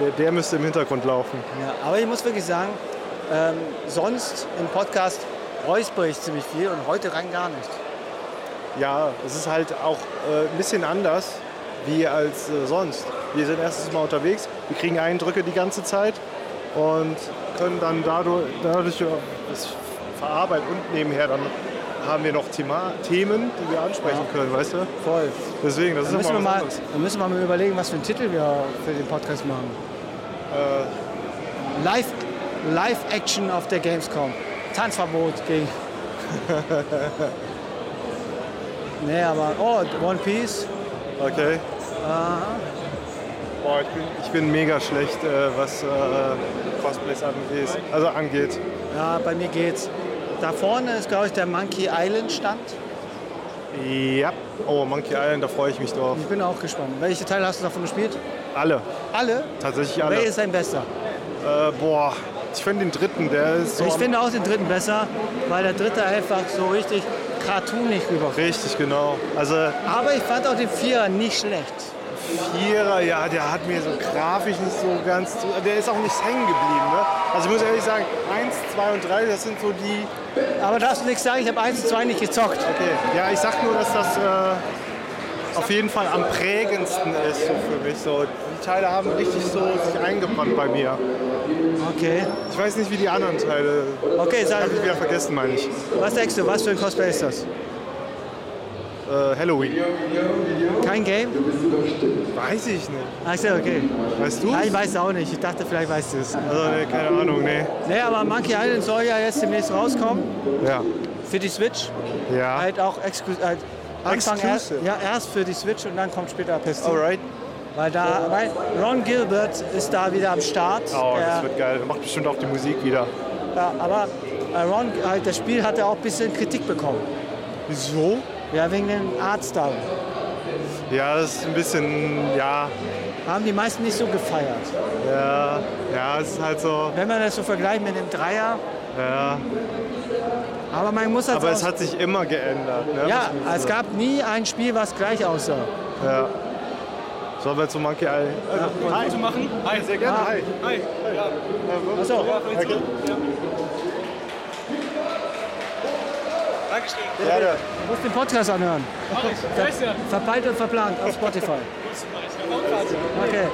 S2: Der, der müsste im Hintergrund laufen.
S3: Ja, aber ich muss wirklich sagen, ähm, sonst im Podcast räusper ich ziemlich viel und heute rein gar nicht.
S2: Ja, es ist halt auch äh, ein bisschen anders wie als äh, sonst. Wir sind erstens mal unterwegs, wir kriegen Eindrücke die ganze Zeit und können dann dadurch, dadurch äh, das verarbeiten und nebenher dann haben wir noch Thema, Themen, die wir ansprechen können, weißt du?
S3: Voll.
S2: Deswegen, das
S3: Dann
S2: ist
S3: müssen,
S2: immer
S3: wir
S2: was
S3: mal,
S2: anderes.
S3: dann müssen wir mal überlegen, was für einen Titel wir für den Podcast machen.
S2: Äh.
S3: Live, Live Action auf der Gamescom. Tanzverbot gegen. nee, aber. Oh, One Piece.
S2: Okay.
S3: Aha.
S2: Boah, ich bin, ich bin mega schlecht, äh, was äh, Cosplays angeht. Also angeht.
S3: Ja, bei mir geht's. Da vorne ist, glaube ich, der Monkey Island Stand.
S2: Ja. Oh, Monkey Island, da freue ich mich drauf.
S3: Ich bin auch gespannt. Welche Teile hast du davon gespielt?
S2: Alle.
S3: Alle?
S2: Tatsächlich alle.
S3: Wer ist dein Bester?
S2: Äh, boah, ich finde den dritten, der ist so
S3: ich
S2: am-
S3: finde auch den dritten besser, weil der dritte einfach so richtig cartoonig rüberkommt.
S2: Richtig, genau. Also
S3: Aber ich fand auch den Vierer nicht schlecht.
S2: Vierer, ja, der hat mir so grafisch nicht so ganz. zu- Der ist auch nicht hängen geblieben. Ne? Also ich muss ehrlich sagen, eins, zwei und drei, das sind so die.
S3: Aber darfst du nichts sagen, ich habe eins und zwei nicht gezockt.
S2: Okay, ja, ich sag nur, dass das äh, auf jeden Fall am prägendsten ist so für mich. So. Die Teile haben richtig so sich eingebrannt bei mir.
S3: Okay.
S2: Ich weiß nicht, wie die anderen Teile.
S3: Okay, sag-
S2: Hab ich wieder vergessen, meine ich.
S3: Was denkst du, was für ein Cosplay ist das?
S2: Äh, Halloween.
S3: Kein Game?
S2: Weiß ich nicht.
S3: Ach so, okay.
S2: Weißt du?
S3: Ja, ich weiß auch nicht. Ich dachte, vielleicht weißt du es.
S2: Also, nee, keine Ahnung, nee.
S3: Nee, aber Monkey Island soll ja jetzt demnächst rauskommen.
S2: Ja.
S3: Für die Switch.
S2: Ja.
S3: Halt auch exklusiv. Halt Anfang erst,
S2: Exclusive.
S3: ja, erst für die Switch und dann kommt später PC.
S2: Alright.
S3: Weil da, weil Ron Gilbert ist da wieder am Start.
S2: Oh, das
S3: Der-
S2: wird geil. Macht bestimmt auch die Musik wieder.
S3: ja, aber äh, Ron, halt, das Spiel hat er auch ein bisschen Kritik bekommen.
S2: Wieso?
S3: Ja, wegen dem Artstyle.
S2: Ja, das ist ein bisschen, ja.
S3: Haben die meisten nicht so gefeiert.
S2: Ja, ja, es ist halt so.
S3: Wenn man das so vergleicht mit dem Dreier.
S2: Ja.
S3: Aber man muss halt
S2: Aber
S3: auch-
S2: es hat sich immer geändert. Ne?
S3: Ja,
S2: Was man
S3: es
S2: so-
S3: gab nie ein Spiel, was gleich aussah.
S2: Ja. Sollen wir zu Monkey Eye?
S3: Ja. Hi.
S2: machen? Hi, sehr gerne.
S3: Ah.
S2: Hi. Hi. Ja.
S3: Ach so.
S2: Okay.
S18: Dankeschön.
S2: Gerne.
S3: Du musst den Podcast anhören.
S18: Mach ich.
S3: Ver
S18: Weißt du.
S3: verpeilt und verplant auf Spotify. Okay.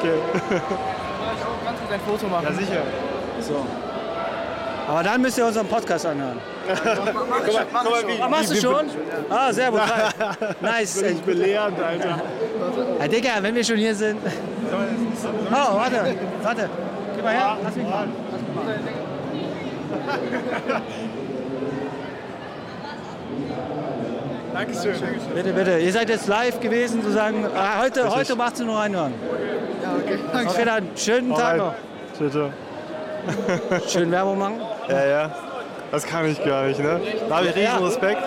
S19: Kannst du dein Foto machen?
S2: Ja, sicher.
S3: So. Aber dann müsst ihr unseren Podcast anhören.
S2: Guck mal, guck mal, wie,
S3: Ah, machst du
S2: wie-
S3: schon? Ah, sehr gut. Nice.
S2: Bin ich belehrt, Alter.
S3: Ja, Ah, Digga, wenn wir schon hier sind. Oh, warte, warte. Geh mal her, lass mich mal.
S2: Dankeschön.
S3: Bitte, bitte. Ihr seid jetzt live gewesen, sozusagen. Ah, heute, heute um 18 Uhr reinhören.
S19: Ja, okay.
S3: Okay, dann schönen Tag noch.
S2: Bitte.
S3: Schön Werbung machen.
S2: Ja, ja. Das kann ich gar nicht, ne? Da habe ich riesen
S3: Ja.
S2: Respekt.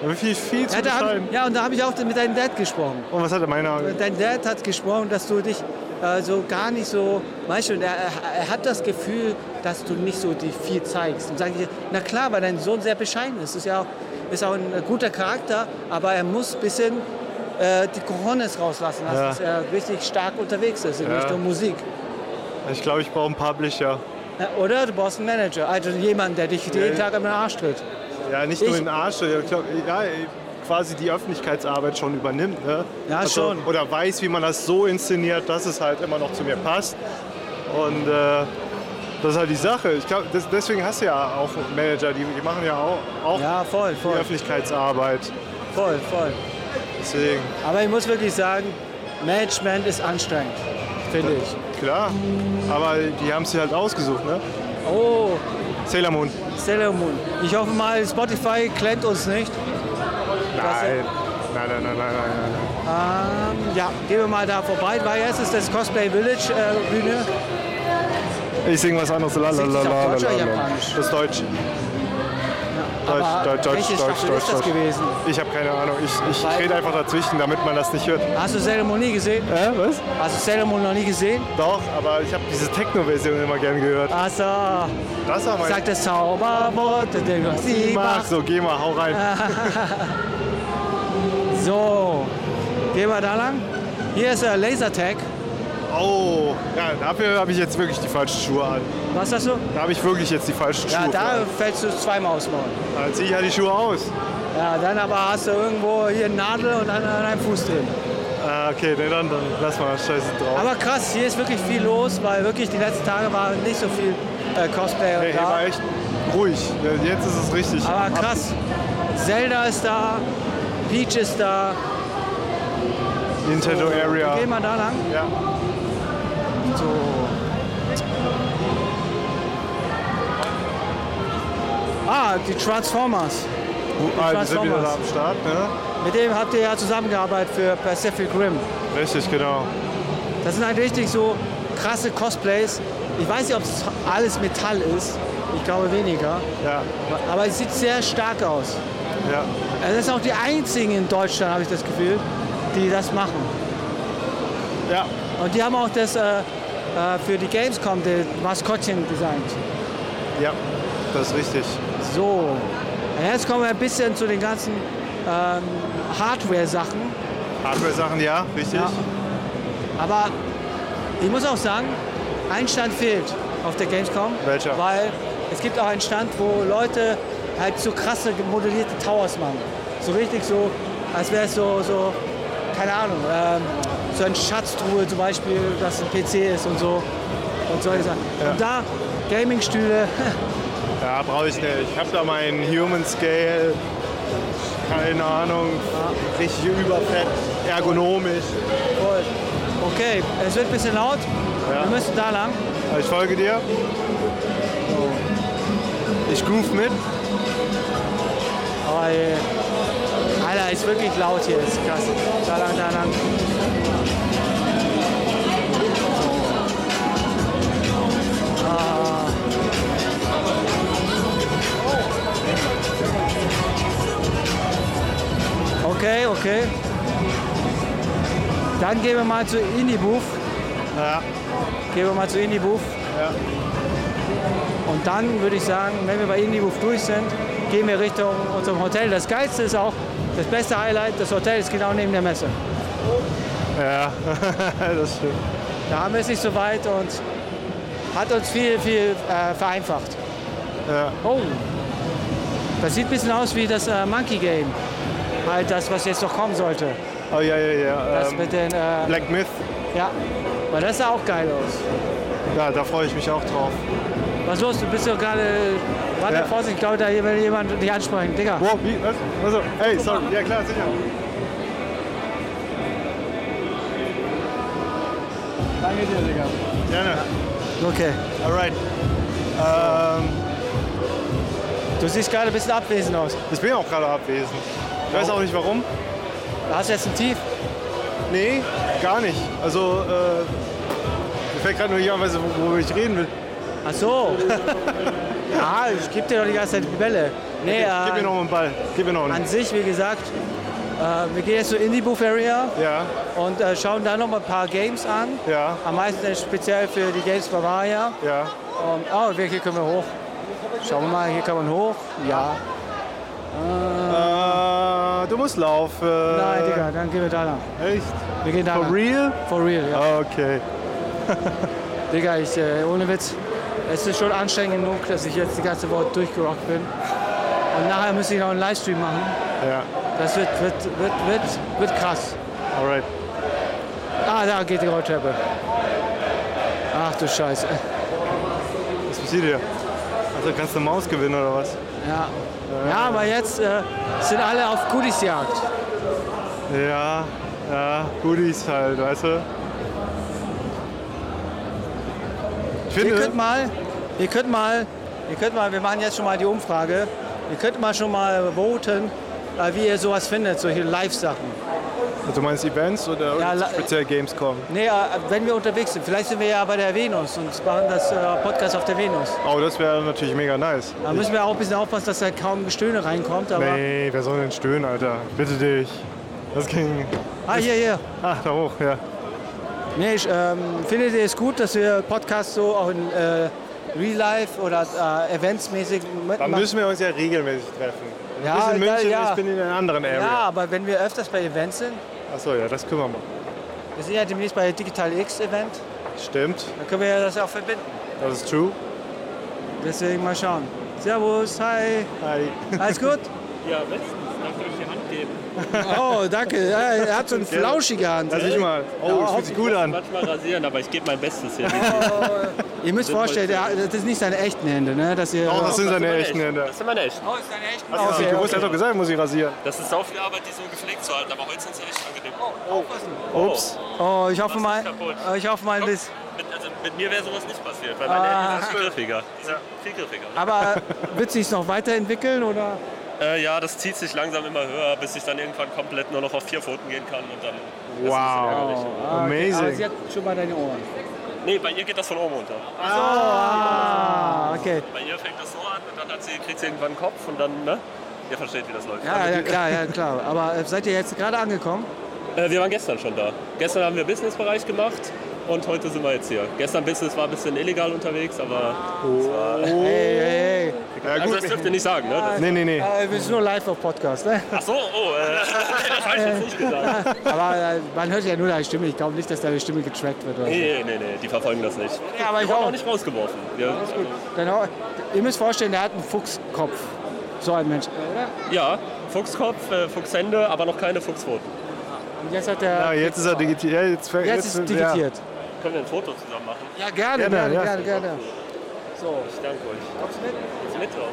S2: Da bin ich viel zu
S3: Ja, da hab,
S2: bescheiden.
S3: ja, und da habe ich auch mit deinem Dad gesprochen.
S2: Und was hat er meine Augen?
S3: Dein Dad hat gesprochen, dass du dich äh, so gar nicht so, weißt du, und er, er- er hat das Gefühl, dass du nicht so die viel zeigst. Und sage ich, na klar, weil dein Sohn sehr bescheiden ist. Ist ja auch, ist auch ein guter Charakter, aber er muss ein bisschen äh, die Coronas rauslassen, also,
S2: Ja.
S3: dass er richtig stark unterwegs ist in
S2: Ja.
S3: Richtung Musik.
S2: Ich glaube, ich brauche einen Publisher.
S3: Na, Oder du brauchst einen Manager, also jemanden, der dich jeden Tag am Arsch tritt.
S2: Ja, nicht nur
S3: Ich-
S2: in den Arsch, ja, ich glaub, ja, quasi die Öffentlichkeitsarbeit schon übernimmt. Ne?
S3: Ja, schon.
S2: Oder weiß, wie man das so inszeniert, dass es halt immer noch zu mir passt. Und äh, das ist halt die Sache. Ich glaube, des- deswegen hast du ja auch Manager, die, die machen ja auch, auch
S3: ja, voll, voll.
S2: die Öffentlichkeitsarbeit.
S3: Voll, voll.
S2: Deswegen.
S3: Aber ich muss wirklich sagen, Management ist anstrengend, finde ich.
S2: Klar, aber die haben sie halt ausgesucht, ne?
S3: Oh.
S2: Sailor Moon.
S3: Sailor Moon. Ich hoffe mal, Spotify klemmt uns nicht.
S2: Nein. Nein, nein, nein, nein, nein, nein.
S3: Ähm, ja, gehen wir mal da vorbei. Weil jetzt ist das Cosplay Village äh, Bühne.
S2: Ich singe was anderes. La, la,
S3: Singt
S2: la,
S3: das auf
S2: la,
S3: Deutsch
S2: la,
S3: oder
S2: la, la.
S3: Japanisch?
S2: Das ist Deutsch. Deutsch,
S3: aber
S2: Deutsch, Deutsch,
S3: welche
S2: Deutsch,
S3: Staffel
S2: Deutsch,
S3: ist das
S2: Deutsch.
S3: gewesen?
S2: Ich habe keine Ahnung. Ich, ich rede einfach dazwischen, damit man das nicht hört.
S3: Hast du Sailor Moon nie gesehen?
S2: Äh, was?
S3: Hast du Sailor Moon noch nie gesehen?
S2: Doch, aber ich habe diese Techno-Version immer gern gehört.
S3: Ach so.
S2: Das war mein-
S3: Sag das Zauberwort, den du sie
S2: Ach
S3: machst.
S2: so, geh mal, hau rein.
S3: so, gehen wir da lang. Hier ist der Lasertag.
S2: Oh, ja, dafür habe ich jetzt wirklich die falschen Schuhe an.
S3: Was hast du?
S2: Da habe ich wirklich jetzt die falschen
S3: Ja,
S2: Schuhe.
S3: da
S2: an.
S3: fällst du zweimal aus Maul.
S2: Dann ziehe ich halt die Schuhe aus.
S3: Ja, dann aber hast du irgendwo hier eine Nadel und an, an einem Fuß drin.
S2: Ah, okay, nee, dann, dann lass mal Scheiße drauf.
S3: Aber krass, hier ist wirklich viel los, weil wirklich die letzten Tage war nicht so viel äh, Cosplay
S2: Hey, hier
S3: da.
S2: war echt ruhig. Ja, Jetzt ist es richtig.
S3: Aber krass, Zelda ist da, Peach ist da.
S2: Nintendo Area.
S3: Wir gehen mal da lang.
S2: Ja.
S3: So. Ah, die Transformers. Die
S2: Ah, die sind wieder da am Start, ne?
S3: Mit dem habt ihr ja zusammengearbeitet für Pacific Rim.
S2: Richtig, genau.
S3: Das sind halt richtig so krasse Cosplays. Ich weiß nicht, ob es alles Metall ist. Ich glaube weniger.
S2: Ja.
S3: Aber es sieht sehr stark aus.
S2: Ja.
S3: Also das sind auch die einzigen in Deutschland, habe ich das Gefühl, die das machen.
S2: Ja.
S3: Und die haben auch das äh, äh, für die Gamescom, die Maskottchen designt.
S2: Ja, das ist richtig.
S3: So, jetzt kommen wir ein bisschen zu den ganzen ähm, Hardware-Sachen.
S2: Hardware-Sachen, ja, richtig.
S3: Ja. Aber ich muss auch sagen, ein Stand fehlt auf der Gamescom.
S2: Welcher?
S3: Weil es gibt auch einen Stand, wo Leute halt so krasse modellierte Towers machen. So richtig so, als wäre es so, so, keine Ahnung, ähm, so eine Schatztruhe zum Beispiel, dass ein PC ist und so. Und solche Sachen.
S2: Ja.
S3: Und da Gaming-Stühle.
S2: Ja, brauche ich nicht. Ich habe da meinen Human Scale, keine Ahnung, richtig überfett, ergonomisch.
S3: Voll. Okay, es wird ein bisschen laut.
S2: Ja.
S3: Wir müssen da lang.
S2: Ich folge dir. Ich groove mit.
S3: Aber äh, Alter, ist wirklich laut hier. Ist krass. Da lang, da lang. Ah. Okay, okay. Dann gehen wir mal zu Indie-Booth. Ja. Gehen wir mal zu Indie-Booth. Ja. Und dann würde ich sagen, wenn wir bei Indie-Booth durch sind, gehen wir Richtung unserem Hotel. Das Geilste ist auch, das beste Highlight, das Hotel ist genau neben der Messe.
S2: Ja, das stimmt.
S3: Da haben wir es nicht so weit und hat uns viel, viel äh, vereinfacht. Ja. Oh, das sieht ein bisschen aus wie das äh, Monkey Game. Halt das, was jetzt noch kommen sollte.
S2: Oh ja, ja, ja.
S3: Das
S2: ähm,
S3: mit den... Äh,
S2: Black Myth.
S3: Ja, weil das sah auch geil aus.
S2: Ja, da freue ich mich auch drauf.
S3: Was los, du bist doch gerade... Warte,
S2: Ja.
S3: Vorsicht, ich glaube, da will jemand dich ansprechen. Digga.
S2: Wow, wie? Was? Also, hey, sorry. Ja, klar, sicher. Danke dir, Digga. Gerne.
S3: Okay.
S2: Alright. Ähm,
S3: du siehst gerade ein bisschen abwesend aus.
S2: Ich bin auch gerade abwesend. Ich weiß auch nicht warum.
S3: Hast du jetzt ein Tief?
S2: Nee, gar nicht. Also, äh, mir fällt gerade nur nicht an, weiß, wo- worüber ich reden will.
S3: Ach so. ah, ich gebe dir doch die ganze Zeit die Bälle. Nee,
S2: Okay, gib mir
S3: äh,
S2: noch einen Ball. Gib mir noch einen.
S3: An sich, wie gesagt, äh, wir gehen jetzt zur Indie Booth Area
S2: Ja.
S3: und äh, schauen da noch mal ein paar Games an.
S2: Ja.
S3: Am meisten äh, speziell für die Games Bavaria.
S2: Ja.
S3: Und, oh, wir- hier können wir hoch. Schauen wir mal, hier kann man hoch. Ja.
S2: Äh, du musst laufen.
S3: Nein, Digga, dann gehen wir da lang.
S2: Echt?
S3: Wir gehen da
S2: Äh, For
S3: lang.
S2: real?
S3: For real, ja.
S2: Okay.
S3: Digga, ich, äh, ohne Witz, es ist schon anstrengend genug, dass ich jetzt die ganze Woche durchgerockt bin. Und nachher muss ich noch einen Livestream machen.
S2: Ja.
S3: Das wird, wird, wird, wird, wird krass.
S2: Alright.
S3: Ah, da geht die Rolltreppe. Ach du Scheiße.
S2: Was passiert hier? Also, kannst du eine Maus gewinnen oder was?
S3: Ja. Ja, aber jetzt äh, sind alle auf Goodies-Jagd.
S2: Ja, ja, Goodies halt, weißt du? Ich
S3: Ihr
S2: finde,
S3: könnt mal, ihr könnt mal, ihr könnt mal, wir machen jetzt schon mal die Umfrage. Ihr könnt mal schon mal voten, äh, wie ihr sowas findet, solche Live-Sachen.
S2: also du meinst Events oder
S3: la-
S2: speziell Gamescom?
S3: Nee, äh, wenn wir unterwegs sind. Vielleicht sind wir ja bei der Venus und machen das äh, Podcast auf der Venus.
S2: Oh, das wäre natürlich mega nice.
S3: Da müssen wir auch ein bisschen aufpassen, dass da kaum Gestöhne reinkommt. Aber
S2: nee, wer soll denn stöhnen, Alter? Bitte dich. Das ging.
S3: Ah, hier, hier.
S2: Ah, da hoch, ja.
S3: Nee, ich, ähm, findet ihr es gut, dass wir Podcasts so auch in äh, Real Life oder äh, Eventsmäßig
S2: Da
S3: mitmachen?
S2: müssen wir uns ja regelmäßig treffen.
S3: Ja,
S2: du bist in
S3: ja,
S2: München,
S3: ja.
S2: ich bin in einer anderen Area.
S3: Ja, aber wenn wir öfters bei Events sind,
S2: Achso, ja, das können wir machen.
S3: wir sind ja demnächst bei Digital X Event,
S2: Stimmt,
S3: dann können wir ja das auch verbinden.
S2: das ist true.
S3: Deswegen mal schauen. Servus, hi.
S2: Hi.
S3: Alles gut?
S17: Ja, bestens. Darf ich euch die Hand geben?
S3: Oh, danke. Ja, er hat so eine
S17: Gerne.
S3: flauschige Hand.
S17: Lass mich mal.
S2: Oh,
S3: Ja,
S2: es fühlt
S3: hopp-
S2: sich gut an.
S17: Manchmal rasieren, aber ich gebe mein Bestes hier.
S3: Ihr müsst vorstellen, der, das ist nicht seine echten Hände, ne? Dass ihr,
S2: Oh, das sind seine echten Hände.
S17: Das sind meine echten.
S3: Oh, ist deine echten?
S2: Hast du das nicht gewusst? Er hat doch gesagt, muss ich rasieren.
S17: Das ist sau viel Arbeit, die so gepflegt zu halten, aber heute sind sie echt angenehm.
S2: Ups.
S3: Oh, ich hoffe mal,
S17: kaputt.
S3: oh, ich hoffe mal, das.
S17: Mit, also mit mir wäre sowas nicht passiert, weil meine
S3: Ah.
S17: Hände sind griffiger. Die sind viel griffiger.
S3: Aber wird sich noch weiterentwickeln oder?
S17: Äh, ja, das zieht sich langsam immer höher, bis ich dann irgendwann komplett nur noch auf vier Pfoten gehen kann und dann.
S2: Wow.
S3: Ah, okay. Aber sie
S17: Amazing.
S3: hat schon mal deine Ohren.
S17: Nee, bei ihr geht das von oben runter.
S3: Ah, okay.
S17: Bei ihr fängt das so an und dann hat sie, kriegt sie irgendwann einen Kopf und dann, ne? Ihr versteht, wie das läuft.
S3: Ah, Ja, ja, klar, ja, klar. Aber äh, seid ihr jetzt gerade angekommen?
S17: Äh, wir waren gestern schon da. Gestern haben wir Businessbereich gemacht und heute sind wir jetzt hier. Gestern Business war ein bisschen illegal unterwegs, aber es war.
S3: Hey, hey, hey.
S17: Also das dürft ihr nicht sagen, ne? Das-
S3: Äh, wir sind nur live auf Podcast, ne?
S17: Ach so, oh, äh, das habe ich jetzt nicht gesagt.
S3: Aber äh, man hört ja nur deine Stimme. Ich glaube nicht, dass deine Stimme getrackt wird. Oder? so.
S17: Nee, nee, nee, die verfolgen das nicht.
S3: Ja, aber
S17: die
S3: ich
S17: wurden
S3: auch.
S17: auch nicht rausgeworfen. Ja,
S3: Dann, hau- ihr müsst vorstellen, der hat einen Fuchskopf. So ein Mensch.
S17: ja Fuchskopf, äh, Fuchshände, aber noch keine Fuchspfoten.
S3: Und jetzt hat
S2: Ja,
S3: er.
S2: jetzt ist er digitiert. Ja, jetzt,
S3: Jetzt ist es digitiert.
S17: Können wir ein Foto zusammen machen?
S3: Ja, gerne,
S2: Gerne,
S3: gerne,
S2: ja.
S3: gerne, gerne. So.
S17: Ich danke euch.
S3: Kommst du mit?
S17: Jetzt mit drauf.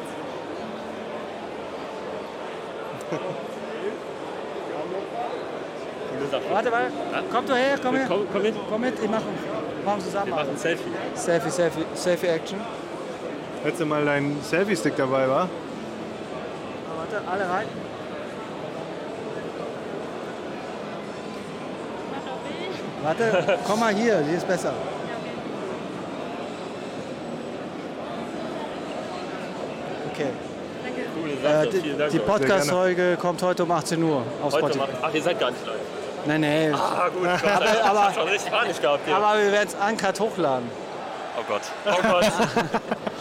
S17: Coole Sache.
S3: Warte mal.
S17: Ja?
S3: Komm doch her, komm her.
S17: Komm, komm mit.
S3: Komm mit, ich mache machen zusammen.
S17: Wir machen ein Selfie.
S3: Selfie, Selfie, Selfie Action.
S2: Hättest du mal deinen Selfie-Stick dabei, war?
S3: Warte, alle rein. Warte, komm mal hier, hier ist besser. Okay.
S17: Coole gesagt habt. Vielen Dank.
S3: Äh, die Podcast-Folge kommt heute um 18 Uhr auf
S17: Heute
S3: Spotify.
S17: macht- Ach, ihr seid gar nicht live.
S3: Nein, nein.
S17: Ah, gut. Gott sei
S3: aber,
S17: Dank. Ich hab
S3: aber,
S17: schon richtig Panik gehabt. hier.
S3: aber wir werden es ankert hochladen.
S17: Oh Gott. Oh Gott.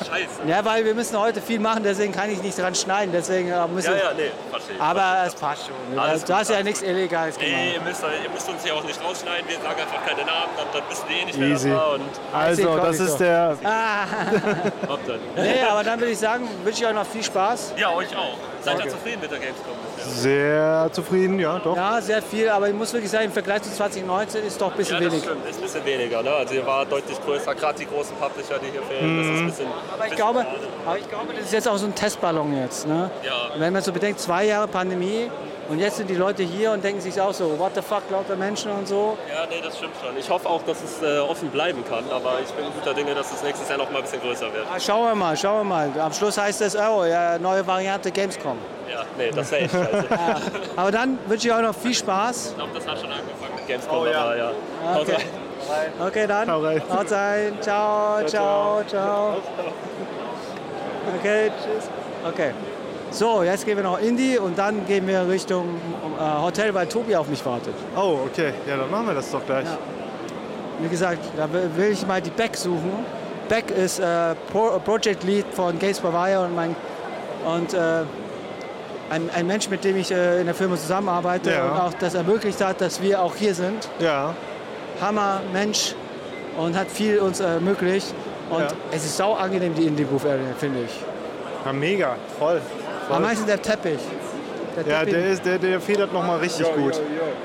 S17: Scheiße.
S3: Ja, weil wir müssen heute viel machen, deswegen kann ich nicht dran schneiden. Deswegen äh, muss
S17: Ja,
S3: ich,
S17: ja, nee, verstehe ich.
S3: Aber es passt schon.
S17: Alles
S3: du hast ja nichts Illegales gemacht.
S17: Nee, ihr müsst, ihr müsst uns hier auch nicht rausschneiden. Wir sagen einfach keine Namen, dann, dann wissen die eh nicht, wer
S2: Easy.
S17: das war. Und
S2: Also, das ist der.
S3: Ah.
S17: Ob dann.
S3: nee, aber dann würde ich sagen, wünsche ich euch noch viel Spaß.
S17: Ja, euch auch. Seid
S3: Okay.
S17: ihr zufrieden mit der Gamescom?
S2: Sehr zufrieden, ja, doch.
S3: Ja, sehr viel, aber ich muss wirklich sagen, im Vergleich zu 2019 ist doch ein bisschen
S17: ja, das
S3: wenig.
S17: stimmt. Ist ein bisschen weniger. Ne? Also, ihr war deutlich größer. Gerade die großen Publisher, die hier fehlen. Das ist ein
S3: Mhm.
S17: bisschen.
S3: Aber ich glaube, aber ich glaube, das ist jetzt auch so ein Testballon jetzt. Ne?
S17: Ja.
S3: Wenn man so bedenkt, zwei Jahre Pandemie und jetzt sind die Leute hier und denken sich auch so, what the fuck, lauter Menschen und so.
S17: Ja, nee, das stimmt schon. Ich hoffe auch, dass es äh, offen bleiben kann. Aber ich bin guter Dinge, dass es nächstes Jahr noch mal ein bisschen größer wird.
S3: Ah, Schauen wir mal, schauen wir mal. Am Schluss heißt es, oh, ja, neue Variante Gamescom.
S17: Ja, nee, das wäre echt scheiße.
S3: Ja. Aber dann wünsche ich euch noch viel Spaß.
S17: Ich glaube, das hat schon angefangen mit Gamescom.
S3: Oh, ja.
S17: Aber, ja. Haut
S3: Okay,
S17: rein.
S3: okay dann.
S17: Hau rein.
S3: Haut rein. Ciao, ciao, ciao. Okay, tschüss. Okay. So, jetzt gehen wir noch Indie und dann gehen wir Richtung äh, Hotel, weil Tobi auf mich wartet.
S2: Oh, okay. Ja, dann machen wir das doch gleich.
S3: Wie gesagt, da will will ich mal die Beck suchen. Beck ist äh, Pro Project Lead von Gates Bavaria und, mein, und äh, ein, ein Mensch, mit dem ich äh, in der Firma zusammenarbeite
S2: Ja.
S3: und auch das ermöglicht hat, dass wir auch hier sind.
S2: Ja.
S3: Hammer Mensch und hat viel uns äh, ermöglicht. Und
S2: Ja.
S3: es ist sau angenehm, die Indie-Booth-Area, finde ich.
S2: Ja, mega, voll. voll.
S3: Am meisten der Teppich.
S2: Ja,
S3: Teppich-
S2: der, ist, der, der federt nochmal richtig gut.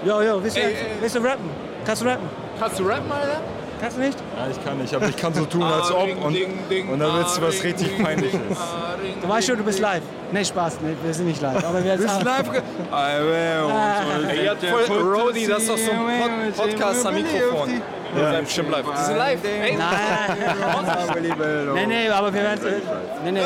S3: Jo, jo, willst du, willst du rappen? Kannst du rappen?
S16: Kannst du rappen, Alter?
S3: Kannst du nicht?
S4: Ja, ich kann nicht, aber ich kann so tun, als ob und, und dann willst du was richtig Peinliches.
S3: Du weißt schon, du bist live. Nee, Spaß, nee, wir sind nicht live. Aber wir
S4: Wir sind live ge-
S16: Ey, ihr habt voll- Rodi, das ist doch so ein Pod Podcast am Mikrofon.
S4: Ja, ja, bestimmt live.
S16: Die sind live. Ey.
S3: Nein. nee, nee, aber wir werden. äh, Nee, nee.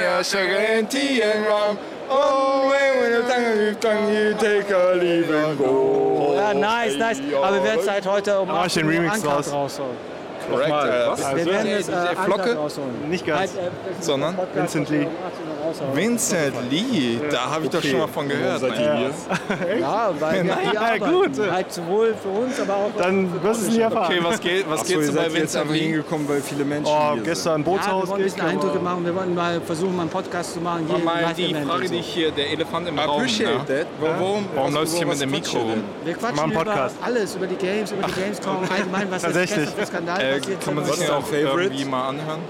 S16: Yeah, shaking tea and rum. Oh, when when you tango, you tango, you take a leave and go.
S3: Ja, nice, nice. Aber wir werden seit heute um.
S16: Mach ich
S3: 8
S16: den
S3: Uhr
S16: Remix
S3: Uncut
S16: raus.
S3: rausholen.
S16: Korrekt,
S3: Nochmal,
S16: äh,
S3: was?
S16: also-
S3: Wir werden jetzt äh,
S16: Der
S3: Uncut
S16: Flocke?
S3: rausholen.
S16: Nicht ganz.
S3: Halt, äh, das ist
S16: Sondern
S3: ein Podcast,
S16: Vincent
S3: was wir
S16: Lee.
S3: um 18 Uhr raushauen.
S16: Vincent Lee, da habe ich doch
S4: Okay.
S16: schon mal von gehört.
S4: Warum seid ihr hier?
S3: Ja, weil wir
S16: Nein,
S3: hier
S16: ja,
S3: arbeiten.
S16: gut.
S3: Halt sowohl für uns, aber auch. für
S16: nie
S4: Okay, was geht, was
S16: Ach so,
S4: geht
S16: ihr
S4: so
S16: seid
S4: bei
S16: jetzt
S4: Vincent
S16: einfach
S4: Lee? Oh, hingekommen, weil viele Menschen
S2: Oh,
S4: hier
S3: ja, wir
S4: sind.
S3: wollen ein bisschen Eindrücke machen. Wir wollen mal versuchen, mal einen Podcast zu machen. Hier im
S16: Mal die
S3: Live-Event
S16: Frage,
S3: und so.
S16: die ich hier, der Elefant im Raum. ne?
S4: Appreciate that. Warum-
S16: warum
S4: was-
S16: läufst du hier mit
S4: was
S16: dem
S4: quatscht
S16: Mikro
S4: ihr
S16: rum?
S4: denn?
S3: Wir quatschen über alles, über die Games, über die Gamescom, allgemein, was jetzt gestern für Skandal
S16: Äh,
S3: passiert
S16: kann man
S3: ist.
S16: sich den auch irgendwie mal anhören?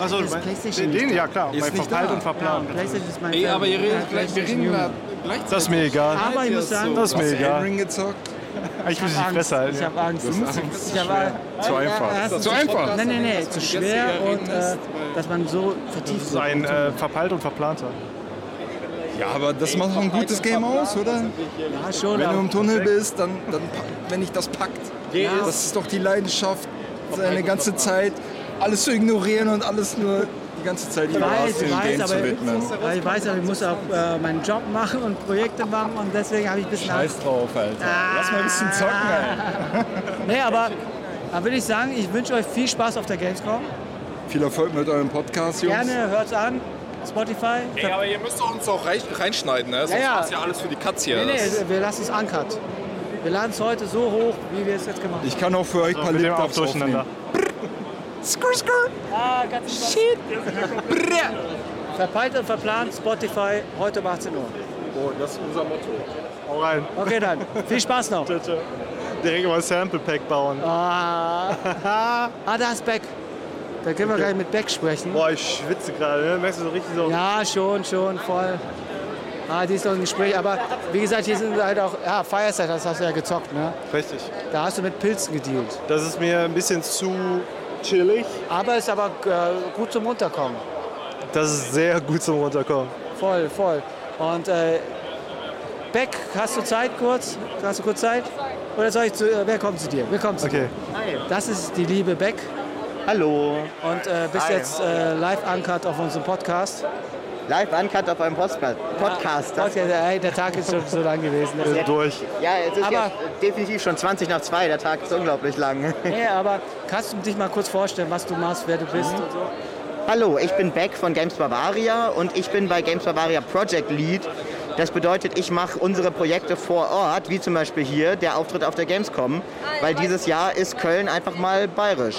S2: Achso,
S3: Ist PlayStation
S2: Also, den,
S3: nicht
S2: den,
S3: da?
S2: ja klar,
S3: Ist
S2: mein
S3: nicht
S2: verpeilt
S3: da.
S2: und verplant.
S3: Ja, PlayStation ist mein
S16: Ey,
S3: Fan.
S16: aber ihr
S3: Ja,
S16: redet gleich, wir
S3: PlayStation
S16: reden da
S3: Jugend.
S16: gleichzeitig.
S2: Das ist mir egal.
S3: Aber ich muss sagen,
S2: das ist mir
S3: Hast du
S2: egal.
S3: Elden Ring
S4: gezockt?
S2: Ich will
S3: hab
S2: dich nicht
S3: Angst,
S2: besser halten.
S3: Ich habe Angst.
S2: Du hast Angst, das ist
S3: Ich hab
S2: schwer.
S3: Angst.
S2: Zu
S3: Ja,
S2: einfach.
S3: erstens
S2: Zu
S3: nicht
S2: einfach.
S3: Podcast, Nein, nein, nein, zu
S2: dass man
S3: schwer
S2: jetzt hier
S3: und äh, dass man so vertieft
S2: Das ist ein äh, verpeilt und verplanter.
S4: Ja, aber das macht auch ein gutes Game aus, oder? Ja,
S3: schon.
S4: Wenn du im Tunnel bist, dann, dann pack- wenn dich das packt.
S3: Ja.
S4: Das ist doch die Leidenschaft, seine ganze Zeit alles zu ignorieren und alles nur die ganze Zeit
S3: Ich weiß, ich
S4: dem
S3: weiß,
S4: Game
S3: aber,
S4: zu widmen.
S3: aber ich weiß, aber ich muss auch äh, meinen Job machen und Projekte machen und deswegen habe ich ein bisschen
S4: Scheiß drauf, Alter.
S3: Ah.
S4: Lass mal ein bisschen zocken, Alter.
S3: Nee, aber dann würde ich sagen, ich wünsche euch viel Spaß auf der Gamescom.
S4: Viel Erfolg mit eurem Podcast, Jungs.
S3: Gerne hört's an. Spotify.
S16: Ey, aber ihr müsst doch uns auch rein- reinschneiden, ne? Sonst
S3: Ja, ja.
S16: ist ja alles für die Katz hier.
S3: Nee,
S16: Das-
S3: nee, wir lassen es uncut. Wir laden es heute so hoch, wie wir es jetzt gemacht haben.
S4: Ich kann auch für euch ein paar
S3: mit dem
S4: Lip-Dubs
S3: auch durcheinander.
S4: aufnehmen.
S3: Skrr, skrr. Ah, ganz Shit. Verpeilt und verplant, Spotify, heute um 18 Uhr.
S16: Oh, das ist unser Motto.
S2: Hau rein.
S3: Okay, dann. Viel Spaß noch.
S2: Direkt mal ein Sample Pack bauen.
S3: Ah, ah da ist Beck. Da können wir gleich mit Beck sprechen.
S2: Boah, ich schwitze gerade, ne? Merkst du so richtig so.
S3: Ja, schon, schon, voll. Ah, die ist noch im Gespräch, aber wie gesagt, hier sind halt auch, ja, Fireside, das hast du ja gezockt, ne?
S2: Richtig.
S3: Da hast du mit Pilzen gedealt.
S2: Das ist mir ein bisschen zu chillig.
S3: Aber ist aber äh, gut zum Runterkommen.
S2: Das ist sehr gut zum Runterkommen.
S3: Voll, voll. Und äh, Beck, hast du Zeit kurz? Hast du kurz Zeit? Oder soll ich zu, äh, wer kommt zu dir? Wer kommt zu
S2: Okay.
S3: dir? Das ist die liebe Beck.
S20: Hallo.
S3: Und äh, bist
S20: Hi.
S3: jetzt äh, live ankert auf unserem Podcast.
S20: Live Uncut auf einem Podcast. Podcast.
S3: Ja, okay, ey, äh, der Tag ist schon so lang gewesen.
S20: Ja, Ja, es ist
S3: Aber-
S20: jetzt äh, definitiv schon 20 nach 2. Der Tag ist unglaublich lang.
S3: Nee, aber kannst du dich mal kurz vorstellen, was du machst, wer du bist? und so? Hallo, ich bin Beck von Games Bavaria und ich bin bei Games Bavaria Project Lead. Das bedeutet, ich mache unsere Projekte vor Ort, wie zum Beispiel hier der Auftritt auf der Gamescom, weil dieses Jahr ist Köln einfach mal bayerisch.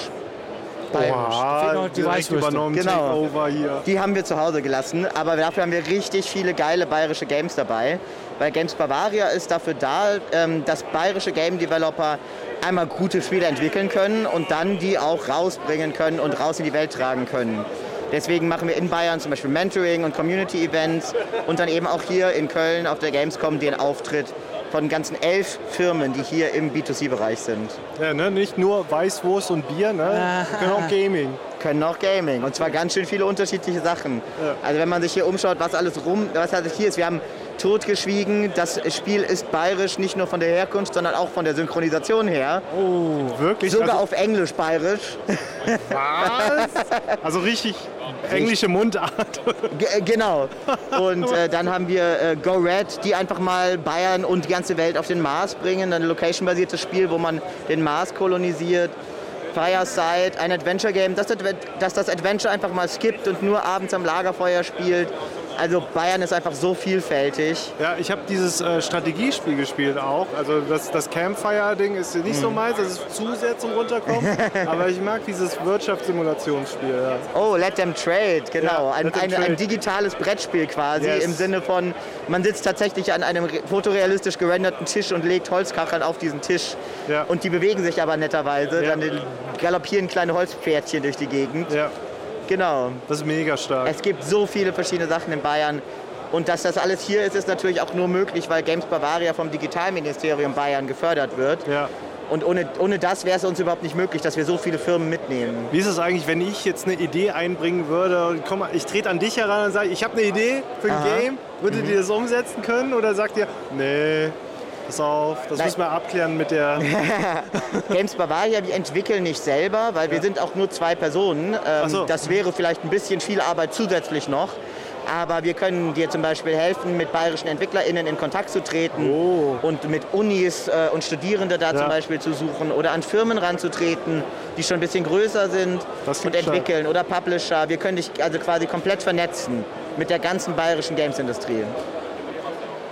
S2: Oha, direkt übernommen,
S3: Genau.
S2: Takeover hier.
S3: Die haben wir zu Hause gelassen, aber dafür haben wir richtig viele geile bayerische Games dabei. Weil Games Bavaria ist dafür da, ähm, dass bayerische Game Developer einmal gute Spiele entwickeln können und dann die auch rausbringen können und raus in die Welt tragen können. Deswegen machen wir in Bayern zum Beispiel Mentoring und Community Events und dann eben auch hier in Köln auf der Gamescom den Auftritt von ganzen elf Firmen, die hier im B2C-Bereich sind.
S2: Ja, ne? Nicht nur Weißwurst und Bier, ne?
S3: Ah.
S2: Wir können auch Gaming.
S3: Können auch Gaming. Und zwar ganz schön viele unterschiedliche Sachen. Also wenn man sich hier umschaut, was alles rum, was alles hier ist. Wir haben totgeschwiegen. Das Spiel ist bayerisch, nicht nur von der Herkunft, sondern auch von der Synchronisation her.
S2: Oh, wirklich?
S3: Sogar
S2: Also-
S3: auf Englisch bayerisch.
S2: Was? Also richtig englische Mundart.
S3: G genau. Und äh, dann haben wir äh, Go Red, die einfach mal Bayern und die ganze Welt auf den Mars bringen. Ein location-basiertes Spiel, wo man den Mars kolonisiert. Fireside, ein Adventure-Game, dass das, Adve- dass das Adventure einfach mal skippt und nur abends am Lagerfeuer spielt. Also Bayern ist einfach so vielfältig.
S2: Ja, ich habe dieses äh, Strategiespiel gespielt auch. Also das, das Campfire-Ding ist nicht so
S3: Mhm.
S2: meins, das ist zu sehr zum Runterkommen. aber ich mag dieses Wirtschaftssimulationsspiel. Ja.
S3: Oh, Let Them Trade, genau.
S2: Ja,
S3: ein,
S2: Let Them
S3: ein,
S2: Trade.
S3: ein digitales Brettspiel quasi
S2: Yes.
S3: im Sinne von, man sitzt tatsächlich an einem re- fotorealistisch gerenderten Tisch und legt Holzkacheln auf diesen Tisch. Und die bewegen sich aber netterweise. Dann galoppieren kleine Holzpferdchen durch die Gegend. Genau.
S2: Das ist mega stark.
S3: Es gibt so viele verschiedene Sachen in Bayern. Und dass das alles hier ist, ist natürlich auch nur möglich, weil Games Bavaria vom Digitalministerium Bayern gefördert wird. Und ohne, ohne das wäre es uns überhaupt nicht möglich, dass wir so viele Firmen mitnehmen.
S2: Wie ist es eigentlich, wenn ich jetzt eine Idee einbringen würde? und Komm, mal, ich trete an dich heran und sage, ich habe eine Idee für ein
S3: Aha. Mhm.
S2: Game. Würdet ihr das umsetzen können? Oder sagt ihr, nee, pass auf, das
S3: Nein.
S2: müssen wir abklären mit der...
S3: Games Bavaria, wir entwickeln nicht selber, weil wir sind auch nur zwei Personen. Ähm,
S2: so.
S3: Das wäre vielleicht ein bisschen viel Arbeit zusätzlich noch. Aber wir können dir zum Beispiel helfen, mit bayerischen EntwicklerInnen in Kontakt zu treten
S2: Oh.
S3: und mit Unis äh, und Studierende da zum Beispiel zu suchen oder an Firmen ranzutreten, die schon ein bisschen größer sind und
S2: stark.
S3: entwickeln oder Publisher. Wir können dich also quasi komplett vernetzen mit der ganzen bayerischen Games-Industrie.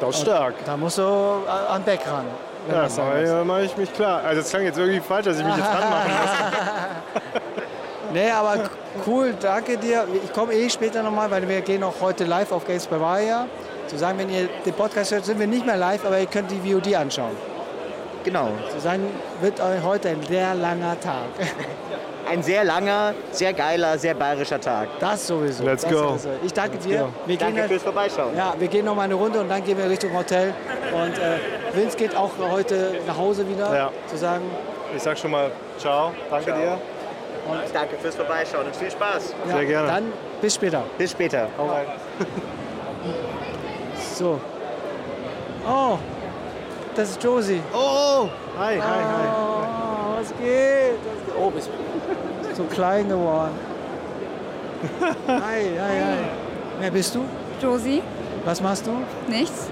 S2: Das ist stark.
S21: Da musst du a- Also, äh, an Beck ran. wenn
S2: Ja,
S21: das sein
S2: mache
S21: muss.
S2: ich, mach ich mich klar. Also es klang jetzt irgendwie falsch, dass ich mich jetzt dran machen muss.
S21: Nee, aber k- cool, danke dir. Ich komme eh später nochmal, weil wir gehen auch heute live auf Games Bavaria. Zu sagen, wenn ihr den Podcast hört, sind wir nicht mehr live, aber ihr könnt die VOD anschauen.
S3: Genau.
S21: Zu sagen, wird euch heute ein sehr langer Tag.
S3: Ein sehr langer, sehr geiler, sehr bayerischer Tag.
S21: Das sowieso.
S3: Let's
S21: das
S3: go.
S21: sowieso. Ich danke
S3: Let's
S21: dir.
S3: go. Danke
S21: jetzt-
S3: fürs Vorbeischauen.
S21: Ja, wir gehen nochmal eine Runde und dann gehen wir Richtung Hotel. Und äh, Vince geht auch heute nach Hause wieder.
S2: Ja.
S21: Zu sagen,
S2: Ich sag schon mal ciao, danke
S3: Ciao.
S2: dir.
S3: Danke fürs Vorbeischauen und viel Spaß.
S21: ja, Dann bis später.
S3: Bis später.
S21: Hau rein. So. Oh, das ist Josie.
S2: Oh, hi, hi,
S3: Ah.
S2: hi.
S21: Oh, was geht? Was geht? Oh, bist so klein geworden. Hi, hi, hi. Wer bist du?
S8: Josie.
S21: Was machst du?
S8: Nichts.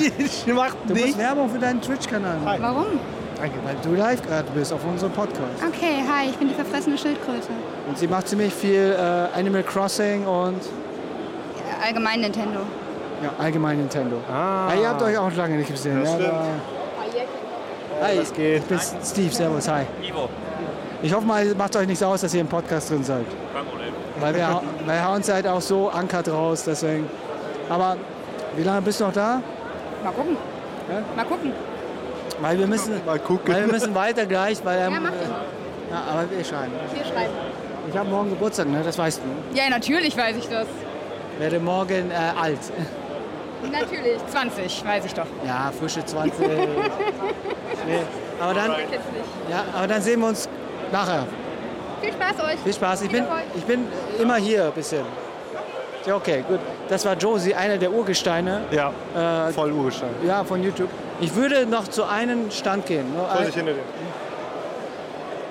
S2: ich mach
S21: Du musst Werbung für deinen Twitch-Kanal machen.
S8: Warum?
S21: Danke, weil du live gerade bist auf unserem Podcast.
S8: Okay, hi, ich bin die verfressene Schildkröte.
S21: Und sie macht ziemlich viel äh, Animal Crossing und
S8: Allgemein Nintendo.
S21: ja, allgemein Nintendo. Ah. Ja, ihr habt euch auch lange nicht gesehen.
S2: Das
S21: ne?
S2: stimmt.
S21: Aber- Hi, ich bin Steve, servus, hi.
S17: Ivo.
S21: Ich hoffe mal, es macht euch nichts aus, dass ihr im Podcast drin seid.
S17: Kein Problem.
S21: Weil wir, wir hauen es halt auch so ankert raus, deswegen. Aber wie lange bist du noch da?
S8: Mal gucken. Mal gucken.
S21: Weil wir müssen, Weil wir müssen weiter gleich, weil ähm,
S8: Ja, mach
S21: äh, ja, aber wir schreiben.
S8: Wir schreiben.
S21: Ich habe morgen Geburtstag, ne? das weißt du.
S8: Ja, natürlich weiß ich das.
S21: Werde morgen äh, alt.
S8: Natürlich. 20, weiß ich doch.
S21: Ja, frische 20. nee. aber, dann,
S8: Jetzt nicht.
S21: ja, aber dann sehen wir uns nachher.
S8: Viel Spaß euch.
S21: Viel Spaß. Ich bin,
S8: Viel Erfolg.
S21: ich bin immer hier ein bisschen. Ja, okay, gut. Das war Josie, einer der Urgesteine.
S2: Ja,
S3: Äh,
S2: voll Urgestein.
S21: Ja, von YouTube. Ich würde noch zu einem Stand gehen. Nur
S2: Soll
S21: ein-
S2: ich hinter dir?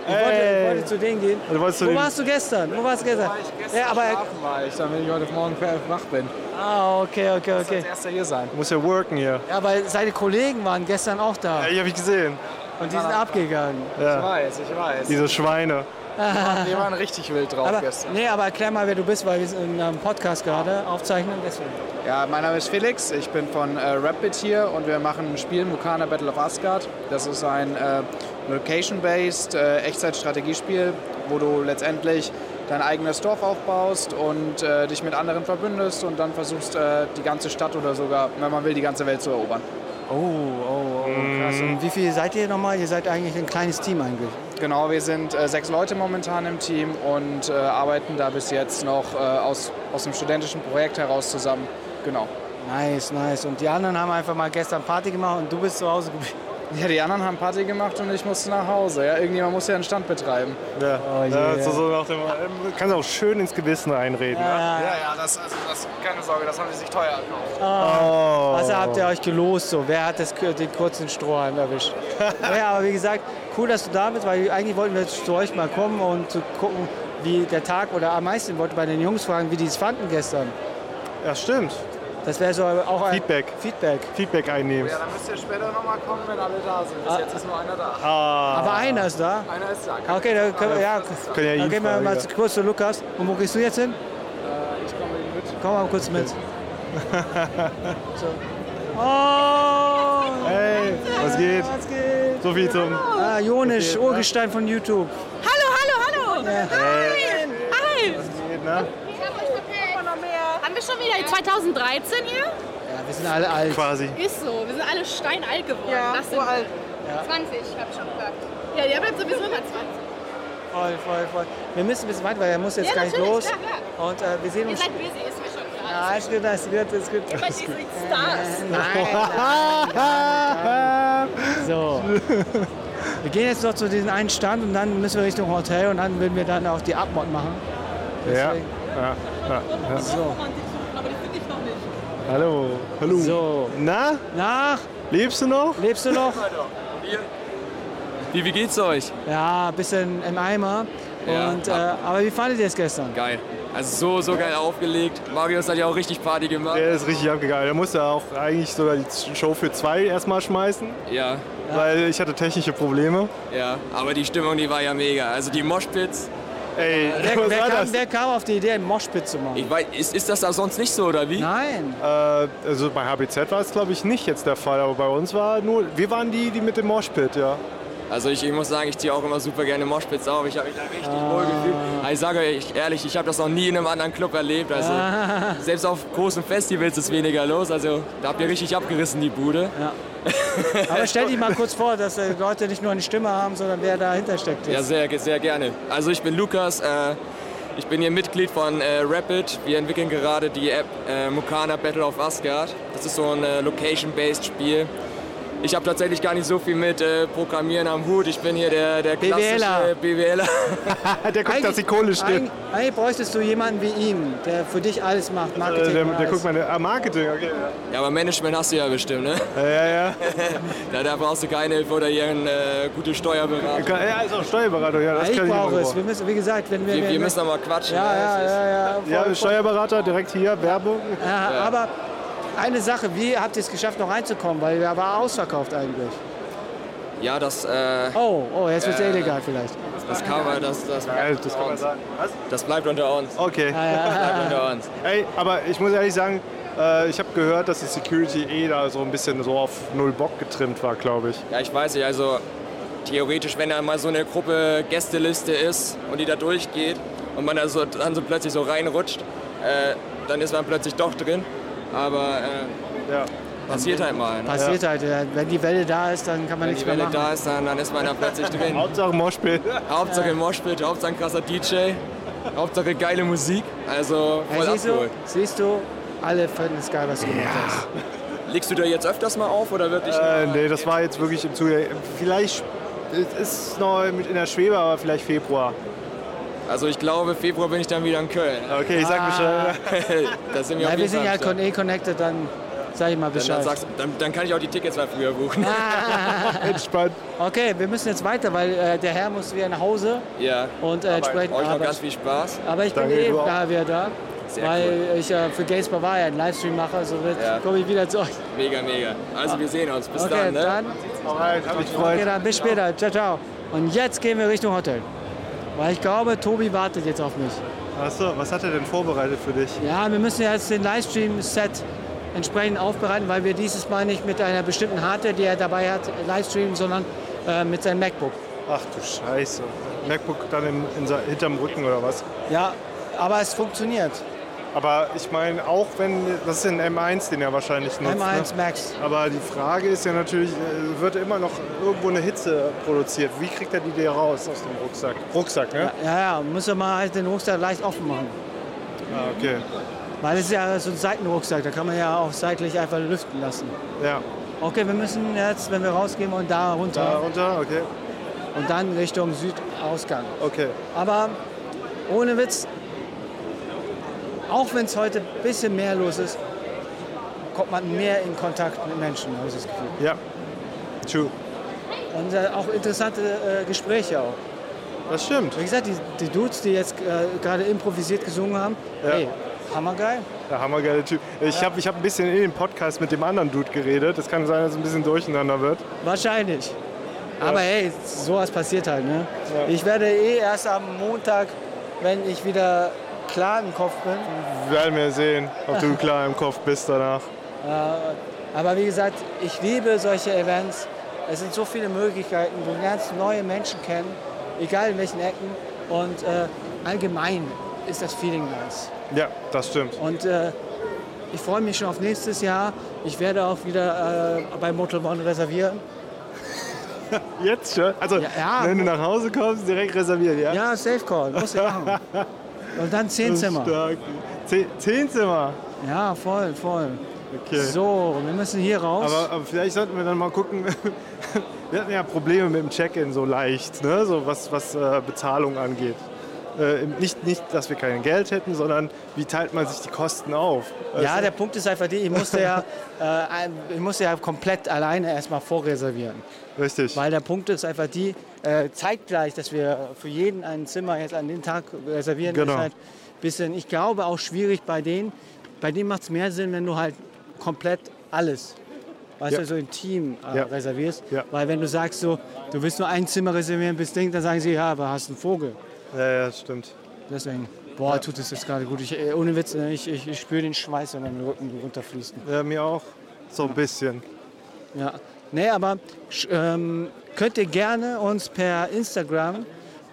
S21: Ich wollte,
S2: Ey.
S21: ich wollte zu denen gehen.
S2: Also wolltest du
S21: Wo
S2: den-
S21: warst du gestern? Wo warst du gestern? ja, aber
S16: Schlafen war ich, damit ich heute Morgen wach bin.
S21: Ah, okay, okay,
S16: Muss
S21: okay.
S16: als erster hier sein.
S2: Muss ja worken hier.
S21: Ja, weil seine Kollegen waren gestern auch da.
S2: Ja, die habe ich gesehen.
S21: Und die sind abgegangen.
S2: Ja.
S16: Ich weiß, ich weiß.
S2: Diese Schweine.
S3: Wir waren- wir waren
S22: richtig wild drauf
S3: Aber, nee, aber erklär mal, wer du bist, weil wir sind in einem Podcast gerade aufzeichnen. Deswegen.
S22: Ja, mein Name ist Felix, ich bin von äh, Rapid hier und wir machen ein Spiel Mukana Battle of Asgard. Das ist ein äh, Location-based äh, Echtzeit-Strategiespiel, wo du letztendlich dein eigenes Dorf aufbaust und äh, dich mit anderen verbündest und dann versuchst, äh, die ganze Stadt oder sogar, wenn man will, die ganze Welt zu erobern.
S3: Oh, oh, oh, krass. Und wie viel seid ihr nochmal? Ihr seid eigentlich ein kleines Team eigentlich.
S22: Genau, wir sind äh, sechs Leute momentan im Team und äh, arbeiten da bis jetzt noch äh, aus, aus dem studentischen Projekt heraus zusammen. Genau.
S3: Nice, nice. Und die anderen haben einfach mal gestern Party gemacht und du bist zu Hause geblieben.
S22: Ja, die anderen haben Party gemacht und ich musste nach Hause. Ja, irgendjemand muss ja einen Stand betreiben.
S2: Ja.
S3: Oh,
S22: yeah.
S2: ja, so, so nach dem, ähm, kannst auch schön ins Gewissen einreden.
S22: Ja, ja, das, also, das, keine Sorge, das haben die sich teuer gekauft.
S2: Oh.
S3: Also habt ihr euch gelost so. Wer hat das, den kurzen Strohhalm erwischt? ja, aber wie gesagt, cool, dass du da bist, weil eigentlich wollten wir jetzt zu euch mal kommen und zu gucken, wie der Tag oder am meisten wollte bei den Jungs fragen, wie die es fanden gestern.
S2: Ja, stimmt.
S3: Das wäre so auch ein
S2: Feedback.
S3: Feedback.
S2: Feedback einnehmen.
S22: Ja, dann müsst ihr später nochmal kommen, wenn alle da sind. Bis jetzt ist nur einer da.
S2: Ah.
S3: Aber einer ist da.
S22: Einer ist da. Kann
S3: Okay,
S22: ich-
S3: dann können wir, ja,
S2: Können ja
S3: dann
S2: ihn
S3: gehen wir
S2: fragen,
S3: mal
S2: ja.
S3: zu- kurz zu Lukas. Und wo gehst du jetzt hin?
S22: Äh, ich komme mit.
S3: Komm mal kurz mit. so. Oh!
S2: Hey, was geht?
S3: Was geht?
S2: So viel zum.
S3: Ah, Jonisch,
S2: Okay, ne?
S3: Urgestein von YouTube.
S11: Hallo, hallo, hallo!
S2: Hey.
S11: Hi!
S2: Geht,
S3: Genau.
S2: ne?
S11: Haben wir schon wieder 2013 hier?
S3: Ja, wir sind alle alt.
S2: Quasi.
S11: Ist so, wir sind alle steinalt geworden.
S23: Ja,
S11: das sind
S23: uralt.
S11: Ja.
S23: 20, hab ich schon gesagt. Ja, der bleibt sowieso immer 20.
S3: Voll, voll, voll. Wir müssen ein bisschen weiter, weil er muss jetzt
S23: ja,
S3: gleich
S23: natürlich,
S3: los.
S23: Klar, klar.
S3: Und äh, wir sehen
S23: Ihr
S3: uns.
S23: seid busy, ist mir schon klar.
S3: Ja, Äh. ist gut, ist gut, ist gut.
S23: Ihr seid die Stars.
S3: So. Wir gehen jetzt noch zu diesem einen Stand und dann müssen wir Richtung Hotel und dann würden wir dann auch die Abmod machen.
S2: Ja.
S3: Deswegen.
S2: Ja, ja, ja.
S3: So.
S23: Aber die finde ich noch nicht.
S2: Hallo. Hallo.
S3: So.
S2: Na?
S3: Na?
S2: Lebst du noch?
S3: Lebst du noch?
S4: Wie, wie geht's euch?
S3: Ja, ein bisschen im Eimer.
S4: Ja.
S3: Und, äh, aber wie fandet ihr es gestern?
S4: Geil. Also so, so geil aufgelegt. Marius hat ja auch richtig Party gemacht.
S2: Der ist richtig abgegangen. Der musste auch eigentlich sogar die Show für zwei erstmal schmeißen,
S4: Ja,
S2: weil ich hatte technische Probleme.
S4: ja. Aber die Stimmung, die war ja mega. Also die Moshpits.
S2: Ey,
S3: Wer, wer, kam, wer kam auf die Idee, einen Moshpit zu machen?
S4: Ich weiß, ist, ist das da sonst nicht so, oder wie?
S3: Nein.
S2: Äh, also bei HBZ war es glaube ich nicht jetzt der Fall, aber bei uns war nur, wir waren die, die mit dem Moshpit, ja.
S4: Also ich, ich muss sagen, ich ziehe auch immer super gerne Moshpits auf. Ich habe mich da richtig wohl gefühlt. Aber Ich sage euch ehrlich, ich habe das noch nie in einem anderen Club erlebt. Also
S3: Ah.
S4: selbst auf großen Festivals ist weniger los. Also da habt ihr richtig abgerissen, die Bude.
S3: Ja. Aber stell dich mal kurz vor, dass äh, Leute nicht nur eine Stimme haben, sondern wer dahinter steckt.
S4: Ja, sehr, ge- sehr gerne. Also ich bin Lukas, äh, ich bin hier Mitglied von äh, Rapid. Wir entwickeln gerade die App äh, Mukana Battle of Asgard. Das ist so ein äh, Location-based Spiel. Ich habe tatsächlich gar nicht so viel mit äh, Programmieren am Hut. Ich bin hier der, der
S3: BWLer.
S4: klassische BWLer.
S2: Äh, der guckt, dass die Kohle
S3: Eigentlich,
S2: stimmt.
S3: eigentlich bräuchtest du jemanden wie ihn, der für dich alles macht. Marketing
S2: Äh, der,
S3: und
S2: der
S3: alles.
S2: guckt meine, ah, Marketing, okay.
S4: Ja, aber Management hast du ja bestimmt, ne?
S2: Ja, ja, ja.
S4: da, da brauchst du keine Hilfe oder irgendeine äh, gute Steuerberatung.
S2: Kann- ja, Also Steuerberatung, ja, das kann
S3: ja, ich
S2: ich immer
S3: brauche es.
S2: gebrauchen.
S3: Wir müssen, wie gesagt, wenn wir.
S4: Wir-
S3: wenn
S4: wir müssen noch mal quatschen,
S3: Ja,
S4: ne?
S3: ja,
S4: Es ist-
S3: ja, ja, voll,
S2: Ja,
S3: voll.
S2: Steuerberater, direkt hier, Werbung.
S3: Ja, Aber eine Sache, wie habt ihr es geschafft, noch reinzukommen? Weil wir war ausverkauft eigentlich.
S4: Ja, das. Äh,
S3: Oh, oh, jetzt wird es
S4: Äh,
S3: illegal vielleicht.
S4: Das kann man, das, das bleibt
S2: das
S4: unter
S2: kann man
S4: uns.
S2: sagen.
S4: Das bleibt unter uns.
S2: Okay.
S4: Das
S3: Ah.
S4: bleibt unter uns.
S2: Ey, aber ich muss ehrlich sagen, äh, ich habe gehört, dass die Security eh da so ein bisschen so auf null Bock getrimmt war, glaube ich.
S4: Ja, ich weiß nicht, also theoretisch, wenn da mal so eine Gruppe Gästeliste ist und die da durchgeht und man da so, dann so plötzlich so reinrutscht, äh, dann ist man plötzlich doch drin. Aber äh, passiert halt mal. Ne?
S3: Passiert halt, ja. wenn die Welle da ist, dann kann man
S4: Wenn
S3: nichts
S4: die
S3: mehr
S4: Welle
S3: machen.
S4: da ist, dann, dann ist man da plötzlich drin.
S2: Hauptsache Moshpit.
S4: Hauptsache Moshpit, Hauptsache ein krasser DJ, Hauptsache geile Musik. Also
S3: Ja,
S4: voll
S3: siehst, du,
S4: abgeholt.
S3: siehst du, alle finden es geil, was du gemacht hast.
S4: Legst du da jetzt öfters mal auf oder wirklich?
S2: Äh, nee, das war jetzt wirklich im Zuge. Vielleicht es ist noch mit in der Schwebe, aber vielleicht Februar.
S4: Also ich glaube, Februar bin ich dann wieder in Köln.
S2: Okay, ich sag Bescheid.
S4: da sind wir,
S3: Ja,
S4: auf
S3: wir
S4: jeden
S3: sind
S4: Fall
S3: ja
S4: am Start.
S3: con- eh connected, dann sag ich mal
S4: Dann, dann,
S3: Bescheid.
S4: sagst, dann, dann kann ich auch die Tickets mal früher buchen.
S3: Ah.
S2: Entspannt.
S3: Okay, wir müssen jetzt weiter, weil äh, der Herr muss wieder nach Hause.
S4: ja.
S3: Und, äh, entsprechend
S4: Euch noch
S3: Arbeit.
S4: ganz viel Spaß.
S3: Aber ich bin eh da wieder da,
S4: Sehr
S3: weil ich äh, für Gaspar war ja einen Livestream mache, also
S4: Ja.
S3: ja. komme ich wieder zu euch.
S4: Mega, mega. Also wir sehen uns. Bis
S3: Ah. okay,
S4: dann. Ne?
S3: dann.
S2: Alright, hab mich gefreut.
S3: Okay, dann bis später. Ciao, ciao. Und jetzt gehen wir Richtung Hotel. Weil ich glaube, Tobi wartet jetzt auf mich.
S2: Achso, was hat er denn vorbereitet für dich?
S3: Ja, wir müssen jetzt den Livestream-Set entsprechend aufbereiten, weil wir dieses Mal nicht mit einer bestimmten Hardware, die er dabei hat, livestreamen, sondern äh, mit seinem MacBook.
S2: Ach du Scheiße. MacBook dann in, in, hinterm Rücken oder was?
S3: Ja, aber es funktioniert.
S2: Aber ich meine, auch wenn, das ist ein M1, den er wahrscheinlich nutzt.
S3: M1
S2: ne?
S3: Max.
S2: Aber die Frage ist ja natürlich, äh, wird immer noch irgendwo eine Hitze produziert. Wie kriegt er die da raus aus dem Rucksack? Rucksack, ne?
S3: Ja, ja, muss er mal halt den Rucksack leicht offen machen.
S2: Ah, okay.
S3: Weil es ist ja so ein Seitenrucksack, da kann man ja auch seitlich einfach lüften lassen.
S2: Ja. Äh,
S3: Okay, wir müssen jetzt, wenn wir rausgehen, und da runter.
S2: Da runter, okay.
S3: Und dann Richtung Südausgang.
S2: Okay.
S3: Aber ohne Witz, auch wenn es heute ein bisschen mehr los ist, kommt man mehr in Kontakt mit Menschen, habe ich das Gefühl.
S2: Ja, true.
S3: Und äh, auch interessante äh, Gespräche auch.
S2: Das stimmt.
S3: Wie gesagt, die, die Dudes, die jetzt äh, gerade improvisiert gesungen haben,
S2: Ja.
S3: hey, hammergeil.
S2: Der hammergeile Typ. Ich habe ich hab ein bisschen in dem Podcast mit dem anderen Dude geredet. Es kann sein, dass es ein bisschen durcheinander wird.
S3: Wahrscheinlich. Aber hey, sowas passiert halt. Ne? Ich werde eh erst am Montag, wenn ich wieder klar im Kopf bin.
S2: Werden wir sehen, ob du klar im Kopf bist danach.
S3: Äh, aber wie gesagt, ich liebe solche Events. Es sind so viele Möglichkeiten, wo man ganz neue Menschen kennen, egal in welchen Ecken. Und äh, allgemein ist das Feeling nice.
S2: Ja, das stimmt.
S3: Und äh, ich freue mich schon auf nächstes Jahr. Ich werde auch wieder äh, bei Motel One reservieren.
S2: Jetzt schon? Also,
S3: ja.
S2: wenn du nach Hause kommst, direkt reserviert, ja?
S3: Ja, Safe Call, muss ich machen. Und dann zehn
S2: Das ist
S3: Zimmer.
S2: stark. Zehn, zehn Zimmer?
S3: Ja, voll, voll.
S2: Okay.
S3: So, wir müssen hier raus.
S2: Aber, aber vielleicht sollten wir dann mal gucken. wir hatten ja Probleme mit dem Check-in so leicht, ne? so was, was äh, Bezahlung angeht. Äh, nicht, nicht, dass wir kein Geld hätten, sondern wie teilt man sich die Kosten auf?
S3: ja,
S2: Weißt
S3: der
S2: du?
S3: Punkt ist einfach, die, ich musste ja, äh, ein- ich musste ja komplett alleine erstmal vorreservieren.
S2: Richtig.
S3: Weil der Punkt ist einfach die, äh, zeitgleich, dass wir für jeden ein Zimmer jetzt an den Tag reservieren,
S2: Genau.
S3: ist halt ein bisschen, ich glaube, auch schwierig bei denen. Bei denen macht es mehr Sinn, wenn du halt komplett alles, weißt
S2: Ja.
S3: du, so im Team äh,
S2: Ja.
S3: reservierst. Weil wenn du sagst, so, du willst nur ein Zimmer reservieren bis Ding, dann sagen sie, ja, aber hast einen Vogel.
S2: Ja, ja, stimmt.
S3: Deswegen, boah, tut es jetzt gerade gut. Ich, äh, ohne Witz, ne, ich, ich, ich spüre den Schweiß, wenn mein Rücken runterfließt.
S2: Ja, mir auch. So ein bisschen.
S3: Ja, nee, aber sch- ähm, könnt ihr gerne uns per Instagram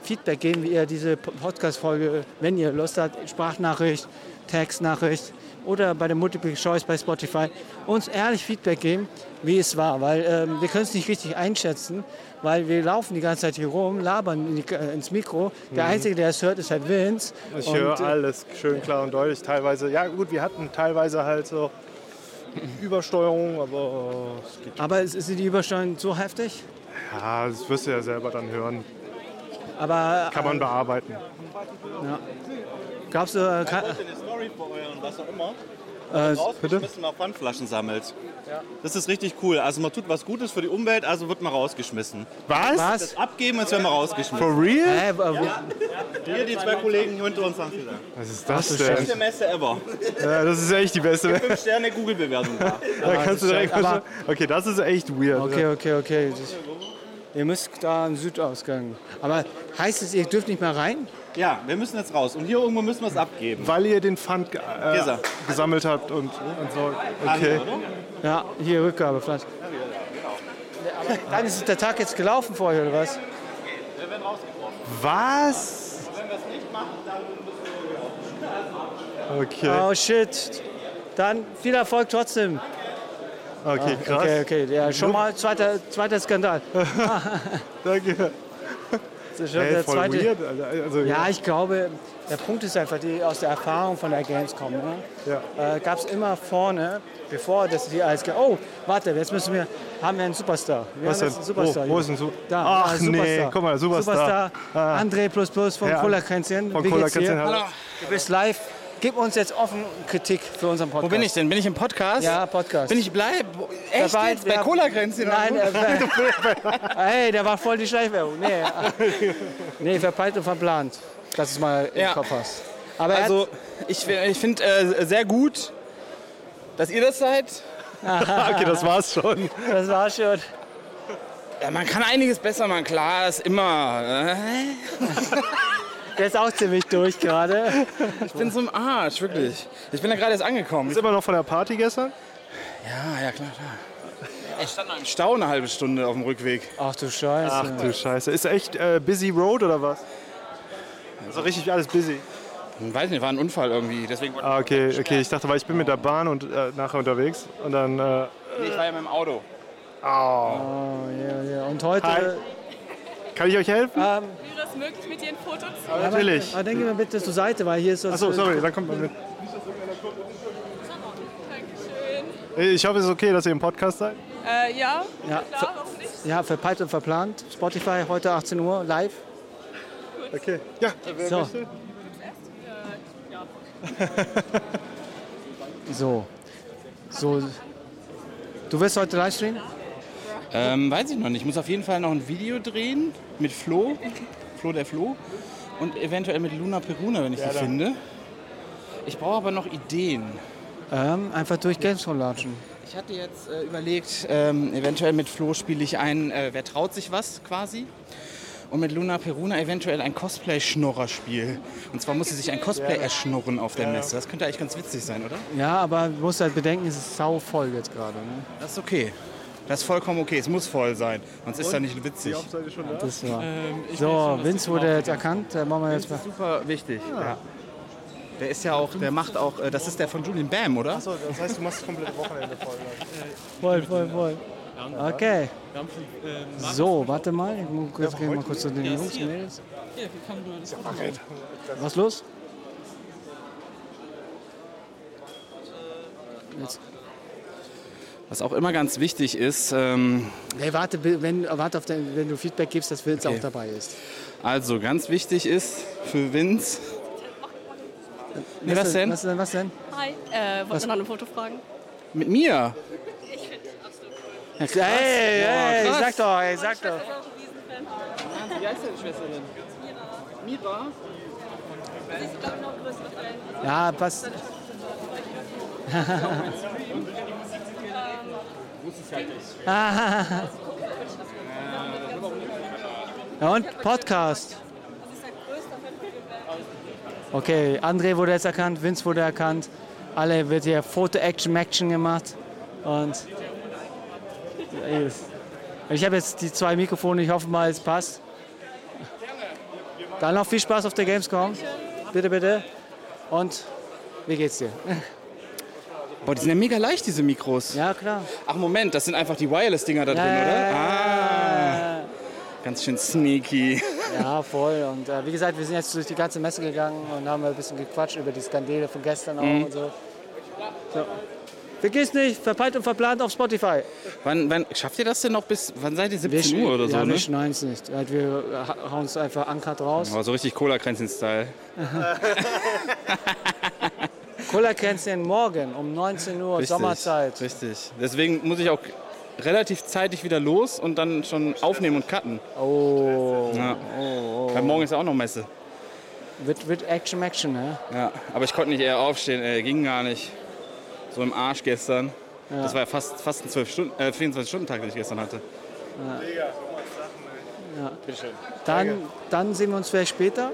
S3: Feedback geben, wie ihr diese Po- Podcast-Folge, wenn ihr Lust habt, Sprachnachricht, Textnachricht oder bei der Multiple Choice bei Spotify, uns ehrlich Feedback geben, wie es war, weil ähm, wir können es nicht richtig einschätzen, weil wir laufen die ganze Zeit hier rum, labern in die, äh, ins Mikro. Der
S2: Mhm.
S3: Einzige, der es hört, ist halt Vince.
S2: Ich
S3: Und,
S2: höre
S3: äh,
S2: alles schön klar und deutlich. Teilweise, ja gut, wir hatten teilweise halt so Übersteuerung, aber es geht.
S3: Aber ist, ist die Übersteuerung so heftig?
S2: Ja, das wirst du ja selber dann hören.
S3: Aber
S2: Kann man bearbeiten.
S3: Ja. Gab's, äh,
S13: Ich
S3: ka-
S13: wollte eine Story vor euren was auch immer.
S3: Äh,
S13: rausgeschmissen auf Pfandflaschen sammelt. Das ist richtig cool. Also man tut was Gutes für die Umwelt, also wird man rausgeschmissen.
S2: Was?
S13: Das abgeben, als wäre man rausgeschmissen.
S2: For real?
S3: Hä, äh, wa-
S13: Ja. Hier die zwei Kollegen hier hinter uns haben es gesagt.
S2: Was ist
S13: Das
S2: das
S13: ist
S2: denn?
S13: die beste ever.
S2: Ja, das ist echt die beste.
S13: Gibt Fünf Sterne Google-Bewertung da.
S2: Da kannst du direkt
S3: aber-
S2: Okay, das ist echt weird.
S3: Okay,
S2: Ja.
S3: okay, okay. Das, ihr müsst da am Südausgang. Aber heißt es, ihr dürft nicht mehr rein?
S13: Ja, wir müssen jetzt raus. Und hier irgendwo müssen wir es abgeben.
S2: Weil ihr den Pfand ge- äh,
S13: Gesa.
S2: gesammelt habt und, und so.
S13: Ah, hier,
S2: Okay.
S13: oder?
S3: Ja, hier Rückgabeflasche. Dann ist der Tag jetzt gelaufen vor euch, oder was?
S13: Wir werden rausgeworfen.
S2: Also- Was?
S13: Wenn wir es nicht machen, dann müssen wir
S2: Okay.
S3: Oh shit. Dann viel Erfolg trotzdem.
S2: Okay,
S3: Ah,
S2: krass.
S3: Okay, okay. Ja, schon mal zweiter, zweiter Skandal.
S2: Danke.
S3: Das ist schon
S2: Hey,
S3: der
S2: voll
S3: zweite.
S2: weird, Alter. Also,
S3: ja,
S2: ja.
S3: ich glaube, der Punkt ist einfach, die aus der Erfahrung von der Gamescom. Ne? Äh, Gab es immer vorne, bevor das die als Oh, warte, jetzt müssen wir. Haben wir einen Superstar? Wir
S2: Was
S3: haben jetzt
S2: denn?
S3: einen Superstar.
S2: Wo- wo
S3: hier.
S2: ist ein Su-
S3: Da,
S2: Ach,
S3: da ist
S2: nee,
S3: Superstar.
S2: guck mal, Superstar. Ah.
S3: André plus plus von
S2: Ja,
S3: Cola Kränzchen.
S2: von
S3: Wie
S2: Cola
S3: geht's dir?
S2: Kränzchen, hallo.
S3: Du bist live. Gib uns jetzt offen Kritik für unseren Podcast.
S16: Wo bin ich denn? Bin ich im Podcast?
S3: Ja, Podcast.
S16: Bin ich bleib? Echt
S3: Dabei-
S16: jetzt? Bei
S3: ja.
S16: Cola-Grenzen?
S3: Nein, äh, hey, der war voll die Schleichwerbung. Nee, nee verpeilt und verplant, dass es mal im
S16: Ja.
S3: Kopf hast.
S16: Aber
S3: Aber er
S16: also, ich, ich finde äh, sehr gut, dass ihr das seid.
S3: hat-
S16: Okay, das
S2: war's schon.
S3: Das war's schon.
S16: Ja, man kann einiges besser machen, klar, das immer. äh,
S3: Der ist auch ziemlich durch gerade.
S16: Ich bin so im Arsch, wirklich. Ich bin da gerade erst angekommen.
S2: Ist immer noch von der Party gestern?
S16: Ja, ja, klar, klar. Ich stand noch im Stau eine halbe Stunde auf dem Rückweg.
S3: Ach du Scheiße.
S2: Ach du Scheiße. Ist echt äh, busy road oder was? Also richtig alles busy.
S16: Weiß nicht, war ein Unfall irgendwie. Deswegen
S2: Ah, okay, okay. Ich dachte, weil ich bin mit der Bahn und äh, nachher unterwegs und dann. Äh,
S16: Nee, ich war ja mit dem Auto.
S2: oh.
S3: Ja, ja. Und heute.
S2: Hi. Kann ich euch helfen?
S8: Wäre das möglich, mit dir ein Foto zu
S2: Aber natürlich.
S3: Aber denke mal ah, bitte zur Seite, weil hier ist das.
S2: Achso, sorry, dann kommt man mit. Ich hoffe, es ist okay, dass ihr im Podcast seid.
S8: Äh, ja.
S3: Ja, ver ja verpeilt und verplant. Spotify heute 18 Uhr live.
S2: Okay. Ja, wer
S3: So.
S2: möchte?
S3: So. So. Du wirst heute live streamen?
S16: Ähm, weiß ich noch nicht. Ich muss auf jeden Fall noch ein Video drehen mit Flo. Flo der Flo. Und eventuell mit Luna Peruna, wenn ich
S3: Ja,
S16: sie
S3: dann-
S16: finde. Ich brauche aber noch Ideen.
S3: Ähm, einfach durch Gamescom latschen.
S16: Ich hatte jetzt äh, überlegt, ähm, eventuell mit Flo spiele ich ein äh, Wer traut sich was quasi. Und mit Luna Peruna eventuell ein Cosplay-Schnorrer-Spiel. Und zwar muss sie sich ein Cosplay
S3: Ja.
S16: erschnurren auf der
S3: Ja, ja.
S16: Messe. Das könnte eigentlich ganz witzig sein, oder?
S3: Ja, aber du musst halt bedenken, es ist sau voll jetzt gerade. Ne?
S16: Das ist okay. Das ist vollkommen okay. Es muss voll sein. Sonst ist
S3: Und?
S16: ja nicht witzig.
S2: schon
S3: Das war.
S24: Ähm,
S3: so, Vince wurde jetzt erkannt. Da machen wir jetzt mal.
S16: Super wichtig. Ja. Der ist ja auch, der macht auch, äh, das ist der von Julian Bam, oder?
S2: Achso, das heißt, du machst das komplette Wochenende voll.
S3: Voll, voll, voll. Okay.
S24: Wir haben schon, äh, Markus-
S3: So, warte mal. Ich muss kurz, gehen mal kurz zu den
S24: Der ist
S3: Jungs.
S24: hier.
S3: Mädels.
S24: Hier, wir können nur das Foto machen.
S3: Was los? Jetzt.
S16: Was auch immer ganz wichtig ist, ähm,
S3: Hey, warte, bi- wenn, warte auf den, wenn du Feedback gibst, dass Vince
S16: Okay.
S3: auch dabei ist.
S16: also ganz wichtig ist für Vince. Nee, was denn?
S3: Was denn? Was denn?
S8: Hi. Äh,
S16: Was-
S8: wollt ihr noch ein Foto fragen?
S16: Mit mir?
S8: Ich finde es absolut cool.
S16: Ja, krass.
S3: Hey, hey,
S16: Boah, Oh, krass.
S3: sag doch, ey, sag doch.
S16: Wie heißt deine Schwester denn? Mira.
S8: Sie ist, glaube ich, noch größere Fan.
S3: Ja, passt. Ah. ja, und Podcast. Okay, André wurde jetzt erkannt, Vince wurde erkannt. Alle wird hier Foto-Action-Action gemacht. Und ich habe jetzt die zwei Mikrofone, ich hoffe mal, es passt. Dann noch viel Spaß auf der Gamescom. Bitte, bitte. Und wie geht's dir?
S16: Boah, die sind ja mega leicht, diese Mikros.
S3: Ja, klar.
S16: Ach, Moment, das sind einfach die Wireless-Dinger da
S3: Ja,
S16: drin,
S3: ja,
S16: oder?
S3: ja,
S16: Ah, ganz schön sneaky.
S3: Ja, voll. Und äh, wie gesagt, wir sind jetzt durch die ganze Messe gegangen und haben ein bisschen gequatscht über die Skandale von gestern auch
S16: Mhm.
S3: und so. so. Vergiss nicht, verpeilt und verplant auf Spotify.
S16: Wann, wann schafft ihr das denn noch bis, wann seid ihr, 17 Uhr oder so,
S3: ja,
S16: ne?
S3: wir schneiden es nicht. Halt, Wir ha- hauen es einfach ankert raus.
S16: Oh, so richtig Cola-Kränzchen-Style.
S3: Cola Kränzchen morgen um 19 Uhr,
S16: Richtig,
S3: Sommerzeit.
S16: Richtig. Deswegen muss ich auch relativ zeitig wieder los und dann schon aufnehmen und cutten.
S3: Oh.
S16: Ja.
S3: oh, oh.
S16: Weil morgen ist ja auch noch Messe.
S3: Wird, wird Action, Action, ne?
S16: Ja, aber ich konnte nicht eher aufstehen, äh, ging gar nicht. So im Arsch gestern. Das war ja fast, fast ein 12 Stunden, äh, 24-Stunden-Tag, den ich gestern hatte.
S3: Ja. Ja. Dann, dann sehen wir uns vielleicht später,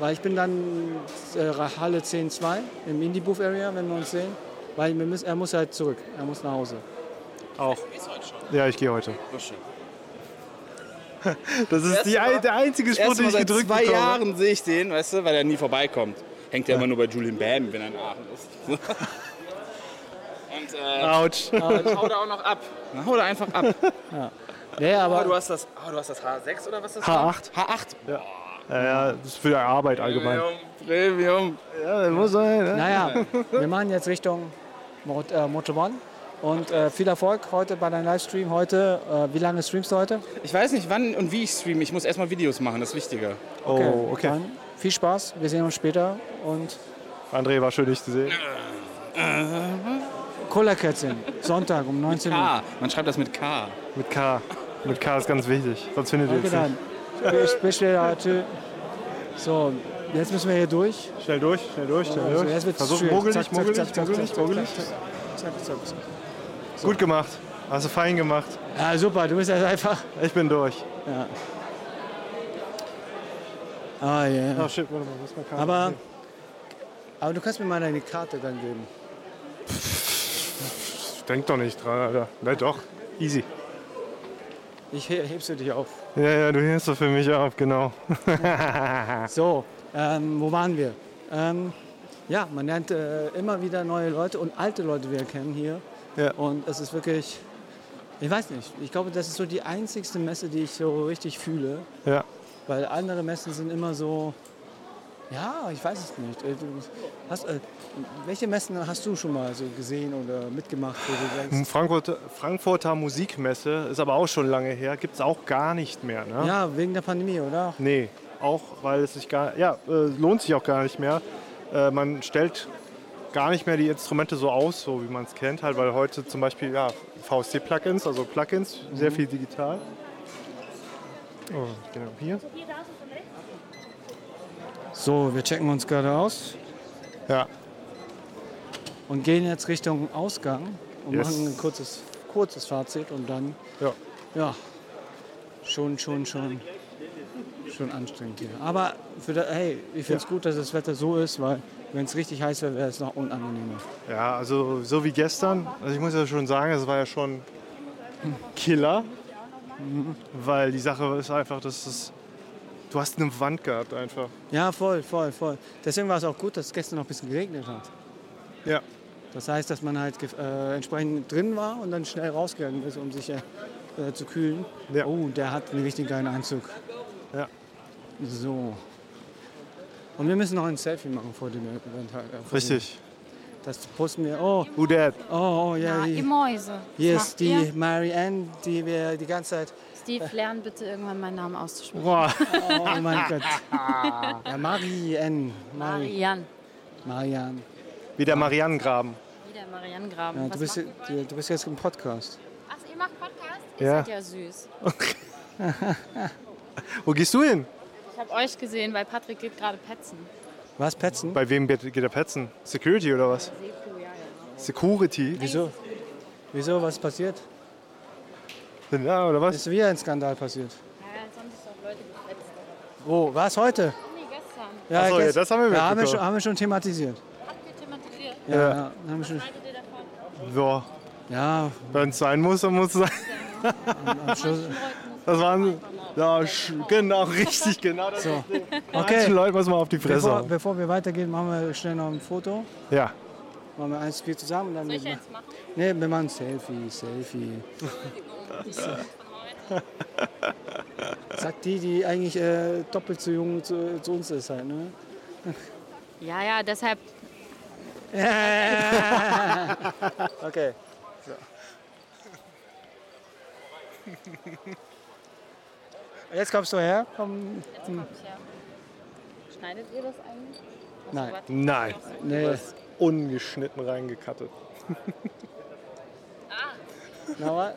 S3: weil ich bin dann äh, Halle 10.2 im Indie Booth Area, wenn wir uns sehen, weil wir müssen, er muss halt zurück, er muss nach Hause.
S2: Auch. Ja, ich gehe heute. Das ist
S16: Erst
S2: die,
S16: mal-
S2: ein- der einzige Spruch,
S16: Erst
S2: den
S16: mal
S2: ich
S16: seit
S2: gedrückt
S16: zwei
S2: bekomme.
S16: Jahren sehe ich den, weißt du, weil er nie vorbeikommt. Hängt ja, immer nur bei Julian Bam, wenn er in Aachen ist. Und, äh,
S2: Autsch.
S16: Autsch. Hau da auch noch ab. Na, hau da einfach ab.
S3: Ja. Nee, aber
S16: oh, du hast das, oh, du hast das H6 oder was das
S2: H8.
S16: war? H8.
S2: Ja. Ja, ja, das ist für die Arbeit allgemein.
S16: Premium.
S2: Ja, das muss sein. Ne?
S3: naja, wir machen jetzt Richtung Mot äh, Moto One und äh, viel Erfolg heute bei deinem Livestream heute. Äh, wie lange streamst du heute?
S16: Ich weiß nicht, wann und wie ich streame. Ich muss erstmal Videos machen, das ist wichtiger.
S3: Oh, okay. Dann viel Spaß, wir sehen uns später und
S2: André war schön, dich zu sehen.
S3: Cola Kätzchen, Sonntag um 19 Uhr.
S16: K. Man schreibt das mit K.
S2: Mit K. Mit K ist ganz wichtig. Sonst findet ihr
S3: Danke
S2: es
S3: dann.
S2: nicht.
S3: Bis- Bis später. Tschö. So, jetzt müssen wir hier durch.
S2: Schnell durch, schnell durch, schnell
S3: Also,
S2: durch.
S3: jetzt wird's
S2: Versuch
S3: schwierig.
S2: mogelig,
S3: Zack, zack,
S2: mogelig,
S3: zack, zack,
S2: mogelig,
S3: zack,
S2: mogelig.
S3: zack, zack, zack, zack.
S2: Gut gemacht. Hast du fein gemacht.
S3: Ja, super, du bist jetzt einfach.
S2: Ich bin durch.
S3: Ja. Ah, ja.
S2: Ach, shit, warte mal, wo ist meine Karte?
S3: aber, aber du kannst mir mal deine Karte dann geben.
S2: Denk doch nicht dran, Alter. Na doch, easy.
S3: Ich he- hebst du dich auf.
S2: Ja, ja, du hörst doch für mich auf, genau.
S3: so, ähm, wo waren wir? Ähm, ja, man lernt äh, immer wieder neue Leute und alte Leute wieder kennen hier.
S2: Ja.
S3: Und es ist wirklich, ich weiß nicht, ich glaube, das ist so die einzigste Messe, die ich so richtig fühle.
S2: Ja.
S3: Weil andere Messen sind immer so, ja, ich weiß es nicht. Äh, du Hast, äh, welche Messen hast du schon mal so gesehen oder mitgemacht, wo du denkst,
S2: Frankfurt, Frankfurter Musikmesse ist aber auch schon lange her. Gibt es auch gar nicht mehr, ne?
S3: ja, wegen der Pandemie, oder?
S2: Nee, auch weil es sich gar ja, äh, lohnt sich auch gar nicht mehr. Äh, man stellt gar nicht mehr die Instrumente so aus, so wie man es kennt, halt, weil heute zum Beispiel ja, VST-Plugins, also Plugins, sehr
S3: Mhm.
S2: viel digital. Oh, genau, hier.
S3: So, wir checken uns gerade aus.
S2: Ja.
S3: Und gehen jetzt Richtung Ausgang und
S2: Yes.
S3: machen ein kurzes, kurzes Fazit und dann.
S2: Ja.
S3: Ja. Schon, schon, schon. Schon anstrengend hier. Aber für da, hey, ich finde es gut, dass das Wetter so ist, weil wenn es richtig heiß wäre, wäre es noch unangenehmer.
S2: Ja, also so wie gestern. Also ich muss ja schon sagen, es war ja schon Killer. Weil die Sache ist einfach, dass es. Du hast eine Wand gehabt einfach.
S3: Ja, voll, voll, voll. Deswegen war es auch gut, dass es gestern noch ein bisschen geregnet hat.
S2: Ja.
S3: Das heißt, dass man halt gef- äh, entsprechend drin war und dann schnell rausgegangen ist, um sich äh, äh, zu kühlen. Oh, der hat einen richtig geilen Anzug.
S2: Ja.
S3: So. Und wir müssen noch ein Selfie machen vor dem Event. halt, äh, vor dem-
S2: Richtig.
S3: Das posten wir. Oh.
S2: Who that?
S3: Oh, oh ja.
S7: Na,
S3: die-
S7: ihr Mäuse. Was
S3: Hier
S7: macht
S3: ist die
S7: ihr?
S3: Marianne, die wir die ganze Zeit.
S7: Steve, lern bitte irgendwann meinen Namen auszusprechen.
S3: Boah. Oh mein Gott. Ja, Marianne. Mari-
S7: Marianne.
S3: Marianne.
S2: Wie der Marianengraben.
S7: Wieder Marianne Graben.
S3: Ja,
S7: Was
S3: du, bist,
S7: macht
S3: du, du bist jetzt im Podcast.
S7: ihr? Ach, ihr macht Podcast?
S2: Ja.
S7: Ihr seid ja süß.
S2: Wo gehst du hin?
S7: Ich habe euch gesehen, weil Patrick geht gerade petzen.
S3: Was, Petzen?
S2: Bei wem geht geht der Petzen? Security oder was? Security?
S3: Wieso? Wieso? Was ist passiert?
S2: Ja, oder was?
S3: Ist wieder ein Skandal passiert.
S7: Ja, sonst ist doch Leute gepetzt.
S3: Wo? Oh, Was heute?
S7: Nee, gestern.
S2: Ach so, ja,
S3: gest-
S2: das haben wir
S3: ja, haben wir,
S2: mitbekommen.
S3: schon, haben wir schon thematisiert.
S7: Habt ihr thematisiert?
S3: Ja, ja. haben wir schon.
S7: Haltet ihr davon?
S2: Ja.
S3: Ja.
S2: Wenn es sein muss, dann muss es sein.
S3: am Schluss-
S2: Das waren. Ja, sch- genau, richtig, genau das.
S3: So.
S2: ist das Ding. Manchen Leuten muss man auf die Fresse
S3: Bevor,
S2: hauen.
S3: bevor wir weitergehen, machen wir schnell noch ein Foto.
S2: Ja.
S3: Machen wir eins, vier zusammen. Und dann
S7: Soll ich
S3: wir-
S7: eins machen?
S3: Nee, wir machen ein Selfie, Selfie. Sagt die, die eigentlich äh, doppelt so jung zu, zu uns ist halt, ne?
S7: Ja, ja, deshalb.
S3: okay. So. Jetzt kommst du her? Komm. Hm.
S7: Schneidet ihr das eigentlich?
S3: Nein.
S2: Nein.
S3: Nee.
S2: Du hast ungeschnitten reingekattet.
S3: Noah?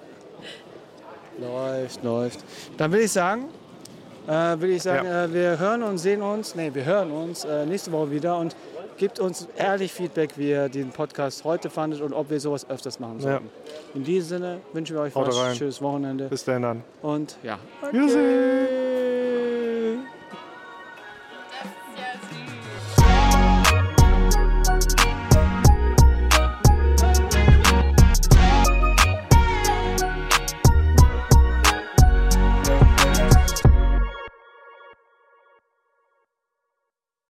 S3: Läuft, läuft. Dann will ich sagen, äh, will ich sagen äh, wir hören und sehen uns, nee, wir hören uns äh, nächste Woche wieder und gebt uns ehrlich Feedback, wie ihr den Podcast heute fandet und ob wir sowas öfters machen
S2: Ja.
S3: sollten. In diesem Sinne wünschen wir euch
S2: Haut
S3: was,
S2: rein.
S3: schönes Wochenende
S2: Bis dann dann.
S3: und ja.
S2: Tschüssi.